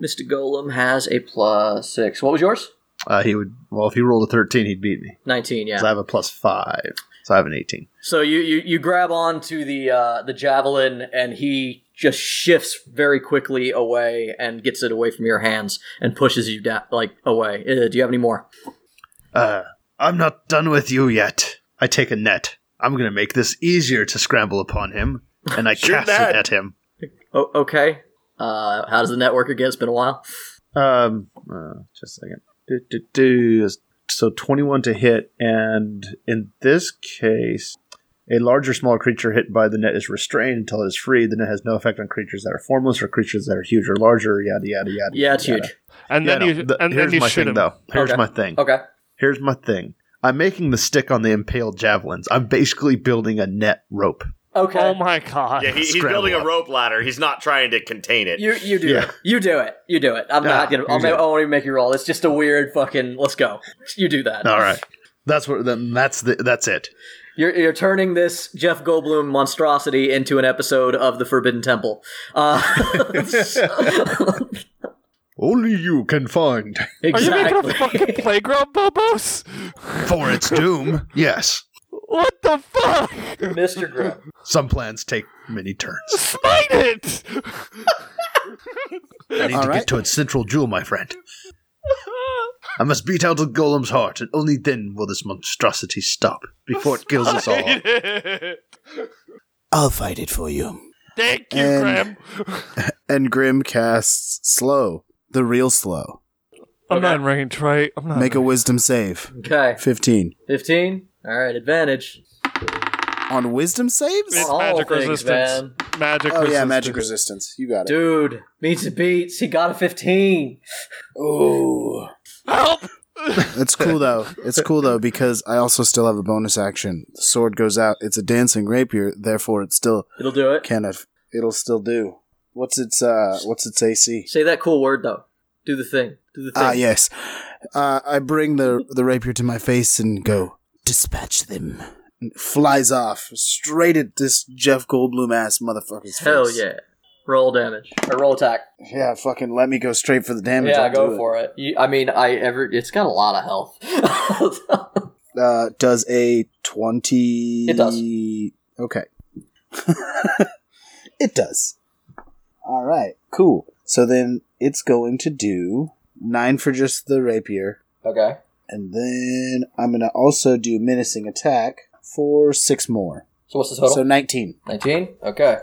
[SPEAKER 1] Mr. Golem has a plus six. What was yours?
[SPEAKER 4] Uh, he would well if he rolled a thirteen, he'd beat me.
[SPEAKER 1] 19, yeah.
[SPEAKER 4] 'Cause I have a plus five, so I have an eighteen.
[SPEAKER 1] So you, you, you grab onto the uh, the javelin, and he just shifts very quickly away and gets it away from your hands and pushes you down like away. Uh, do you have any more?
[SPEAKER 4] Uh, I'm not done with you yet. I take a net. I'm going to make this easier to scramble upon him, and I
[SPEAKER 2] Shoot
[SPEAKER 4] cast
[SPEAKER 2] that.
[SPEAKER 4] it at him.
[SPEAKER 1] Oh, okay. Uh, how does the network again? It's been a while.
[SPEAKER 4] Um, uh, just a second. Do, do, do. So 21 to hit, and in this case, a large or small creature hit by the net is restrained until it is free. The net has no effect on creatures that are formless or creatures that are huge or larger. Yada yada yada.
[SPEAKER 1] Yeah, it's
[SPEAKER 4] yada.
[SPEAKER 1] huge.
[SPEAKER 3] And
[SPEAKER 4] Yeah,
[SPEAKER 3] then
[SPEAKER 4] no,
[SPEAKER 3] you
[SPEAKER 4] the-
[SPEAKER 3] and
[SPEAKER 4] here's
[SPEAKER 3] then you
[SPEAKER 4] my
[SPEAKER 3] shoot
[SPEAKER 4] thing,
[SPEAKER 3] him.
[SPEAKER 4] though. Here's
[SPEAKER 1] Okay.
[SPEAKER 4] my thing.
[SPEAKER 1] Okay.
[SPEAKER 4] Here's my thing. I'm making the stick on the impaled javelins. I'm basically building a net rope.
[SPEAKER 1] Okay.
[SPEAKER 3] Oh my god.
[SPEAKER 2] Yeah, he, he's
[SPEAKER 4] Scramble
[SPEAKER 2] building a
[SPEAKER 4] up.
[SPEAKER 2] rope ladder. He's not trying to contain it.
[SPEAKER 1] you you do
[SPEAKER 4] Yeah.
[SPEAKER 1] it. You do it. You do it. I'm
[SPEAKER 4] Ah,
[SPEAKER 1] not gonna. I'll
[SPEAKER 4] you
[SPEAKER 1] ma-
[SPEAKER 4] do it.
[SPEAKER 1] I won't even make you roll. It's just a weird fucking. Let's go. You do that.
[SPEAKER 4] All right. That's what. Then that's the. That's it.
[SPEAKER 1] You're, you're turning this Jeff Goldblum monstrosity into an episode of the Forbidden Temple. Uh,
[SPEAKER 4] Only you can find
[SPEAKER 3] Are you making
[SPEAKER 1] exactly.
[SPEAKER 3] a fucking playground, Bobos?
[SPEAKER 4] for its doom. Yes.
[SPEAKER 3] What the fuck?
[SPEAKER 1] Mr. Grub.
[SPEAKER 4] Some plans take many turns.
[SPEAKER 3] Smite it!
[SPEAKER 4] I need
[SPEAKER 5] All
[SPEAKER 4] to
[SPEAKER 5] right.
[SPEAKER 4] get to its central jewel, my friend. I must beat out the golem's heart, and only then will this monstrosity stop before it kills us all.
[SPEAKER 5] I'll fight it for you.
[SPEAKER 3] Thank you,
[SPEAKER 5] And-
[SPEAKER 3] Graham.
[SPEAKER 5] And Grim casts slow, the real slow.
[SPEAKER 3] I'm not in range, right? I'm not.
[SPEAKER 5] Make a wisdom save.
[SPEAKER 1] Okay.
[SPEAKER 5] 15.
[SPEAKER 1] 15? All right, advantage.
[SPEAKER 5] On wisdom saves?
[SPEAKER 3] It's
[SPEAKER 1] all
[SPEAKER 3] magic
[SPEAKER 1] things,
[SPEAKER 3] resistance.
[SPEAKER 1] man.
[SPEAKER 3] Magic.
[SPEAKER 5] Oh, yeah,
[SPEAKER 3] resistance.
[SPEAKER 5] magic resistance. You got it.
[SPEAKER 1] Dude, meets and beats. He got a 15.
[SPEAKER 5] Ooh.
[SPEAKER 3] Help!
[SPEAKER 5] It's cool though. It's cool though because I also still have a bonus action. The sword goes out. It's a dancing rapier, therefore it still
[SPEAKER 1] It'll do it.
[SPEAKER 5] can of it'll still do. What's its uh what's its AC?
[SPEAKER 1] Say that cool word, though. Do the thing. Do the thing.
[SPEAKER 5] Ah yes. Uh, I bring the the rapier to my face and go dispatch them. And it flies off straight at this Jeff Goldblum ass motherfucker's face.
[SPEAKER 1] Hell yeah. Roll damage. Or roll attack.
[SPEAKER 5] Yeah, fucking let me go straight for the damage.
[SPEAKER 1] yeah,
[SPEAKER 5] I'll
[SPEAKER 1] go
[SPEAKER 5] do it.
[SPEAKER 1] for it. You, I mean, I ever. It's got a lot of health.
[SPEAKER 5] Uh, does a 20.
[SPEAKER 1] It does.
[SPEAKER 5] Okay. it does. All right, cool. So then it's going to do nine for just the rapier.
[SPEAKER 1] okay.
[SPEAKER 5] And then I'm going to also do menacing attack for six more.
[SPEAKER 1] So what's the total?
[SPEAKER 5] So 19.
[SPEAKER 1] 19 okay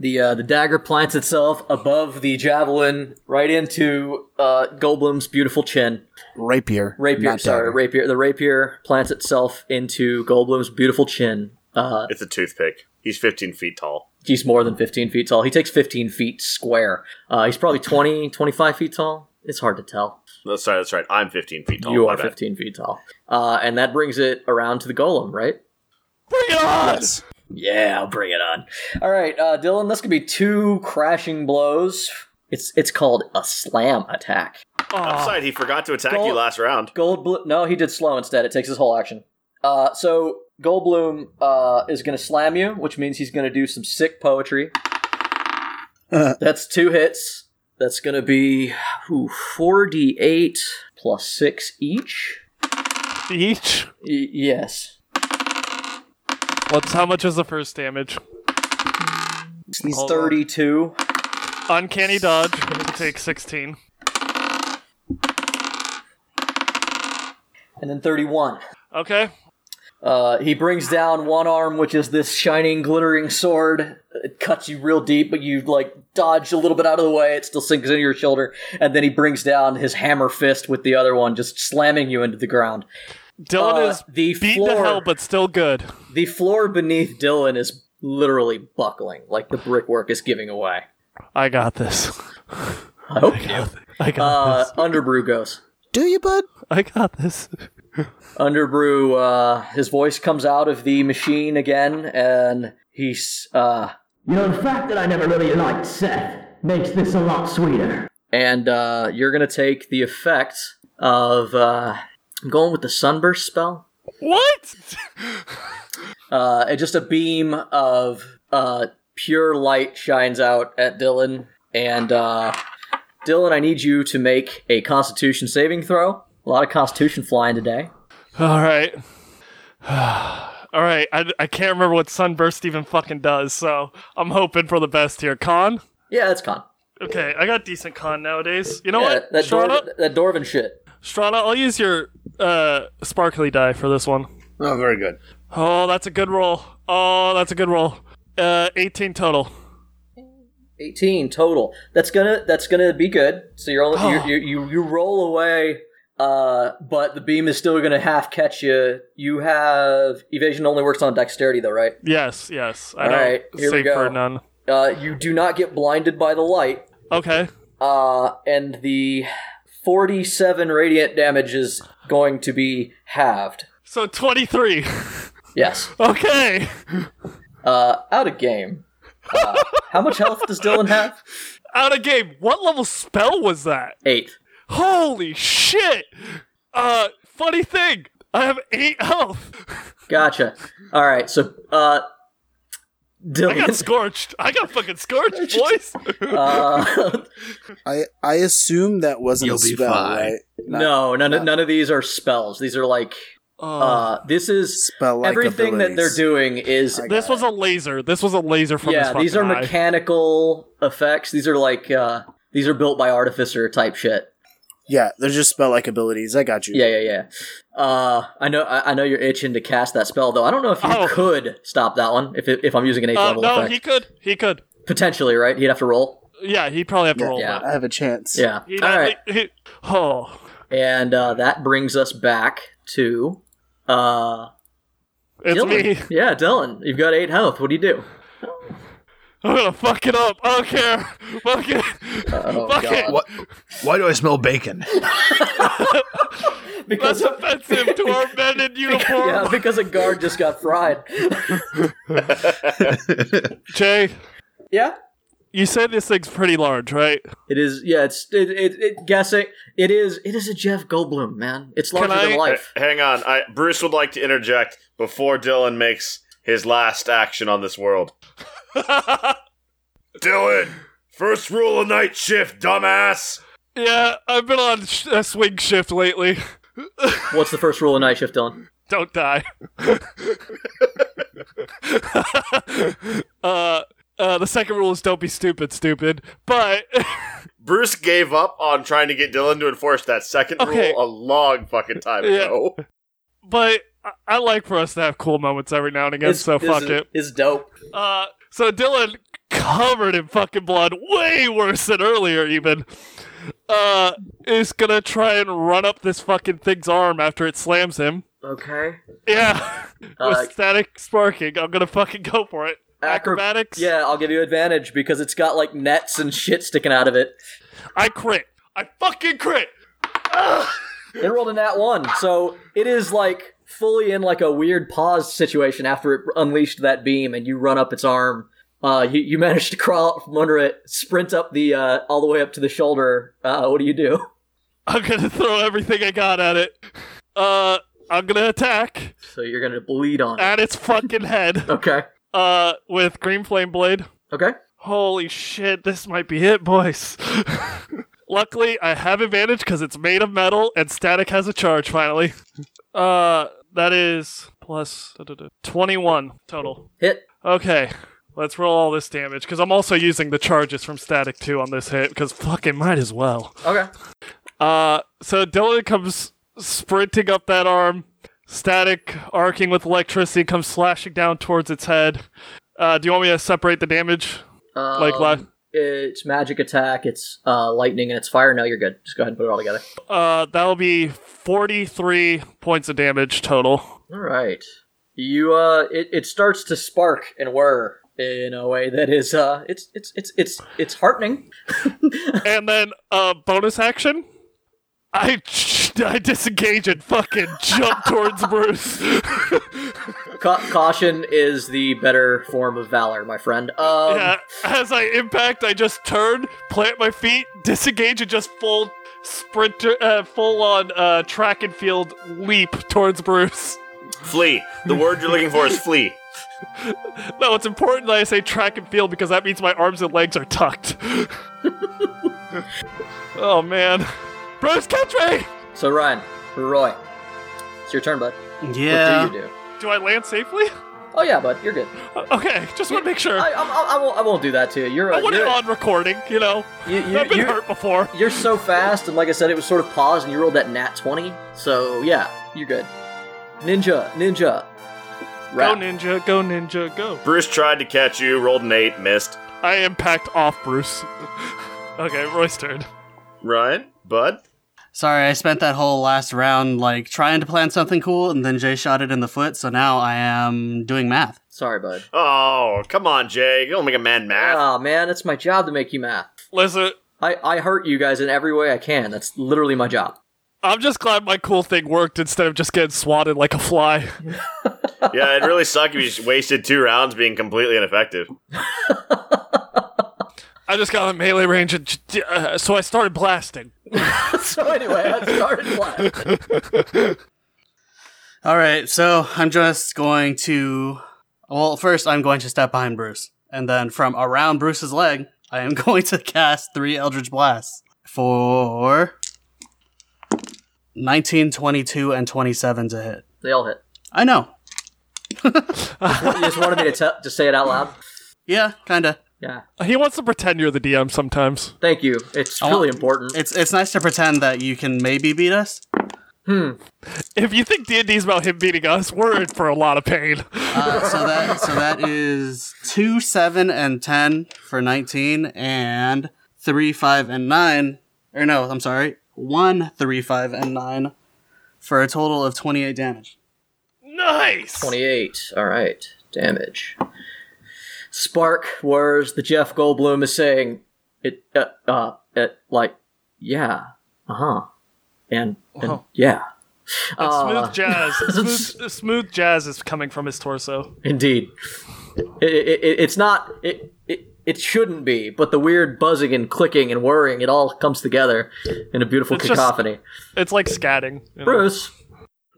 [SPEAKER 1] the uh, the dagger plants itself above the javelin right into uh, goldblum's beautiful chin
[SPEAKER 5] Rapier.
[SPEAKER 1] rapier
[SPEAKER 5] not
[SPEAKER 1] sorry
[SPEAKER 5] dagger.
[SPEAKER 1] rapier the rapier plants itself into goldblum's beautiful chin uh,
[SPEAKER 2] It's a toothpick. He's 15 feet tall.
[SPEAKER 1] he's more than 15 feet tall he takes 15 feet square uh, he's probably 20 25 feet tall it's hard to tell
[SPEAKER 2] No, sorry, that's right. I'm 15 feet tall.
[SPEAKER 1] you
[SPEAKER 2] my
[SPEAKER 1] are
[SPEAKER 2] bad.
[SPEAKER 1] 15 feet tall uh, and that brings it around to the golem right
[SPEAKER 3] Bring it on!
[SPEAKER 1] Yeah, I'll bring it on. All right, uh, Dylan, this could be two crashing blows. It's it's called a slam attack.
[SPEAKER 2] Upside, he forgot to attack
[SPEAKER 1] Go-
[SPEAKER 2] you last round.
[SPEAKER 1] Goldblum, no, he did slow instead. It takes his whole action. Uh, so Goldblum uh, is going to slam you, which means he's going to do some sick poetry. That's two hits. That's going to be ooh, 4d8 plus 6 each.
[SPEAKER 3] Each.
[SPEAKER 1] Y- yes.
[SPEAKER 3] What's how much is the first damage?
[SPEAKER 1] He's
[SPEAKER 3] Hold on.
[SPEAKER 1] 32.
[SPEAKER 3] Uncanny dodge. Take 16.
[SPEAKER 1] And then 31.
[SPEAKER 3] Okay.
[SPEAKER 1] Uh, he brings down one arm, which is this shining, glittering sword. It cuts you real deep, but you like dodge a little bit out of the way. It still sinks into your shoulder, and then he brings down his hammer fist with the other one, just slamming you into the ground.
[SPEAKER 3] Dylan
[SPEAKER 1] Uh,
[SPEAKER 3] is
[SPEAKER 1] the
[SPEAKER 3] beat to
[SPEAKER 1] floor-
[SPEAKER 3] hell, but still good.
[SPEAKER 1] The floor beneath Dylan is literally buckling, like the brickwork is giving away.
[SPEAKER 3] I got this.
[SPEAKER 1] I hope you. do.
[SPEAKER 3] I got
[SPEAKER 1] Uh,
[SPEAKER 3] this.
[SPEAKER 1] Underbrew goes.
[SPEAKER 5] Do you, bud?
[SPEAKER 3] I got this.
[SPEAKER 1] Underbrew, uh, his voice comes out of the machine again, and he's uh,
[SPEAKER 7] You know, the fact that I never really liked Seth makes this a lot sweeter.
[SPEAKER 1] and uh, you're gonna take the effect of uh, I'm going with the sunburst spell.
[SPEAKER 3] What?
[SPEAKER 1] Uh, and just a beam of uh, pure light shines out at Dylan, and uh, Dylan, I need you to make a Constitution saving throw. A lot of Constitution flying today.
[SPEAKER 3] All right. All right. I, I can't remember what sunburst even fucking does, so I'm hoping for the best here. Con.
[SPEAKER 1] Yeah, that's con.
[SPEAKER 3] Okay, I got decent con nowadays. You know
[SPEAKER 1] Yeah,
[SPEAKER 3] what?
[SPEAKER 1] that
[SPEAKER 3] Strana,
[SPEAKER 1] Dor- that Dorvin shit.
[SPEAKER 3] Strana, I'll use your uh, sparkly die for this one.
[SPEAKER 4] Oh, very good.
[SPEAKER 3] Oh, that's a good roll. Oh, that's a good roll. Uh, 18 total.
[SPEAKER 1] 18 total. That's gonna that's gonna be good. So you're only
[SPEAKER 3] Oh.
[SPEAKER 1] you, you you you roll away, uh, but the beam is still gonna half catch you. You have evasion only works on dexterity though, right?
[SPEAKER 3] Yes, yes. I
[SPEAKER 1] All
[SPEAKER 3] don't
[SPEAKER 1] right, here we
[SPEAKER 3] save
[SPEAKER 1] go.
[SPEAKER 3] for none.
[SPEAKER 1] Uh, you do not get blinded by the light,
[SPEAKER 3] Okay.
[SPEAKER 1] uh, and the 47 radiant damage is going to be halved.
[SPEAKER 3] So 23.
[SPEAKER 1] Yes,
[SPEAKER 3] okay.
[SPEAKER 1] uh, out of game. Uh, how much health does Dylan have?
[SPEAKER 3] Out of game. What level spell was that?
[SPEAKER 1] Eight.
[SPEAKER 3] Holy shit. Uh, funny thing. I have 8 health.
[SPEAKER 1] Gotcha. All right, so uh,
[SPEAKER 3] I got
[SPEAKER 1] Dylan.
[SPEAKER 3] scorched. I got fucking scorched, boys.
[SPEAKER 1] Uh,
[SPEAKER 5] I, I assume that wasn't
[SPEAKER 4] You'll
[SPEAKER 5] a
[SPEAKER 4] be
[SPEAKER 5] spell,
[SPEAKER 4] fine.
[SPEAKER 5] right? Not
[SPEAKER 1] No, none, of none of these are spells. These are like
[SPEAKER 3] Oh.
[SPEAKER 1] uh, this is
[SPEAKER 5] Spell-like
[SPEAKER 1] everything that they're
[SPEAKER 5] abilities.
[SPEAKER 1] doing is
[SPEAKER 3] this was a laser. This was a laser from
[SPEAKER 1] yeah.
[SPEAKER 3] his
[SPEAKER 1] These are
[SPEAKER 3] fucking eye.
[SPEAKER 1] mechanical effects. These are like uh, these are built by artificer type shit.
[SPEAKER 8] Yeah, they're just spell like abilities. I got you.
[SPEAKER 1] Yeah, yeah, yeah. Uh, I know, I, I know you're itching to cast that spell though. I don't know if you
[SPEAKER 3] Oh.
[SPEAKER 1] could stop that one if, it, if I'm using an eighth
[SPEAKER 3] Uh,
[SPEAKER 1] level
[SPEAKER 3] no,
[SPEAKER 1] effect.
[SPEAKER 3] he could. He could.
[SPEAKER 1] Potentially, right? He'd have to roll.
[SPEAKER 3] Yeah, he'd probably have to
[SPEAKER 8] Yeah,
[SPEAKER 3] roll
[SPEAKER 1] yeah.
[SPEAKER 3] that.
[SPEAKER 8] I have a chance.
[SPEAKER 1] Yeah.
[SPEAKER 3] He'd-
[SPEAKER 1] All right,
[SPEAKER 3] he- he- oh,
[SPEAKER 1] and uh, that brings us back to uh,
[SPEAKER 3] it's
[SPEAKER 1] Dylan.
[SPEAKER 3] me.
[SPEAKER 1] Yeah, Dylan, you've got eight health. What do you do?
[SPEAKER 3] I'm gonna fuck it up. I don't care. Fuck it.
[SPEAKER 1] Oh,
[SPEAKER 3] fuck it.
[SPEAKER 4] What? Why do I smell bacon?
[SPEAKER 3] That's offensive to our men in uniform.
[SPEAKER 1] yeah, because a guard just got fried.
[SPEAKER 3] Jay,
[SPEAKER 1] yeah,
[SPEAKER 3] you said this thing's pretty large, right?
[SPEAKER 1] it is. Yeah, it's it, it, it guessing. It is. It is a Jeff Goldblum man. It's larger
[SPEAKER 3] I-
[SPEAKER 1] than life.
[SPEAKER 2] H- hang on. I, Bruce would like to interject before Dylan makes his last action on this world. Dylan, first rule of night shift, dumbass.
[SPEAKER 3] Yeah, I've been on sh- a swing shift lately.
[SPEAKER 1] What's the first rule of night shift, Dylan?
[SPEAKER 3] Don't die. uh, uh, the second rule is don't be stupid, stupid. But
[SPEAKER 2] Bruce gave up on trying to get Dylan to enforce that second
[SPEAKER 3] Okay.
[SPEAKER 2] rule a long fucking time
[SPEAKER 3] Yeah.
[SPEAKER 2] ago.
[SPEAKER 3] but I-, I like for us to have cool moments every now and again. so fuck it.
[SPEAKER 1] It's dope.
[SPEAKER 3] Uh, so Dylan covered in fucking blood, way worse than earlier even. Uh, is gonna try and run up this fucking thing's arm after it slams him.
[SPEAKER 1] Okay.
[SPEAKER 3] Yeah,
[SPEAKER 1] Uh,
[SPEAKER 3] with static sparking, I'm gonna fucking go for it.
[SPEAKER 1] Acro-
[SPEAKER 3] Acrobatics.
[SPEAKER 1] Yeah, I'll give you advantage because it's got like nets and shit sticking out of it.
[SPEAKER 3] I crit. I fucking crit.
[SPEAKER 1] It rolled a nat one, so it is like fully in like a weird pause situation after it unleashed that beam and you run up its arm. Uh, you, you manage to crawl out from under it, sprint up the uh, all the way up to the shoulder. Uh, what do you do?
[SPEAKER 3] I'm gonna throw everything I got at it. Uh, I'm gonna attack
[SPEAKER 1] So you're gonna bleed on it.
[SPEAKER 3] at its fucking head.
[SPEAKER 1] Okay.
[SPEAKER 3] Uh, with green flame blade.
[SPEAKER 1] Okay.
[SPEAKER 3] Holy shit, this might be it, boys. Luckily, I have advantage because it's made of metal and static has a charge finally. Uh, that is plus da, da, da, 21 total.
[SPEAKER 1] Hit.
[SPEAKER 3] Okay, let's roll all this damage because I'm also using the charges from static too on this hit because fucking might as well.
[SPEAKER 1] Okay.
[SPEAKER 3] Uh, so Dylan comes sprinting up that arm, static arcing with electricity, comes slashing down towards its head. Uh, do you want me to separate the damage?
[SPEAKER 1] Um,
[SPEAKER 3] Like last?
[SPEAKER 1] It's magic attack. It's uh, lightning and it's fire. No, you're good. Just go ahead and put it all together.
[SPEAKER 3] Uh, that'll be 43 points of damage total.
[SPEAKER 1] All right. You uh it, it starts to spark and whir in a way that is uh it's it's it's it's it's heartening.
[SPEAKER 3] And then, uh, bonus action? I, I disengage and fucking jump towards Bruce.
[SPEAKER 1] Ca- caution is the better form of valor, my friend. Um
[SPEAKER 3] yeah, as I impact, I just turn, plant my feet, disengage, and just full sprinter, uh, full on uh, track and field leap towards Bruce.
[SPEAKER 2] Flee. The word you're looking for is flee.
[SPEAKER 3] No, it's important that I say track and field because that means my arms and legs are tucked. oh man, Bruce, catch me!
[SPEAKER 1] So Ryan, Roy, it's your turn, bud.
[SPEAKER 6] Yeah.
[SPEAKER 1] What do you do?
[SPEAKER 3] Do I land safely? Uh,
[SPEAKER 1] Oh yeah, bud, you're good.
[SPEAKER 3] Okay, just want to make sure.
[SPEAKER 1] I, I,
[SPEAKER 3] I,
[SPEAKER 1] I, I won't I won't do that to you. You're a,
[SPEAKER 3] want it
[SPEAKER 1] you're,
[SPEAKER 3] on recording, you know.
[SPEAKER 1] you, you,
[SPEAKER 3] I've been
[SPEAKER 1] you're,
[SPEAKER 3] hurt before.
[SPEAKER 1] you're so fast, and like I said, it was sort of paused, and you rolled that nat twenty. So yeah, you're good. Ninja, ninja.
[SPEAKER 3] Go
[SPEAKER 1] Rap.
[SPEAKER 3] ninja, go ninja, go.
[SPEAKER 2] Bruce tried to catch you, rolled an eight, missed.
[SPEAKER 3] I impact off Bruce. okay, Roy's turn.
[SPEAKER 2] Ryan, Bud,
[SPEAKER 6] Sorry, I spent that whole last round like trying to plan something cool, and then Jay shot it in the foot. So now I am doing math.
[SPEAKER 1] Sorry, bud.
[SPEAKER 2] Oh, come on, Jay. You don't make a man mad.
[SPEAKER 1] Ah, man, it's my job to make you math.
[SPEAKER 3] Listen,
[SPEAKER 1] I, I hurt you guys in every way I can. That's literally my job.
[SPEAKER 3] I'm just glad my cool thing worked instead of just getting swatted like a fly.
[SPEAKER 2] yeah, it'd really suck if you just wasted two rounds being completely ineffective.
[SPEAKER 3] I just got a melee range, and j- uh, so I started blasting.
[SPEAKER 1] so anyway, I started black.
[SPEAKER 6] All right, so I'm just going to. Well, first I'm going to step behind Bruce, and then from around Bruce's leg, I am going to cast three Eldritch Blasts for 19, 22, and 27 to hit.
[SPEAKER 1] They all hit.
[SPEAKER 6] I know.
[SPEAKER 1] You just wanted me to, te- to say it out loud?
[SPEAKER 6] Yeah, kinda.
[SPEAKER 1] Yeah.
[SPEAKER 3] He wants to pretend you're the DM sometimes.
[SPEAKER 1] Thank you. It's
[SPEAKER 6] I
[SPEAKER 1] really
[SPEAKER 6] want-
[SPEAKER 1] important.
[SPEAKER 6] It's it's nice to pretend that you can maybe beat us.
[SPEAKER 3] If you think D and D's about him beating us, we're in for a lot of pain.
[SPEAKER 6] Uh, so that so that is two, seven, and ten for nineteen, and three, five, and nine. Or no, I'm sorry, one, three, five, and nine, for a total of twenty-eight damage.
[SPEAKER 3] Nice.
[SPEAKER 1] 28. All right. Damage. Spark words that Jeff Goldblum is saying it uh, uh it like yeah. Uh-huh. And, and
[SPEAKER 3] Wow.
[SPEAKER 1] yeah.
[SPEAKER 3] And
[SPEAKER 1] Uh,
[SPEAKER 3] smooth jazz. Smooth, smooth jazz is coming from his torso.
[SPEAKER 1] Indeed. It, it, it, it's not it, it it shouldn't be, but the weird buzzing and clicking and whirring, it all comes together in a beautiful
[SPEAKER 3] It's just-
[SPEAKER 1] cacophony.
[SPEAKER 3] It's like scatting. you know?
[SPEAKER 1] Bruce,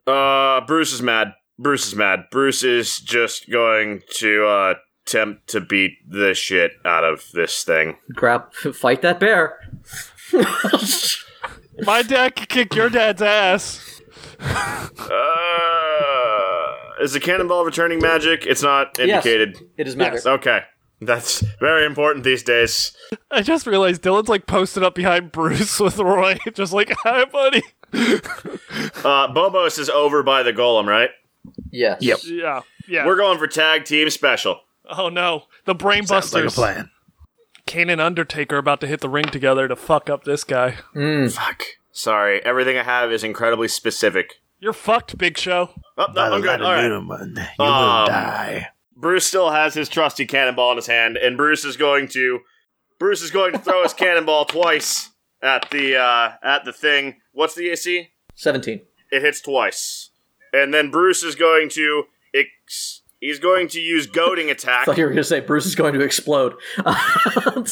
[SPEAKER 2] Uh, Bruce is mad. Bruce is mad. Bruce is just going to uh, attempt to beat the shit out of this thing.
[SPEAKER 1] grab fight that bear.
[SPEAKER 3] My dad could kick your dad's ass.
[SPEAKER 2] Uh, is the cannonball returning magic? It's not indicated.
[SPEAKER 1] It is magic.
[SPEAKER 2] Okay, that's very important these days.
[SPEAKER 3] I just realized Dylan's like posted up behind Bruce with Roy, just like, "Hi, buddy."
[SPEAKER 2] Uh, Bobos is over by the golem, right?
[SPEAKER 1] Yes.
[SPEAKER 4] Yep.
[SPEAKER 3] Yeah, yeah.
[SPEAKER 2] We're going for tag team special.
[SPEAKER 3] oh no, the brain
[SPEAKER 4] Sounds like a
[SPEAKER 3] busters.
[SPEAKER 4] plan.
[SPEAKER 3] Kane and Undertaker are about to hit the ring together to fuck up this guy.
[SPEAKER 2] Fuck. Sorry, everything I have is incredibly specific.
[SPEAKER 3] You're fucked, Big Show.
[SPEAKER 2] Oh, no,
[SPEAKER 4] By the
[SPEAKER 2] I'm
[SPEAKER 4] light
[SPEAKER 2] good.
[SPEAKER 4] of
[SPEAKER 2] All right.
[SPEAKER 4] noon, man, you
[SPEAKER 2] Um,
[SPEAKER 4] will die.
[SPEAKER 2] Bruce still has his trusty cannonball in his hand, and Bruce is going to Bruce is going to throw his cannonball twice at the uh, at the thing. What's the AC?
[SPEAKER 1] 17.
[SPEAKER 2] It hits twice, and then Bruce is going to ex- he's going to use goading
[SPEAKER 1] I
[SPEAKER 2] attack.
[SPEAKER 1] thought you were going to say Bruce is going to explode.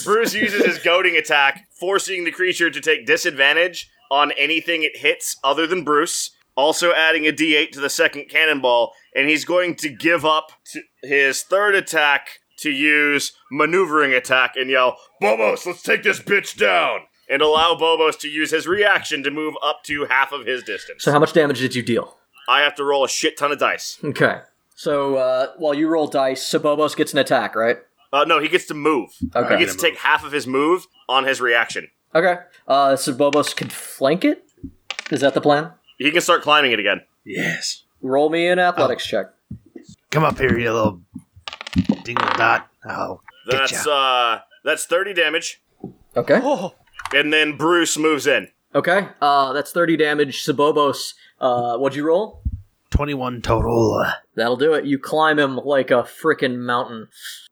[SPEAKER 2] Bruce uses his goading attack, forcing the creature to take disadvantage on anything it hits other than Bruce. Also adding a d8 to the second cannonball, and he's going to give up to his third attack to use maneuvering attack and yell, Bobos, let's take this bitch down! And allow Bobos to use his reaction to move up to half of his distance.
[SPEAKER 1] so, how much damage did you deal?
[SPEAKER 2] I have to roll a shit ton of dice.
[SPEAKER 1] Okay. So, uh, while you roll dice, Sabobos gets an attack, right?
[SPEAKER 2] Uh, no, he gets to move.
[SPEAKER 1] Okay.
[SPEAKER 2] He gets to take half of his move on his reaction.
[SPEAKER 1] Okay. Uh, Sabobos can flank it? Is that the plan?
[SPEAKER 2] He can start climbing it again.
[SPEAKER 4] Yes.
[SPEAKER 1] Roll me an athletics check.
[SPEAKER 4] Come up here, you little dingle dot. Oh, get
[SPEAKER 2] That's
[SPEAKER 4] ya.
[SPEAKER 2] uh that's 30 damage
[SPEAKER 1] Okay.
[SPEAKER 2] and then Bruce moves in.
[SPEAKER 1] Okay. Uh, that's 30 damage. Sabobos, uh, what'd you roll?
[SPEAKER 4] 21 total. uh,
[SPEAKER 1] That'll do it. You climb him like a frickin' mountain,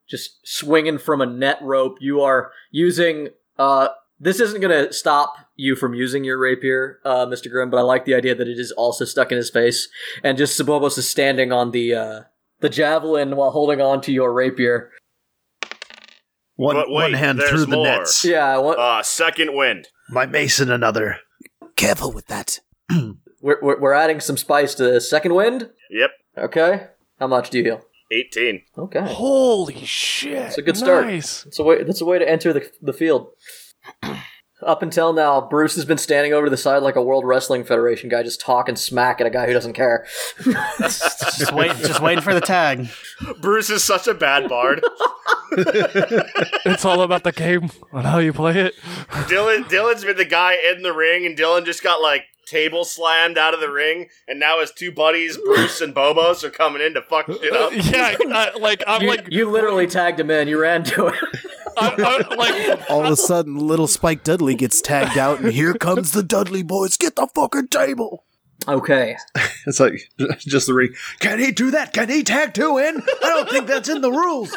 [SPEAKER 1] just swinging from a net rope. You are using. Uh, this isn't going to stop you from using your rapier, uh, Mister Grimm, but I like the idea that it is also stuck in his face, and just Sabobos is standing on the uh, the javelin while holding on to your rapier.
[SPEAKER 4] One,
[SPEAKER 2] But wait,
[SPEAKER 4] one hand
[SPEAKER 2] there's
[SPEAKER 4] through the
[SPEAKER 2] more.
[SPEAKER 4] nets.
[SPEAKER 1] Yeah. What?
[SPEAKER 2] Uh second wind.
[SPEAKER 4] My mace in another.
[SPEAKER 5] Careful with that.
[SPEAKER 1] we're, we're we're adding some spice to this. Second wind.
[SPEAKER 2] Yep,
[SPEAKER 1] Okay. How much do you heal?
[SPEAKER 2] 18.
[SPEAKER 1] Okay.
[SPEAKER 3] Holy shit!
[SPEAKER 1] It's a good start.
[SPEAKER 3] Nice.
[SPEAKER 1] That's a way. That's a way to enter the the field. Up until now, Bruce has been standing over to the side like a World Wrestling Federation guy, just talking smack at a guy who doesn't care.
[SPEAKER 6] Just wait, just waiting for the tag.
[SPEAKER 2] Bruce is such a bad bard.
[SPEAKER 3] It's all about the game and how you play it.
[SPEAKER 2] Dylan Dylan's been the guy in the ring and Dylan just got like table slammed out of the ring and now his two buddies Bruce and Bobos are coming in to fuck
[SPEAKER 1] Uh,
[SPEAKER 2] shit up.
[SPEAKER 3] Yeah, I, I- like I'm
[SPEAKER 1] You,
[SPEAKER 3] like
[SPEAKER 1] you literally tagged him in. You ran to him.
[SPEAKER 3] I, I, like
[SPEAKER 5] All of a sudden, little Spike Dudley gets tagged out, and here comes the Dudley boys. Get the fucking table.
[SPEAKER 1] okay.
[SPEAKER 4] It's like just the ring. Can he do that? Can he tag two in? I don't think that's in the rules.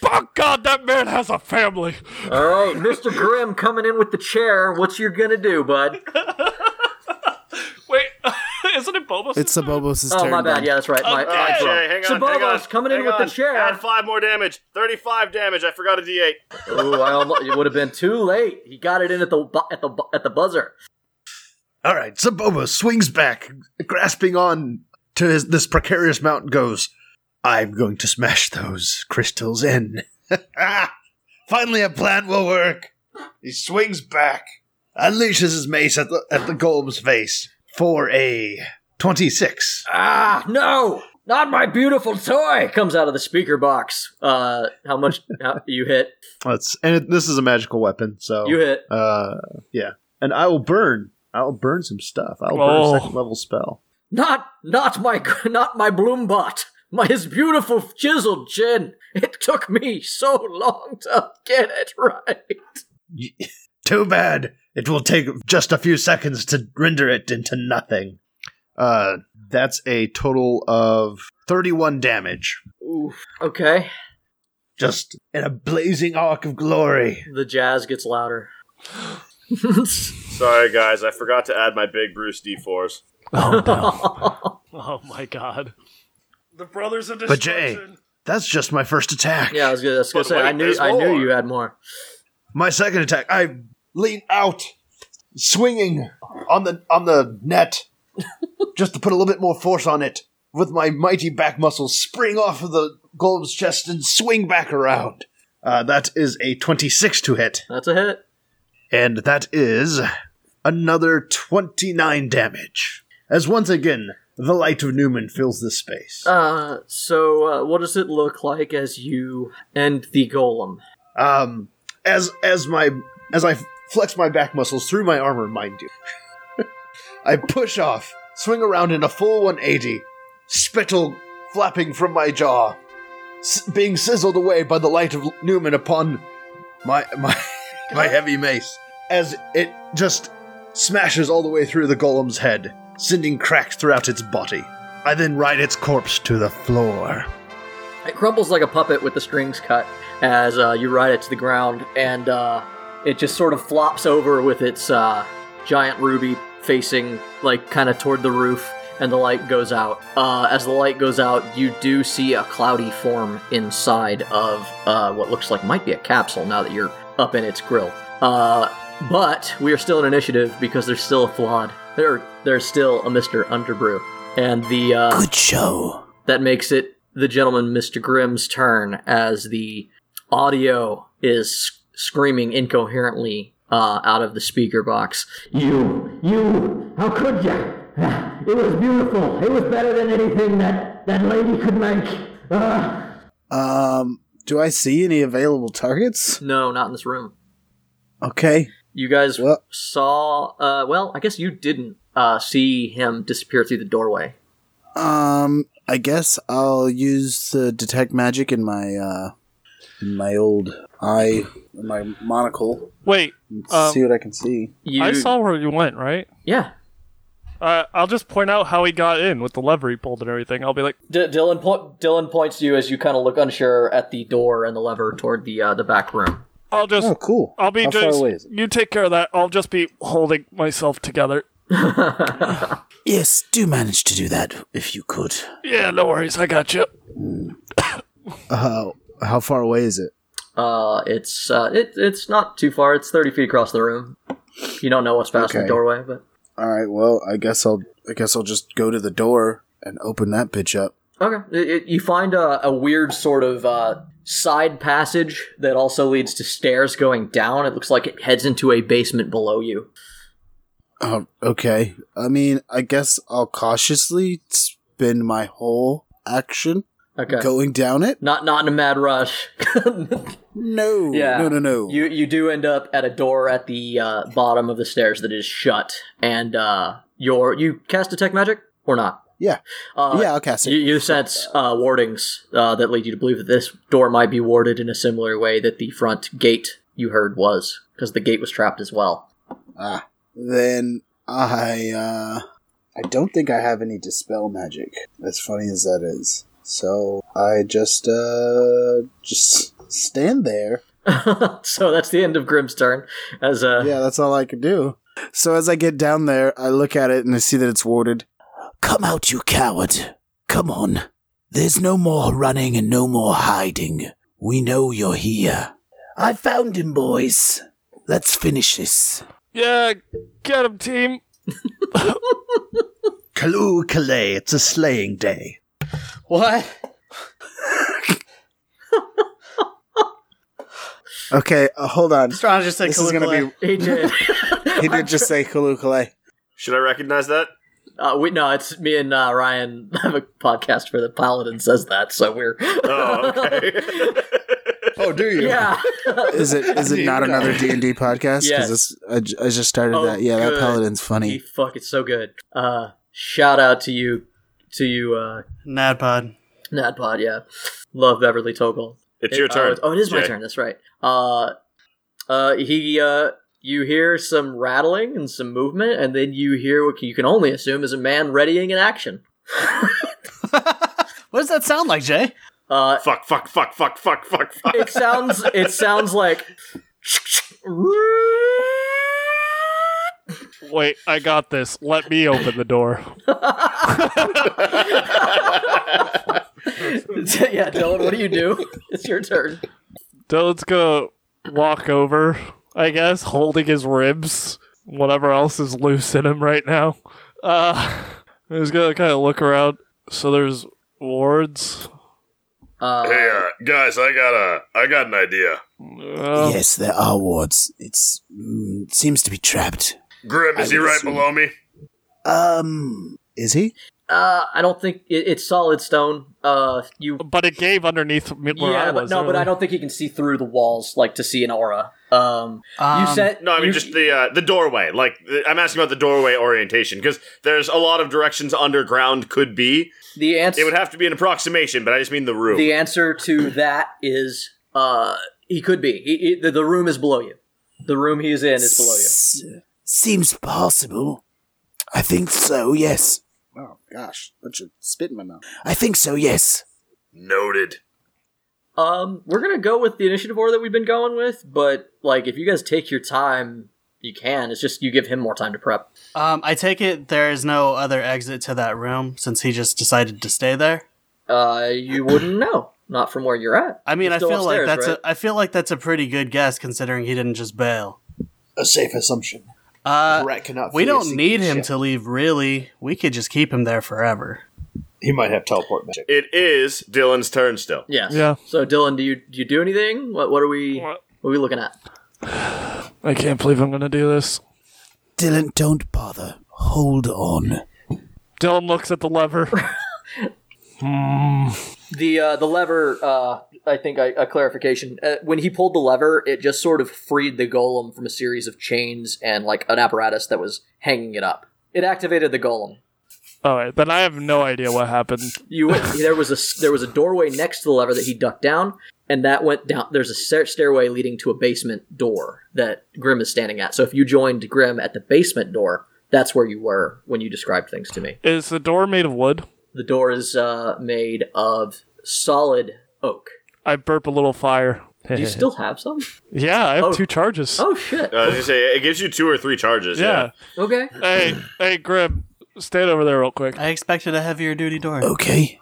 [SPEAKER 3] By God, that man has a family.
[SPEAKER 1] All right, Mr. Grimm coming in with the chair. What's you gonna do, bud?
[SPEAKER 3] Wait, isn't it Boba?
[SPEAKER 5] It's Sabobos'
[SPEAKER 1] Oh
[SPEAKER 5] turn.
[SPEAKER 1] my bad.
[SPEAKER 5] now.
[SPEAKER 1] Yeah, that's right. My,
[SPEAKER 2] All
[SPEAKER 1] my
[SPEAKER 2] right,
[SPEAKER 1] fault.
[SPEAKER 2] Jay, hang on, hang on,
[SPEAKER 1] Saboba's coming in
[SPEAKER 2] hang
[SPEAKER 1] with the
[SPEAKER 2] on.
[SPEAKER 1] chair.
[SPEAKER 2] Add five more damage. 35 damage. I forgot a d8.
[SPEAKER 1] Ooh, I almost, it would have been too late. He got it in at the bu- at the bu- at the buzzer.
[SPEAKER 4] All right, Saboba swings back, grasping on to his, this precarious mountain. Goes, I'm going to smash those crystals in. Ah, Finally, a plan will work. He swings back, unleashes his mace at the at the golem's face for a twenty-six.
[SPEAKER 1] Ah, no! Not my beautiful toy comes out of the speaker box. Uh, how much how, you hit?
[SPEAKER 4] Let's and it, this is a magical weapon, so
[SPEAKER 2] Oh.
[SPEAKER 1] You hit.
[SPEAKER 4] uh yeah. And I will burn. I'll burn some stuff. I'll burn
[SPEAKER 3] Oh.
[SPEAKER 4] a second level spell.
[SPEAKER 1] Not not my not my bloombot. My his beautiful chiseled chin. It took me so long to get it right.
[SPEAKER 4] Y- Too bad. It will take just a few seconds to render it into nothing. Uh that's a total of 31 damage.
[SPEAKER 1] Oof. Okay.
[SPEAKER 4] Just in a blazing arc of glory.
[SPEAKER 1] The jazz gets louder.
[SPEAKER 2] Sorry, guys, I forgot to add my big Bruce D4s.
[SPEAKER 3] Oh my god. The brothers of
[SPEAKER 4] But Jay-
[SPEAKER 3] destruction.
[SPEAKER 4] That's just my first attack.
[SPEAKER 1] yeah, I was gonna, I was gonna
[SPEAKER 2] But
[SPEAKER 1] say I
[SPEAKER 2] wait,
[SPEAKER 1] knew
[SPEAKER 2] there's
[SPEAKER 1] I knew
[SPEAKER 2] more.
[SPEAKER 1] you had more.
[SPEAKER 4] My second attack, I lean out, swinging on the on the net, just to put a little bit more force on it. With my mighty back muscles, spring off of the golem's chest and swing back around. Uh, that is a twenty-six to hit,
[SPEAKER 1] That's a hit.
[SPEAKER 4] and that is another twenty-nine damage. As once again, the light of Newman fills this space.
[SPEAKER 1] Uh, so uh, what does it look like as you end the golem?
[SPEAKER 4] Um, as as my as I flex my back muscles through my armor, mind you, I push off, swing around in a full 180, spittle flapping from my jaw, s- being sizzled away by the light of Newman upon my my my heavy mace, as it just smashes all the way through the golem's head, sending cracks throughout its body. I then ride its corpse to the floor.
[SPEAKER 1] It crumbles like a puppet with the strings cut as uh, you ride it to the ground, and uh, it just sort of flops over with its uh, giant ruby facing, like, kind of toward the roof, and the light goes out. Uh, as the light goes out, you do see a cloudy form inside of uh, what looks like might be a capsule now that you're up in its grill. Uh, but we are still an initiative because there's still a flawed. There, there's still a Mr. Underbrew. And the. Uh,
[SPEAKER 5] Good show.
[SPEAKER 1] that makes it the gentleman Mr. Grimm's turn as the audio is s- screaming incoherently uh, out of the speaker box.
[SPEAKER 7] You, you, how could ya? It was beautiful. It was better than anything that that lady could make. Ah.
[SPEAKER 5] Um, do I see any available targets?
[SPEAKER 1] No, not in this room.
[SPEAKER 5] Okay.
[SPEAKER 1] You guys
[SPEAKER 5] Well-
[SPEAKER 1] saw. Uh, well, I guess you didn't uh, see him disappear through the doorway.
[SPEAKER 5] Um, I guess I'll use the detect magic in my uh, in my old eye, my monocle.
[SPEAKER 3] Wait,
[SPEAKER 5] and
[SPEAKER 3] Um,
[SPEAKER 5] see what I can see.
[SPEAKER 1] You,
[SPEAKER 3] I saw where you went, right?
[SPEAKER 1] Yeah,
[SPEAKER 3] Uh, I'll just point out how he got in with the lever he pulled and everything. I'll be like,
[SPEAKER 1] D- Dylan. Po- Dylan points to you as you kind of look unsure at the door and the lever toward the uh, the back room.
[SPEAKER 3] I'll just,
[SPEAKER 5] Oh, cool.
[SPEAKER 3] I'll be
[SPEAKER 5] How far
[SPEAKER 3] just,
[SPEAKER 5] away is it?
[SPEAKER 3] you take care of that. I'll just be holding myself together.
[SPEAKER 5] Yes, do manage to do that if you could.
[SPEAKER 3] Yeah, no worries. I got you.
[SPEAKER 5] Uh, how far away is it?
[SPEAKER 1] Uh, it's uh, it, it's not too far. It's thirty feet across the room. You don't know what's past
[SPEAKER 5] Okay.
[SPEAKER 1] the doorway, but
[SPEAKER 5] All right. Well, I guess I'll I guess I'll just go to the door and open that bitch up.
[SPEAKER 1] Okay. It, it, you find a, a weird sort of uh, side passage that also leads to stairs going down. It looks like it heads into a basement below you.
[SPEAKER 5] Oh, okay. I mean, I guess I'll cautiously spend my whole action
[SPEAKER 1] Okay.
[SPEAKER 5] going down it.
[SPEAKER 1] Not not in a mad rush.
[SPEAKER 5] No.
[SPEAKER 1] Yeah.
[SPEAKER 5] No. No. No.
[SPEAKER 1] you you do end up at a door at the uh, bottom of the stairs that is shut, and uh, your you cast detect magic or not?
[SPEAKER 5] Yeah.
[SPEAKER 1] Uh,
[SPEAKER 5] yeah. I'll cast it.
[SPEAKER 1] You, you sense uh, wardings uh, that lead you to believe that this door might be warded in a similar way that the front gate you heard was, because the gate was trapped as well.
[SPEAKER 5] Ah, then I uh I don't think I have any dispel magic. As funny as that is. So I just uh just stand there.
[SPEAKER 1] so that's the end of Grimm's turn. As uh,
[SPEAKER 5] Yeah, that's all I could do. So as I get down there, I look at it and I see that it's warded. Come out, you coward. Come on. There's no more running and no more hiding. We know you're here. I found him, boys. Let's finish this.
[SPEAKER 3] Yeah, get him, team.
[SPEAKER 4] Kalu Kalay, it's a slaying day.
[SPEAKER 6] What?
[SPEAKER 5] Okay, uh, hold on.
[SPEAKER 6] Strong just said
[SPEAKER 5] This is
[SPEAKER 6] Caligula.
[SPEAKER 5] gonna be
[SPEAKER 1] he did.
[SPEAKER 5] He did just say Kalukale.
[SPEAKER 2] Should I recognize that?
[SPEAKER 1] Uh, we no, it's me and uh, Ryan have a podcast for the Paladin says that, so we're
[SPEAKER 2] Oh, okay.
[SPEAKER 4] Oh, do you?
[SPEAKER 1] yeah.
[SPEAKER 5] Is it is it not another D and D podcast?
[SPEAKER 1] Yes.
[SPEAKER 5] Because I, ju- I just started
[SPEAKER 1] Oh,
[SPEAKER 5] that. Yeah,
[SPEAKER 1] good.
[SPEAKER 5] that paladin's
[SPEAKER 1] He-
[SPEAKER 5] funny.
[SPEAKER 1] fuck, it's so good. Uh, shout out to you, to you, uh,
[SPEAKER 6] Nadpod.
[SPEAKER 1] Nadpod. Yeah, love Beverly Toggle.
[SPEAKER 2] it's
[SPEAKER 1] It-
[SPEAKER 2] your
[SPEAKER 1] oh,
[SPEAKER 2] turn.
[SPEAKER 1] it's- Oh, it is my
[SPEAKER 2] Jay.
[SPEAKER 1] turn. That's right. Uh, uh, he, uh, you hear some rattling and some movement, and then you hear what you can only assume is a man readying an action.
[SPEAKER 6] What does that sound like, Jay?
[SPEAKER 1] Uh,
[SPEAKER 2] Fuck, fuck, fuck, fuck, fuck, fuck, fuck.
[SPEAKER 1] it sounds. It sounds like.
[SPEAKER 3] Wait, I got this. Let me open the door.
[SPEAKER 1] yeah, Dylan, what do you do? It's your turn.
[SPEAKER 3] Dylan's gonna walk over, I guess, holding his ribs, whatever else is loose in him right now. Uh, he's gonna kind of look around. So there's wards.
[SPEAKER 1] Uh,
[SPEAKER 2] Hey, uh, guys, I got a, I got an idea.
[SPEAKER 3] Uh,
[SPEAKER 5] yes, there are wards. It's mm, it seems to be trapped.
[SPEAKER 2] Grim,
[SPEAKER 5] I would assume-
[SPEAKER 2] me?
[SPEAKER 5] Um, is he?
[SPEAKER 1] uh, I don't think it, it's solid stone. Uh, you
[SPEAKER 3] But it gave underneath me where I
[SPEAKER 1] yeah, but
[SPEAKER 3] was.
[SPEAKER 1] no, but I
[SPEAKER 3] earlier.
[SPEAKER 1] don't think he can see through the walls like to see an aura. Um,
[SPEAKER 6] Um,
[SPEAKER 1] you said
[SPEAKER 2] No, I mean
[SPEAKER 1] you-
[SPEAKER 2] just the uh, the doorway. Like the, I'm asking about the doorway orientation because there's a lot of directions underground could be.
[SPEAKER 1] the answer.
[SPEAKER 2] It would have to be an approximation, but I just mean the room.
[SPEAKER 1] the answer to that is uh, he could be. He, he- the, the room is below you. The room he is in is below you.
[SPEAKER 5] S- seems possible. I think so. Yes,
[SPEAKER 8] Oh gosh, bunch of spit in my mouth.
[SPEAKER 5] I think so. Yes.
[SPEAKER 2] Noted.
[SPEAKER 1] Um, we're gonna go with the initiative order that we've been going with, but like if you guys take your time, you can. It's just you give him more time to prep.
[SPEAKER 6] um, I take it there is no other exit to that room since he just decided to stay there.
[SPEAKER 1] Uh, you wouldn't know, not from where you're at.
[SPEAKER 6] I mean,
[SPEAKER 1] You're
[SPEAKER 6] I
[SPEAKER 1] still
[SPEAKER 6] feel like
[SPEAKER 1] upstairs,
[SPEAKER 6] that's
[SPEAKER 1] right?
[SPEAKER 6] a I feel like that's a pretty good guess considering he didn't just bail.
[SPEAKER 4] A safe assumption.
[SPEAKER 6] Uh,
[SPEAKER 4] Rat cannot. flee
[SPEAKER 6] we
[SPEAKER 4] a
[SPEAKER 6] don't
[SPEAKER 4] sinking
[SPEAKER 6] need him
[SPEAKER 4] ship.
[SPEAKER 6] to leave, really. We could just keep him there forever.
[SPEAKER 4] He might have teleport magic.
[SPEAKER 2] It is Dylan's turn still.
[SPEAKER 1] Yes.
[SPEAKER 3] Yeah.
[SPEAKER 1] So Dylan, do you do you do anything? What what are we what,
[SPEAKER 3] What?
[SPEAKER 1] are we looking at?
[SPEAKER 3] I can't believe I'm gonna do this.
[SPEAKER 5] Dylan, don't bother. Hold on.
[SPEAKER 3] Dylan looks at the lever.
[SPEAKER 1] The uh, the lever. Uh, I think I, a clarification. Uh, when he pulled the lever, it just sort of freed the golem from a series of chains and like an apparatus that was hanging it up. It activated the golem.
[SPEAKER 3] All right, then I have no idea what happened.
[SPEAKER 1] You went, there was a s- there was a doorway next to the lever that he ducked down, and that went down. There's a stair- stairway leading to a basement door that Grim is standing at. So if you joined Grim at the basement door, that's where you were when you described things to me.
[SPEAKER 3] Is the door made of wood?
[SPEAKER 1] The door is uh, made of solid oak.
[SPEAKER 3] I burp a little fire.
[SPEAKER 1] Do you still have some?
[SPEAKER 3] yeah, I have
[SPEAKER 1] Oh.
[SPEAKER 3] two charges.
[SPEAKER 1] Oh shit.
[SPEAKER 2] Uh, I was gonna say it gives you two or three charges.
[SPEAKER 3] yeah.
[SPEAKER 2] Yeah.
[SPEAKER 1] Okay.
[SPEAKER 3] Hey, hey, Grim, stand over there real quick.
[SPEAKER 6] I expected a heavier duty door.
[SPEAKER 5] Okay.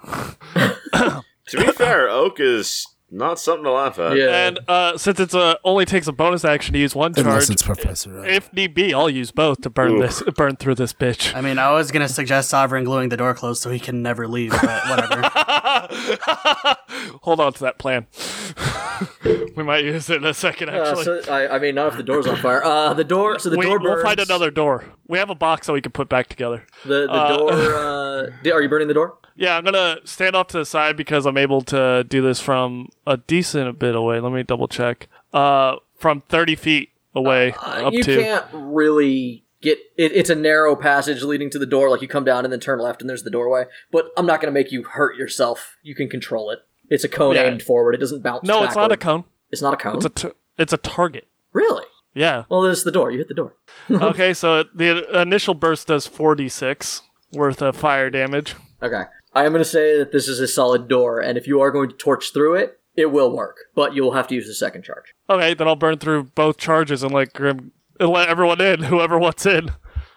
[SPEAKER 2] To be fair, Oak is not something to laugh at.
[SPEAKER 1] Yeah.
[SPEAKER 3] And uh, since it's a only takes a bonus action to use one
[SPEAKER 5] Unless
[SPEAKER 3] charge,
[SPEAKER 5] it's Professor. Oak.
[SPEAKER 3] if need be, I'll use both to burn this, burn through this bitch.
[SPEAKER 6] I mean, I was gonna suggest sovereign gluing the door closed so he can never leave, but whatever.
[SPEAKER 3] Hold on to that plan. we might use it in a second.
[SPEAKER 1] Uh, so
[SPEAKER 3] Actually,
[SPEAKER 1] I, I mean, not if the door's on fire. Uh, the door. So the
[SPEAKER 3] we,
[SPEAKER 1] door burns.
[SPEAKER 3] will find another door. We have a box that we can put back together.
[SPEAKER 1] The the
[SPEAKER 3] uh,
[SPEAKER 1] door. Uh, di- are you burning the door?
[SPEAKER 3] Yeah, I'm gonna stand off to the side because I'm able to do this from a decent bit away. Let me double check. Uh, from 30 feet away up
[SPEAKER 1] Uh, you
[SPEAKER 3] to.
[SPEAKER 1] can't really get. It, it's a narrow passage leading to the door. Like you come down and then turn left, and there's the doorway. But I'm not going to make you hurt yourself. You can control it. It's a cone
[SPEAKER 3] Yeah.
[SPEAKER 1] aimed forward. It doesn't bounce.
[SPEAKER 3] No, it's not a
[SPEAKER 1] backward.
[SPEAKER 3] cone.
[SPEAKER 1] It's not a cone.
[SPEAKER 3] It's a t- it's a target.
[SPEAKER 1] really?
[SPEAKER 3] Yeah.
[SPEAKER 1] Well, there's the door. You hit the door.
[SPEAKER 3] okay, so the initial burst does 46 worth of fire damage.
[SPEAKER 1] Okay. I am going to say that this is a solid door, and if you are going to torch through it, it will work. But you'll have to use the second charge.
[SPEAKER 3] Okay, then I'll burn through both charges and let Grim and let everyone in, whoever wants in.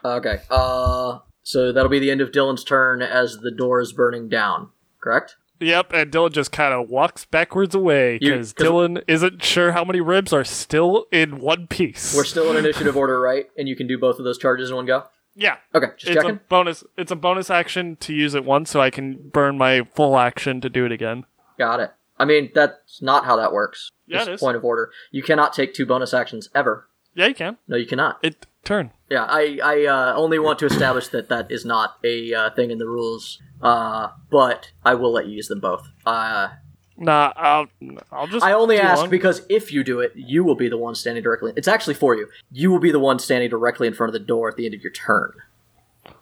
[SPEAKER 1] Okay. Uh, so that'll be the end of Dylan's turn as the door is burning down. Correct.
[SPEAKER 3] Yep, and Dylan just kind of walks backwards away
[SPEAKER 1] You-
[SPEAKER 3] because
[SPEAKER 1] 'cause-
[SPEAKER 3] Dylan isn't sure how many ribs are still in one piece.
[SPEAKER 1] We're still in initiative order, right? And you can do both of those charges in one go.
[SPEAKER 3] yeah,
[SPEAKER 1] Okay, just
[SPEAKER 3] it's a
[SPEAKER 1] checking.
[SPEAKER 3] bonus. It's a bonus action to use it once, so I can burn my full action to do it again.
[SPEAKER 1] Got it. I mean, that's not how that works.
[SPEAKER 3] Yeah, it
[SPEAKER 1] Just
[SPEAKER 3] is.
[SPEAKER 1] Point of order. You cannot take two bonus actions ever.
[SPEAKER 3] Yeah, you can.
[SPEAKER 1] No, you cannot.
[SPEAKER 3] It turn.
[SPEAKER 1] Yeah, I, I uh, only want to establish that that is not a uh, thing in the rules, uh, but I will let you use them both. Uh,
[SPEAKER 3] Nah, I'll, I'll just.
[SPEAKER 1] I only
[SPEAKER 3] do
[SPEAKER 1] ask
[SPEAKER 3] one.
[SPEAKER 1] because if you do it, you will be the one standing directly. It's actually for you. You will be the one standing directly in front of the door at the end of your turn.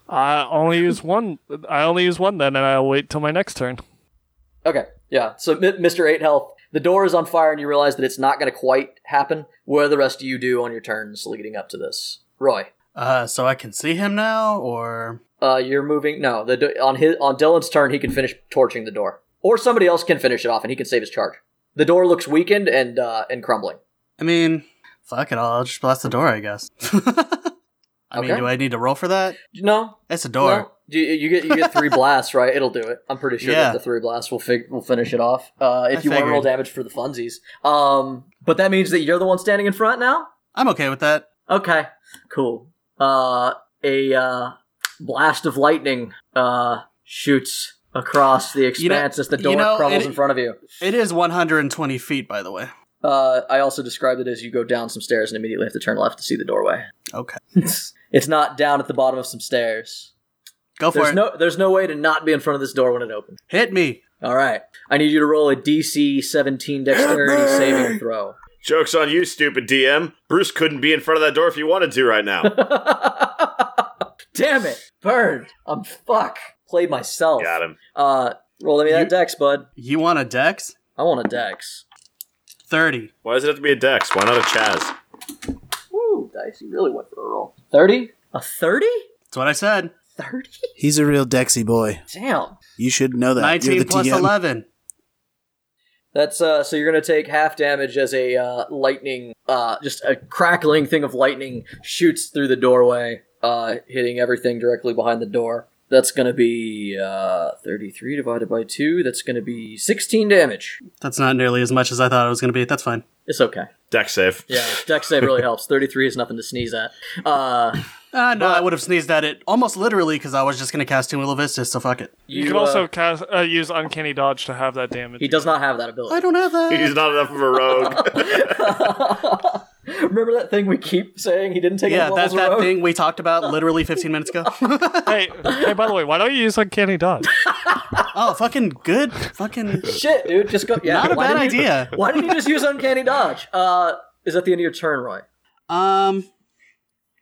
[SPEAKER 3] I only use one. I only use one then, and I'll wait till my next turn.
[SPEAKER 1] Okay, yeah. So, M- Mr. Eight Health, the door is on fire, and you realize that it's not going to quite happen. What do the rest of you do on your turns leading up to this? Roy,
[SPEAKER 6] Uh, so I can see him now, or
[SPEAKER 1] uh, you're moving. No, the do- on his on Dylan's turn, he can finish torching the door, or somebody else can finish it off, and he can save his charge. The door looks weakened and uh, and crumbling.
[SPEAKER 6] I mean, fuck it all. I'll just blast the door, I guess. I mean,
[SPEAKER 1] Okay.
[SPEAKER 6] do I need to roll for that?
[SPEAKER 1] No,
[SPEAKER 6] It's a door.
[SPEAKER 1] No. Do you, you get you get three blasts, right? It'll do it. I'm pretty sure
[SPEAKER 6] Yeah.
[SPEAKER 1] that the three blasts will fig- will finish it off. Uh, if
[SPEAKER 6] I
[SPEAKER 1] you want to roll
[SPEAKER 6] figured.
[SPEAKER 1] damage for the funsies, um, but that means that you're the one standing in front now.
[SPEAKER 6] I'm okay with that.
[SPEAKER 1] Okay, cool. Uh, a uh, blast of lightning uh, shoots across the expanse
[SPEAKER 6] You know-
[SPEAKER 1] as the
[SPEAKER 6] you
[SPEAKER 1] door
[SPEAKER 6] know,
[SPEAKER 1] crumbles
[SPEAKER 6] it-
[SPEAKER 1] in front of you.
[SPEAKER 6] It is 120 feet, by the way.
[SPEAKER 1] Uh, I also described it as you go down some stairs and immediately have to turn left to see the doorway.
[SPEAKER 6] Okay,
[SPEAKER 1] it's not down at the bottom of some stairs.
[SPEAKER 6] go for
[SPEAKER 1] There's
[SPEAKER 6] it.
[SPEAKER 1] no there's no way to not be in front of this door when it opens.
[SPEAKER 6] Hit me.
[SPEAKER 1] All right. I need you to roll a DC 17 dexterity saving throw.
[SPEAKER 2] Joke's on you, stupid DM. Bruce couldn't be in front of that door if he wanted to right now.
[SPEAKER 1] Damn it. Burned. I'm fuck. Played myself.
[SPEAKER 2] Got him.
[SPEAKER 1] Uh, roll me that dex, bud.
[SPEAKER 6] You want a dex?
[SPEAKER 1] I want a dex.
[SPEAKER 6] 30.
[SPEAKER 2] Why does it have to be a Dex? Why not a Chaz?
[SPEAKER 1] Woo, dice. You really went for a roll. 30? A 30?
[SPEAKER 6] That's what I said.
[SPEAKER 1] 30?
[SPEAKER 5] He's a real Dexy boy.
[SPEAKER 1] Damn.
[SPEAKER 5] You should know that.
[SPEAKER 6] 19
[SPEAKER 5] You're the
[SPEAKER 6] plus
[SPEAKER 5] TM.
[SPEAKER 6] 11.
[SPEAKER 1] That's uh so you're gonna take half damage as a uh lightning uh just a crackling thing of lightning shoots through the doorway, uh hitting everything directly behind the door. That's gonna be uh thirty three divided by two, that's gonna be sixteen damage.
[SPEAKER 6] That's not nearly as much as I thought it was going to be. That's fine.
[SPEAKER 1] It's okay.
[SPEAKER 2] Dex save.
[SPEAKER 1] Yeah, deck save really helps. Thirty three is nothing to sneeze at. Uh
[SPEAKER 6] Uh, no, I would have sneezed at it almost literally because I was just going to cast Tomb of Vistas, so fuck it.
[SPEAKER 3] You,
[SPEAKER 1] you,
[SPEAKER 3] can also
[SPEAKER 1] uh,
[SPEAKER 3] cast, uh, use Uncanny Dodge to have that damage.
[SPEAKER 1] he does not have that ability.
[SPEAKER 6] I don't have that.
[SPEAKER 2] He's not enough of a rogue.
[SPEAKER 1] Remember that thing we keep saying he didn't take
[SPEAKER 6] yeah,
[SPEAKER 1] yeah,
[SPEAKER 6] that's
[SPEAKER 1] levels
[SPEAKER 6] that
[SPEAKER 1] that
[SPEAKER 6] thing we talked about literally 15 minutes ago.
[SPEAKER 3] hey, hey, by the way, why don't you use Uncanny Dodge?
[SPEAKER 6] oh, fucking good. Fucking.
[SPEAKER 1] Shit, dude, just go yeah.
[SPEAKER 6] Not a
[SPEAKER 1] why
[SPEAKER 6] bad
[SPEAKER 1] didn't you-
[SPEAKER 6] idea.
[SPEAKER 1] Why didn't you just use uncanny dodge? Uh, is that the end of your turn, Roy?
[SPEAKER 6] Um,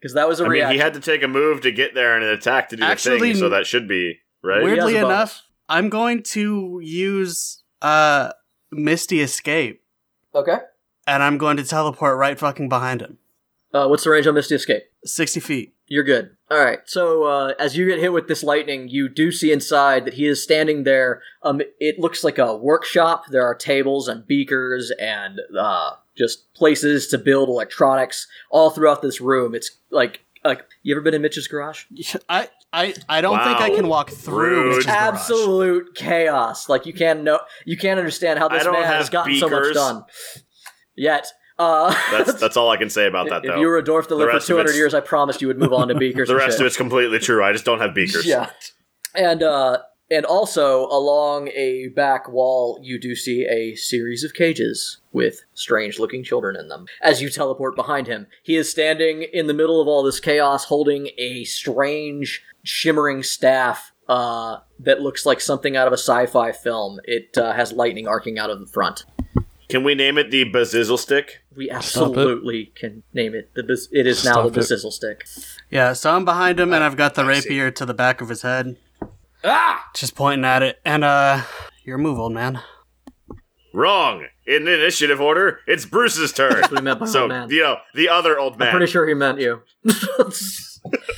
[SPEAKER 1] Because that was a
[SPEAKER 2] I mean,
[SPEAKER 1] reaction.
[SPEAKER 2] he had to take a move to get there and an attack to do the
[SPEAKER 6] Actually,
[SPEAKER 2] thing, so that should be, right?
[SPEAKER 1] weird-
[SPEAKER 6] weirdly
[SPEAKER 1] has a bonus.
[SPEAKER 6] enough, I'm going to use uh Misty Escape,
[SPEAKER 1] okay.
[SPEAKER 6] and I'm going to teleport right fucking behind him,
[SPEAKER 1] Uh, what's the range on Misty Escape?
[SPEAKER 6] 60 feet.
[SPEAKER 1] You're good. All right. So uh, as you get hit with this lightning, you do see inside that he is standing there. Um, it looks like a workshop. There are tables and beakers and uh, just places to build electronics all throughout this room. It's like like you ever been in Mitch's garage?
[SPEAKER 6] I I I don't think I
[SPEAKER 2] Wow.
[SPEAKER 6] can walk through.
[SPEAKER 2] Rude.
[SPEAKER 6] Mitch's garage.
[SPEAKER 1] Absolute chaos. Like you can't know, you can't understand how
[SPEAKER 2] I
[SPEAKER 1] this
[SPEAKER 2] don't
[SPEAKER 1] man
[SPEAKER 2] have
[SPEAKER 1] has gotten so much
[SPEAKER 2] beakers.
[SPEAKER 1] done yet. Uh,
[SPEAKER 2] That's that's all I can say about that,
[SPEAKER 1] if
[SPEAKER 2] though.
[SPEAKER 1] you were a dwarf that lived for
[SPEAKER 2] rest of
[SPEAKER 1] 200
[SPEAKER 2] it's-
[SPEAKER 1] years, I promised you would move on to beakers.
[SPEAKER 2] the
[SPEAKER 1] and
[SPEAKER 2] rest
[SPEAKER 1] shit.
[SPEAKER 2] of it's completely true. I just don't have beakers.
[SPEAKER 1] Yeah. And uh and also along a back wall you do see a series of cages with strange looking children in them. As you teleport behind him, he is standing in the middle of all this chaos holding a strange shimmering staff uh that looks like something out of a sci-fi film. It uh, has lightning arcing out of the front.
[SPEAKER 2] Can we name it the Bazizzle Stick?
[SPEAKER 1] We absolutely can name it. The biz- it is now
[SPEAKER 3] Stop
[SPEAKER 1] the
[SPEAKER 3] it.
[SPEAKER 1] Bezizzle stick.
[SPEAKER 6] Yeah, so I'm behind him, and I've got the rapier to the back of his head. Ah! Just pointing at it, and uh, your move, old man.
[SPEAKER 2] Wrong. In initiative order, it's Bruce's turn.
[SPEAKER 1] What he meant by old
[SPEAKER 2] so
[SPEAKER 1] Oh, man.
[SPEAKER 2] you know the other old man.
[SPEAKER 1] Pretty sure he meant you.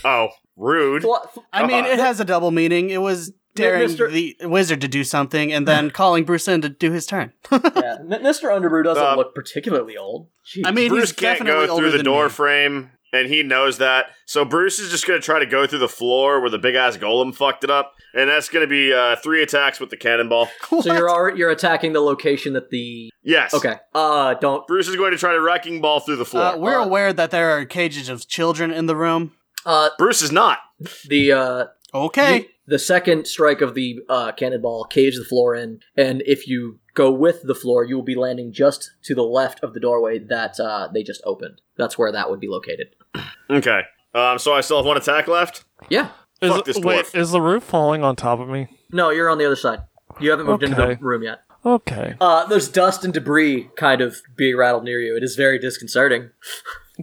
[SPEAKER 2] Oh, rude.
[SPEAKER 1] What?
[SPEAKER 6] I mean,
[SPEAKER 2] Uh-huh.
[SPEAKER 6] it has a double meaning. It was daring
[SPEAKER 1] Mister-
[SPEAKER 6] the wizard to do something, and then calling Bruce in to do his turn.
[SPEAKER 1] yeah, M- Mr. Underbrew doesn't
[SPEAKER 2] Um,
[SPEAKER 1] look particularly old. Jeez.
[SPEAKER 6] I mean,
[SPEAKER 2] Bruce
[SPEAKER 6] he's
[SPEAKER 2] can't
[SPEAKER 6] definitely
[SPEAKER 2] go
[SPEAKER 6] older
[SPEAKER 2] through the
[SPEAKER 6] than
[SPEAKER 2] door
[SPEAKER 6] me.
[SPEAKER 2] frame, and he knows that. So Bruce is just going to try to go through the floor where the big ass golem fucked it up, and that's going to be uh, three attacks with the cannonball.
[SPEAKER 1] so you're already, you're attacking the location that the
[SPEAKER 2] Yes.
[SPEAKER 1] okay. Uh, don't.
[SPEAKER 2] Bruce is going to try to wrecking ball through the floor.
[SPEAKER 6] Uh, we're aware that there are cages of children in the room.
[SPEAKER 1] Uh,
[SPEAKER 2] Bruce is not.
[SPEAKER 1] the uh,
[SPEAKER 6] Okay.
[SPEAKER 1] the, the second strike of the uh, cannonball caves the floor in, and if you go with the floor, you will be landing just to the left of the doorway that uh, they just opened. That's where that would be located.
[SPEAKER 2] Okay. Uh, Um, so I still have one attack left.
[SPEAKER 1] Yeah.
[SPEAKER 3] Is,
[SPEAKER 2] Fuck this
[SPEAKER 3] wait,
[SPEAKER 2] dwarf.
[SPEAKER 3] is the roof falling on top of me?
[SPEAKER 1] No, you're on the other side. You haven't moved into the
[SPEAKER 3] Okay.
[SPEAKER 1] room yet.
[SPEAKER 3] Okay.
[SPEAKER 1] Uh, there's dust and debris kind of being rattled near you. It is very disconcerting.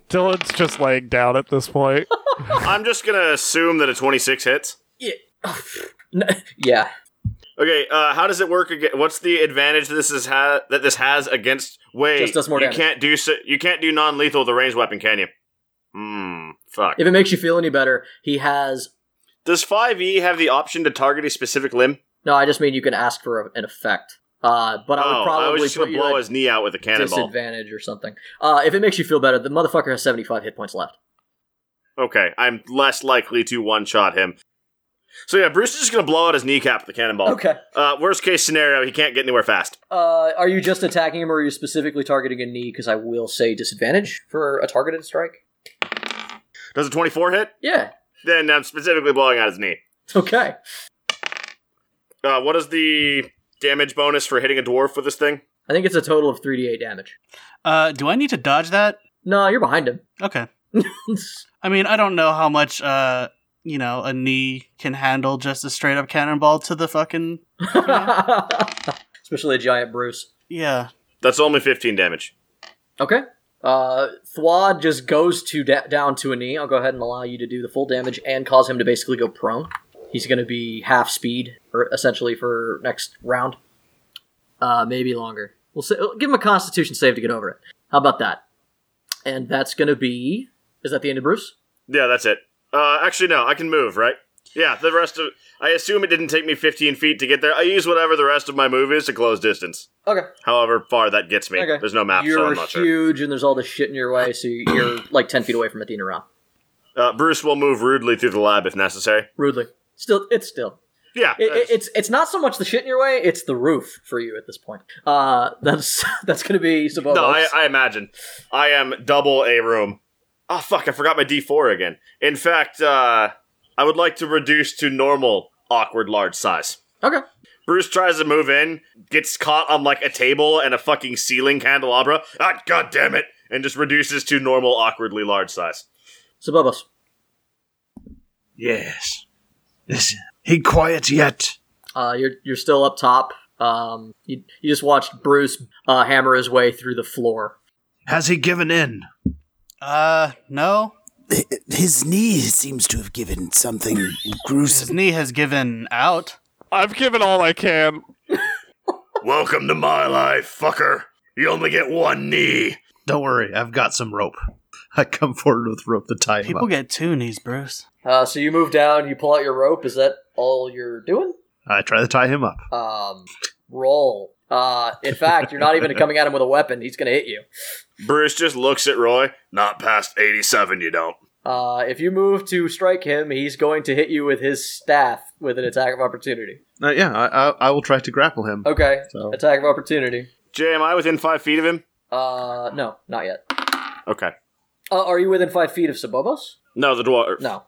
[SPEAKER 3] Dylan's just laying down at this point.
[SPEAKER 2] I'm just gonna assume that a 26 hits.
[SPEAKER 1] Yeah. N- yeah.
[SPEAKER 2] Okay, uh, how does it work? Again? What's the advantage this is ha- that this has against? Wait,
[SPEAKER 1] Just does more
[SPEAKER 2] you
[SPEAKER 1] damage.
[SPEAKER 2] can't do so- you can't do non-lethal with a ranged weapon, can you? Hmm. Fuck.
[SPEAKER 1] If it makes you feel any better, he has.
[SPEAKER 2] Does 5e have the option to target a specific limb?
[SPEAKER 1] No, I just mean you can ask for a- an effect. Uh, but I
[SPEAKER 2] oh,
[SPEAKER 1] would probably
[SPEAKER 2] I was just
[SPEAKER 1] put
[SPEAKER 2] gonna
[SPEAKER 1] you
[SPEAKER 2] blow
[SPEAKER 1] at
[SPEAKER 2] his knee out with a cannonball.
[SPEAKER 1] disadvantage or something. Uh, if it makes you feel better, the motherfucker has 75 hit points left.
[SPEAKER 2] Okay, I'm less likely to one-shot him. So yeah, Bruce is just gonna blow out his kneecap with a cannonball.
[SPEAKER 1] Okay.
[SPEAKER 2] Uh, worst case scenario, he can't get anywhere fast.
[SPEAKER 1] Uh, are you just attacking him, or are you specifically targeting a knee? Because I will say disadvantage for a targeted strike.
[SPEAKER 2] Does a 24 hit?
[SPEAKER 1] Yeah.
[SPEAKER 2] Then I'm specifically blowing out his knee.
[SPEAKER 1] Okay.
[SPEAKER 2] Uh, what is the damage bonus for hitting a dwarf with this thing?
[SPEAKER 1] I think it's a total of 3d8 damage.
[SPEAKER 6] Uh, do I need to dodge that?
[SPEAKER 1] No, you're behind him.
[SPEAKER 6] Okay. I mean, I don't know how much uh, you know, a knee can handle just a straight up cannonball to the fucking
[SPEAKER 1] Especially a giant Bruce.
[SPEAKER 6] yeah.
[SPEAKER 2] That's only 15 damage.
[SPEAKER 1] Okay. Uh, Thwad just goes to da- down to a knee. I'll go ahead and allow you to do the full damage and cause him to basically go prone. He's going to be half speed, or essentially for next round, uh, maybe longer. We'll say, give him a Constitution save to get over it. How about that? And that's going to be. Is that the end of Bruce?
[SPEAKER 2] Yeah, that's it. Uh, actually, no, I can move, right? Yeah, the rest of. I assume it didn't take me 15 feet to get there. I use whatever the rest of my move is to close distance.
[SPEAKER 1] Okay.
[SPEAKER 2] However far that gets me.
[SPEAKER 1] Okay.
[SPEAKER 2] There's no map, so
[SPEAKER 1] You're
[SPEAKER 2] I'm not sure.
[SPEAKER 1] huge, and there's all this shit in your way, so you're like ten feet away from Athena round.
[SPEAKER 2] Uh, Bruce will move rudely through the lab if necessary.
[SPEAKER 1] Rudely, still, it's still.
[SPEAKER 2] Yeah.
[SPEAKER 1] It, it,
[SPEAKER 2] that's-
[SPEAKER 1] it's it's not so much the shit in your way; it's the roof for you at this point. Uh, that's that's gonna be Sabobos.
[SPEAKER 2] no, I, I imagine. I am double a room. Oh, fuck, I forgot my D4 again. In fact, uh, I would like to reduce to normal awkward large size.
[SPEAKER 1] okay,
[SPEAKER 2] Bruce tries to move in, gets caught on like a table and a fucking ceiling candelabra. Ah, god damn it! And just reduces to normal, awkwardly large size.
[SPEAKER 1] Sabobos.
[SPEAKER 4] Yes. Listen, he quiet yet.
[SPEAKER 1] Uh, you're you're still up top. Um, you, you just watched Bruce uh, hammer his way through the floor.
[SPEAKER 4] Has he given in?
[SPEAKER 6] Uh no.
[SPEAKER 5] His knee seems to have given something
[SPEAKER 6] His
[SPEAKER 5] gruesome.
[SPEAKER 6] knee has given out.
[SPEAKER 3] I've given all I can.
[SPEAKER 2] Welcome to my life, fucker. You only get one knee.
[SPEAKER 4] Don't worry, I've got some rope. I come forward with rope to tie him
[SPEAKER 6] People
[SPEAKER 4] up.
[SPEAKER 6] get two knees, Bruce.
[SPEAKER 1] Uh, so you move down, you pull out your rope. Is that all you're doing?
[SPEAKER 4] I try to tie him up.
[SPEAKER 1] Um, roll. Uh, in fact, you're not even coming at him with a weapon. He's gonna hit you.
[SPEAKER 2] Bruce just looks at Roy. Not past 87, you don't.
[SPEAKER 1] Uh, if you move to strike him, he's going to hit you with his staff with an attack of opportunity.
[SPEAKER 4] Uh, yeah, I, I, I will try to grapple him.
[SPEAKER 1] Okay,
[SPEAKER 4] So-
[SPEAKER 1] attack of opportunity.
[SPEAKER 2] Jay, am I within five feet of him?
[SPEAKER 1] Uh, no, not yet.
[SPEAKER 2] Okay.
[SPEAKER 1] Uh, are you within five feet of Sabobos?
[SPEAKER 2] No, the dwarf.
[SPEAKER 1] No.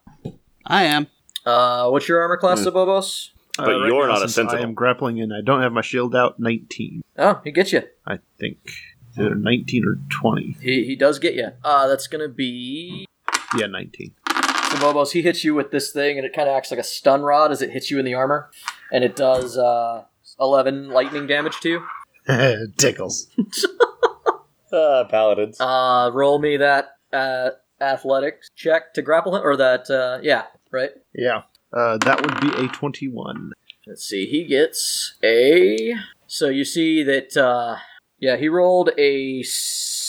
[SPEAKER 6] I am.
[SPEAKER 1] Uh, what's your armor class, Sabobos?
[SPEAKER 2] But you're
[SPEAKER 4] Uh, now,
[SPEAKER 2] not a
[SPEAKER 4] since
[SPEAKER 2] sentinel.
[SPEAKER 4] I am grappling and I don't have my shield out. 19,
[SPEAKER 1] Oh, he gets you.
[SPEAKER 4] I think. Either 19 or 20.
[SPEAKER 1] He he does get you. Uh, that's gonna be
[SPEAKER 4] Yeah, 19.
[SPEAKER 1] Sabobos. He hits you with this thing, and it kind of acts like a stun rod as it hits you in the armor, and it does uh eleven lightning damage to you.
[SPEAKER 4] Tickles.
[SPEAKER 2] Uh, paladins.
[SPEAKER 1] Uh, roll me that uh athletics check to grapple him, or that uh yeah right.
[SPEAKER 4] Yeah. Uh, that would be a 21.
[SPEAKER 1] Let's see. He gets a. So you see that. Uh, yeah, he rolled a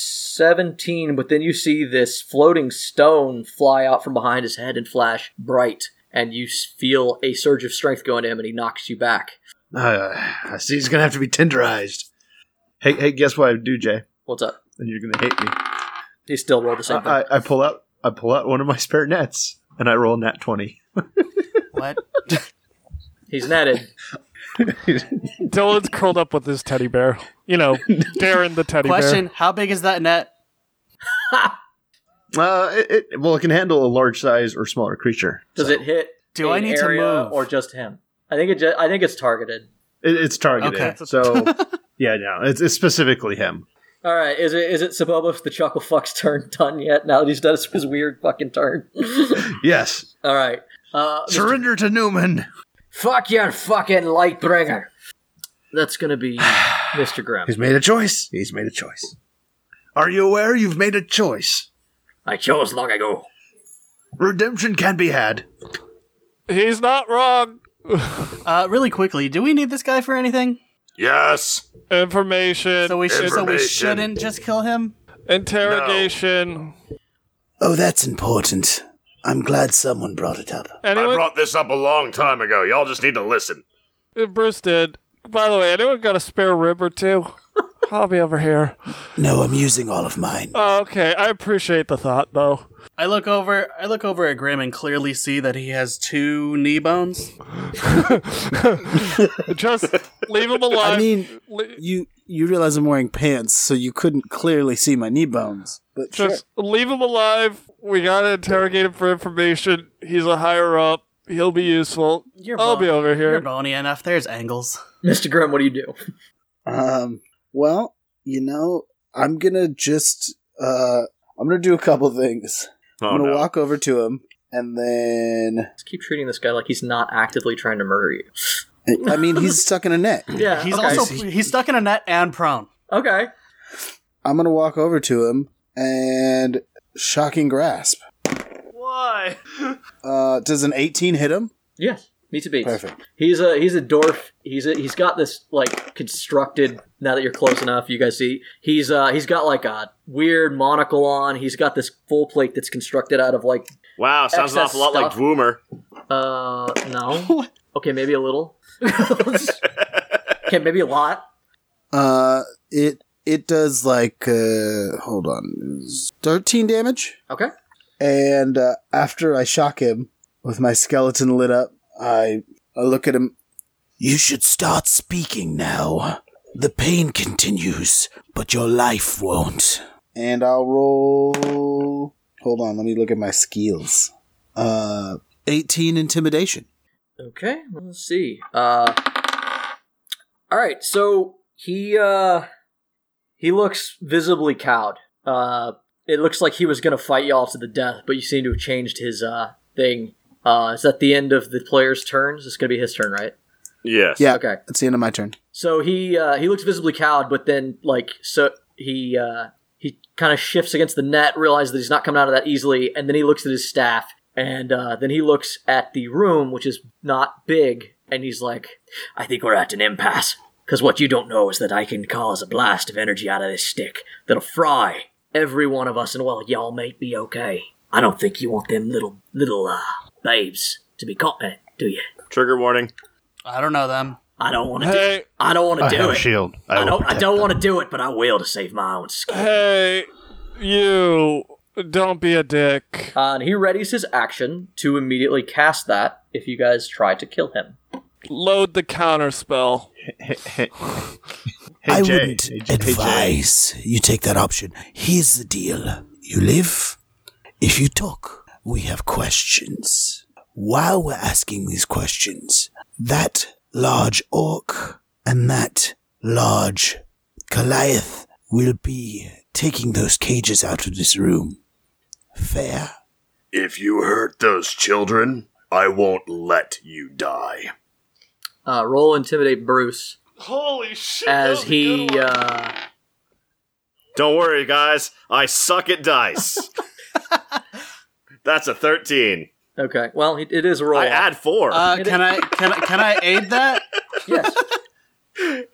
[SPEAKER 1] seventeen, but then you see this floating stone fly out from behind his head and flash bright, and you s- feel a surge of strength go into him, and he knocks you back.
[SPEAKER 4] Uh, I see he's going to have to be tenderized. Hey, hey, guess what I do, Jay?
[SPEAKER 1] What's up?
[SPEAKER 4] And you're going to hate me.
[SPEAKER 1] He still rolled the same thing.
[SPEAKER 4] I, I, I pull out I pull out one of my spare nets and I roll a nat 20.
[SPEAKER 6] What?
[SPEAKER 1] He's netted.
[SPEAKER 4] Uh,
[SPEAKER 3] Dylan's curled up with his teddy bear. You know, Darren the teddy
[SPEAKER 6] Question: How big is that net?
[SPEAKER 4] Uh, it, it, well, it can handle a large size or smaller creature.
[SPEAKER 1] Does it hit?
[SPEAKER 6] Do I
[SPEAKER 1] an
[SPEAKER 6] need to
[SPEAKER 1] area
[SPEAKER 6] move?
[SPEAKER 1] or just him? I think it. Ju- I think it's targeted.
[SPEAKER 4] It, it's targeted.
[SPEAKER 6] Okay.
[SPEAKER 4] So, yeah, no, it's, it's specifically him.
[SPEAKER 1] All right, is it is it Saboba the Chuckle Fuck's turn done yet? Now that he's done his weird fucking turn.
[SPEAKER 4] Yes.
[SPEAKER 1] All right, uh, Mr.
[SPEAKER 4] Surrender to Newman.
[SPEAKER 1] Fuck your fucking light bringer. That's gonna be Mr. Grimm.
[SPEAKER 4] He's made a choice. He's made a choice. Are you aware you've made a choice?
[SPEAKER 1] I chose long ago.
[SPEAKER 4] Redemption can be had.
[SPEAKER 3] He's not wrong.
[SPEAKER 6] Uh, really quickly, do we need this guy for anything?
[SPEAKER 2] Yes.
[SPEAKER 3] Information,
[SPEAKER 6] So we sh- so we
[SPEAKER 2] Information.
[SPEAKER 6] shouldn't just kill him.
[SPEAKER 3] interrogation.
[SPEAKER 5] Oh, that's important. I'm glad someone brought it up.
[SPEAKER 3] Anyone?
[SPEAKER 2] I brought this up a long time ago. Y'all just need to listen.
[SPEAKER 3] Uh, Bruce did. By the way, anyone got a spare rib or two? I'll be over here.
[SPEAKER 5] No, I'm using all of mine.
[SPEAKER 3] Oh, okay, I appreciate the thought though.
[SPEAKER 6] I look over. I look over at Grim and clearly see that he has two knee bones.
[SPEAKER 3] Just leave him alive.
[SPEAKER 5] I mean,
[SPEAKER 3] Le-
[SPEAKER 5] you you realize I'm wearing pants, so you couldn't clearly see my knee bones. But sure.
[SPEAKER 3] Just leave him alive. We gotta interrogate him for information. He's a higher up. He'll be useful.
[SPEAKER 6] You're
[SPEAKER 3] I'll
[SPEAKER 6] bone-
[SPEAKER 3] be over
[SPEAKER 6] You're
[SPEAKER 3] here.
[SPEAKER 6] bony enough. There's angles.
[SPEAKER 1] Mr. Grimm, what do you do?
[SPEAKER 5] Um,
[SPEAKER 8] Well, you know, I'm gonna just uh I'm gonna do a couple things.
[SPEAKER 2] Oh,
[SPEAKER 8] I'm gonna
[SPEAKER 2] no.
[SPEAKER 8] walk over to him and then
[SPEAKER 1] Just keep treating this guy like he's not actively trying to murder you.
[SPEAKER 8] I mean he's stuck in a net.
[SPEAKER 1] Yeah,
[SPEAKER 6] He's
[SPEAKER 1] okay.
[SPEAKER 6] also he's stuck in a net and prone.
[SPEAKER 1] okay.
[SPEAKER 8] I'm gonna walk over to him and shocking grasp.
[SPEAKER 6] Why?
[SPEAKER 8] Uh does an eighteen hit him?
[SPEAKER 1] Yes, meets a beats.
[SPEAKER 8] Perfect.
[SPEAKER 1] He's a he's a dwarf. He's a, he's got this like constructed. Now that you're close enough, you guys see he's uh he's got like a weird monocle on. He's got this full plate that's constructed out of like
[SPEAKER 2] Wow, sounds an
[SPEAKER 1] Excess
[SPEAKER 2] awful lot like
[SPEAKER 1] stuff.
[SPEAKER 2] Dwoomer.
[SPEAKER 1] uh no okay maybe a little okay maybe a lot.
[SPEAKER 8] Uh it it does like uh hold on. Thirteen damage?
[SPEAKER 1] Okay,
[SPEAKER 8] And uh, after I shock him with my skeleton lit up, I, I look at him.
[SPEAKER 5] you should start speaking now. The pain continues, but your life won't.
[SPEAKER 8] and I'll roll. Hold on, let me look at my skills. Uh,
[SPEAKER 5] 18 intimidation.
[SPEAKER 1] okay. Let's see. Uh, all right. So he uh he looks visibly cowed. Uh, it looks like he was gonna fight y'all to the death, but you seem to have changed his uh thing. Uh, is that the end of the player's turns? It's gonna be his turn, right?
[SPEAKER 2] Yes.
[SPEAKER 8] yeah,
[SPEAKER 1] Okay.
[SPEAKER 8] it's the end of my turn.
[SPEAKER 1] So he uh, he looks visibly cowed, but then like so he uh, he kind of shifts against the net, realizes that he's not coming out of that easily, and then he looks at his staff, and uh, then he looks at the room, which is not big, and he's like, "I think we're at an impasse." Because what you don't know is that I can cause a blast of energy out of this stick that'll fry every one of us, and well, y'all may be okay. I don't think you want them little little uh, babes to be caught in it, do you?
[SPEAKER 2] Trigger warning.
[SPEAKER 6] I don't know them.
[SPEAKER 1] I don't want to. do
[SPEAKER 3] Hey,
[SPEAKER 1] I don't want to
[SPEAKER 4] I
[SPEAKER 1] do
[SPEAKER 4] have
[SPEAKER 1] it.
[SPEAKER 4] a shield.
[SPEAKER 1] I
[SPEAKER 4] will
[SPEAKER 1] don't. I
[SPEAKER 4] protect
[SPEAKER 1] don't
[SPEAKER 4] them.
[SPEAKER 1] want to do it, but I will to save my own skin.
[SPEAKER 3] hey, you! Don't be a dick.
[SPEAKER 1] Uh, and he readies his action to immediately cast that if you guys try to kill him.
[SPEAKER 3] Load the counter spell.
[SPEAKER 4] Hey,
[SPEAKER 5] I
[SPEAKER 4] Jay.
[SPEAKER 5] wouldn't
[SPEAKER 4] Hey, J- hey, Jay.
[SPEAKER 5] advise you take that option. Here's the deal you live. If you talk, we have questions. While we're asking these questions, that large orc and that large Goliath will be taking those cages out of this room. Fair?
[SPEAKER 2] If you hurt those children, I won't let you die.
[SPEAKER 1] Uh, roll intimidate Bruce
[SPEAKER 3] Holy shit!
[SPEAKER 1] as he. Uh,
[SPEAKER 2] Don't worry, guys. I suck at dice. That's a 13.
[SPEAKER 1] okay, well it, it is a roll.
[SPEAKER 2] I add 4.
[SPEAKER 6] Uh,
[SPEAKER 1] It-
[SPEAKER 6] can I can I can I aid that?
[SPEAKER 1] yes,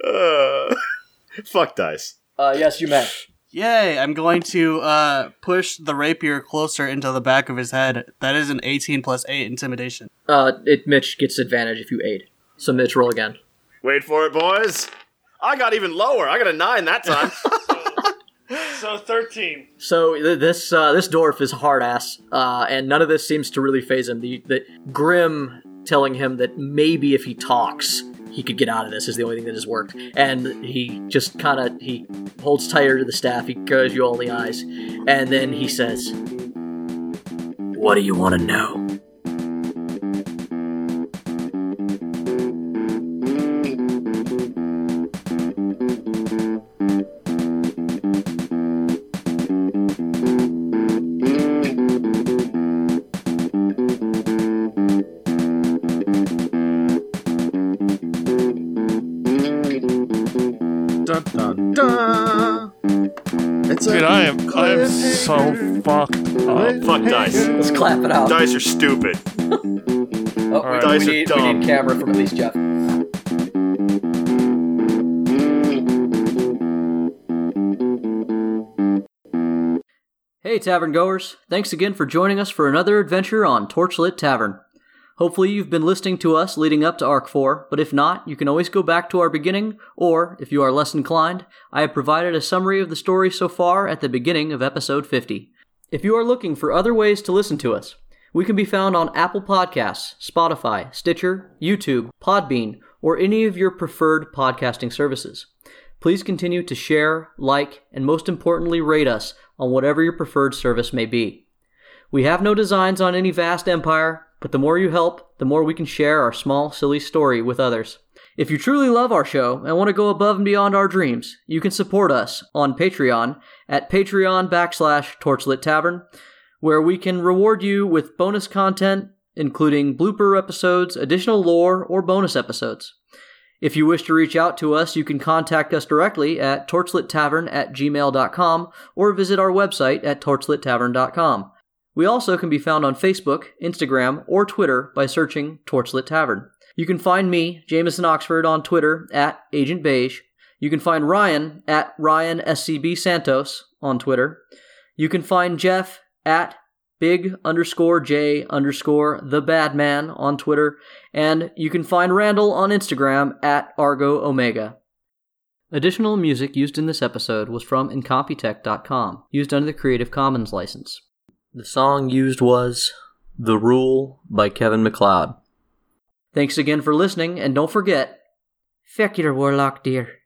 [SPEAKER 2] Uh, fuck dice.
[SPEAKER 1] uh, yes, you may.
[SPEAKER 6] Yay! I'm going to uh, push the rapier closer into the back of his head. That is an 18 plus 8 intimidation.
[SPEAKER 1] Uh, it Mitch gets advantage if you aid. So Mitch, roll again.
[SPEAKER 2] Wait for it, boys. I got even lower. I got a 9 that time.
[SPEAKER 3] So thirteen.
[SPEAKER 1] So th- this uh, this dwarf is hard ass, uh, and none of this seems to really phase him. The, the Grim telling him that maybe if he talks, he could get out of this is the only thing that has worked. And he just kind of he holds tighter to the staff. He goes you all in the eyes, and then he says, "What do you want to know?" dun, dun, dun. It's
[SPEAKER 3] Dude,
[SPEAKER 1] a
[SPEAKER 3] I am I am so
[SPEAKER 1] cliffhanger.
[SPEAKER 3] fucked up.
[SPEAKER 2] Fuck dice.
[SPEAKER 1] Cliffhanger.
[SPEAKER 9] Let's clap it out.
[SPEAKER 2] Dice are stupid.
[SPEAKER 9] Oh,
[SPEAKER 3] Alright.
[SPEAKER 9] we,
[SPEAKER 2] Dice
[SPEAKER 9] we,
[SPEAKER 2] are
[SPEAKER 9] need, we
[SPEAKER 2] dumb.
[SPEAKER 9] need camera from at least Jeff. Hey, tavern goers. Thanks again for joining us for another adventure on Torchlit Tavern. Hopefully, you've been listening to us leading up to Arc 4, but if not, you can always go back to our beginning, or, if you are less inclined, I have provided a summary of the story so far at the beginning of episode 50. If you are looking for other ways to listen to us, we can be found on Apple Podcasts, Spotify, Stitcher, YouTube, Podbean, or any of your preferred podcasting services. Please continue to share, like, and most importantly, rate us on whatever your preferred service may be. We have no designs on any vast empire, but the more you help, the more we can share our small, silly story with others. If you truly love our show and want to go above and beyond our dreams, you can support us on Patreon at patreon backslash torchlit tavern, where we can reward you with bonus content, including blooper episodes, additional lore, or bonus episodes. If you wish to reach out to us, you can contact us directly at torchlittavern at gmail.com or visit our website at torchlittavern.com. We also can be found on Facebook, Instagram, or Twitter by searching Torchlit Tavern. You can find me, Jameson Oxford, on Twitter at Agent Beige. You can find Ryan at Ryan SCB Santos on Twitter. You can find Jeff at big underscore J underscore the bad man on Twitter, and you can find Randall on Instagram at Argo Omega. Additional music used in this episode was from Incompetech.com, used under the Creative Commons license. The song used was The Rule by Kevin McLeod. Thanks again for listening, and don't forget, feck your warlock, dear.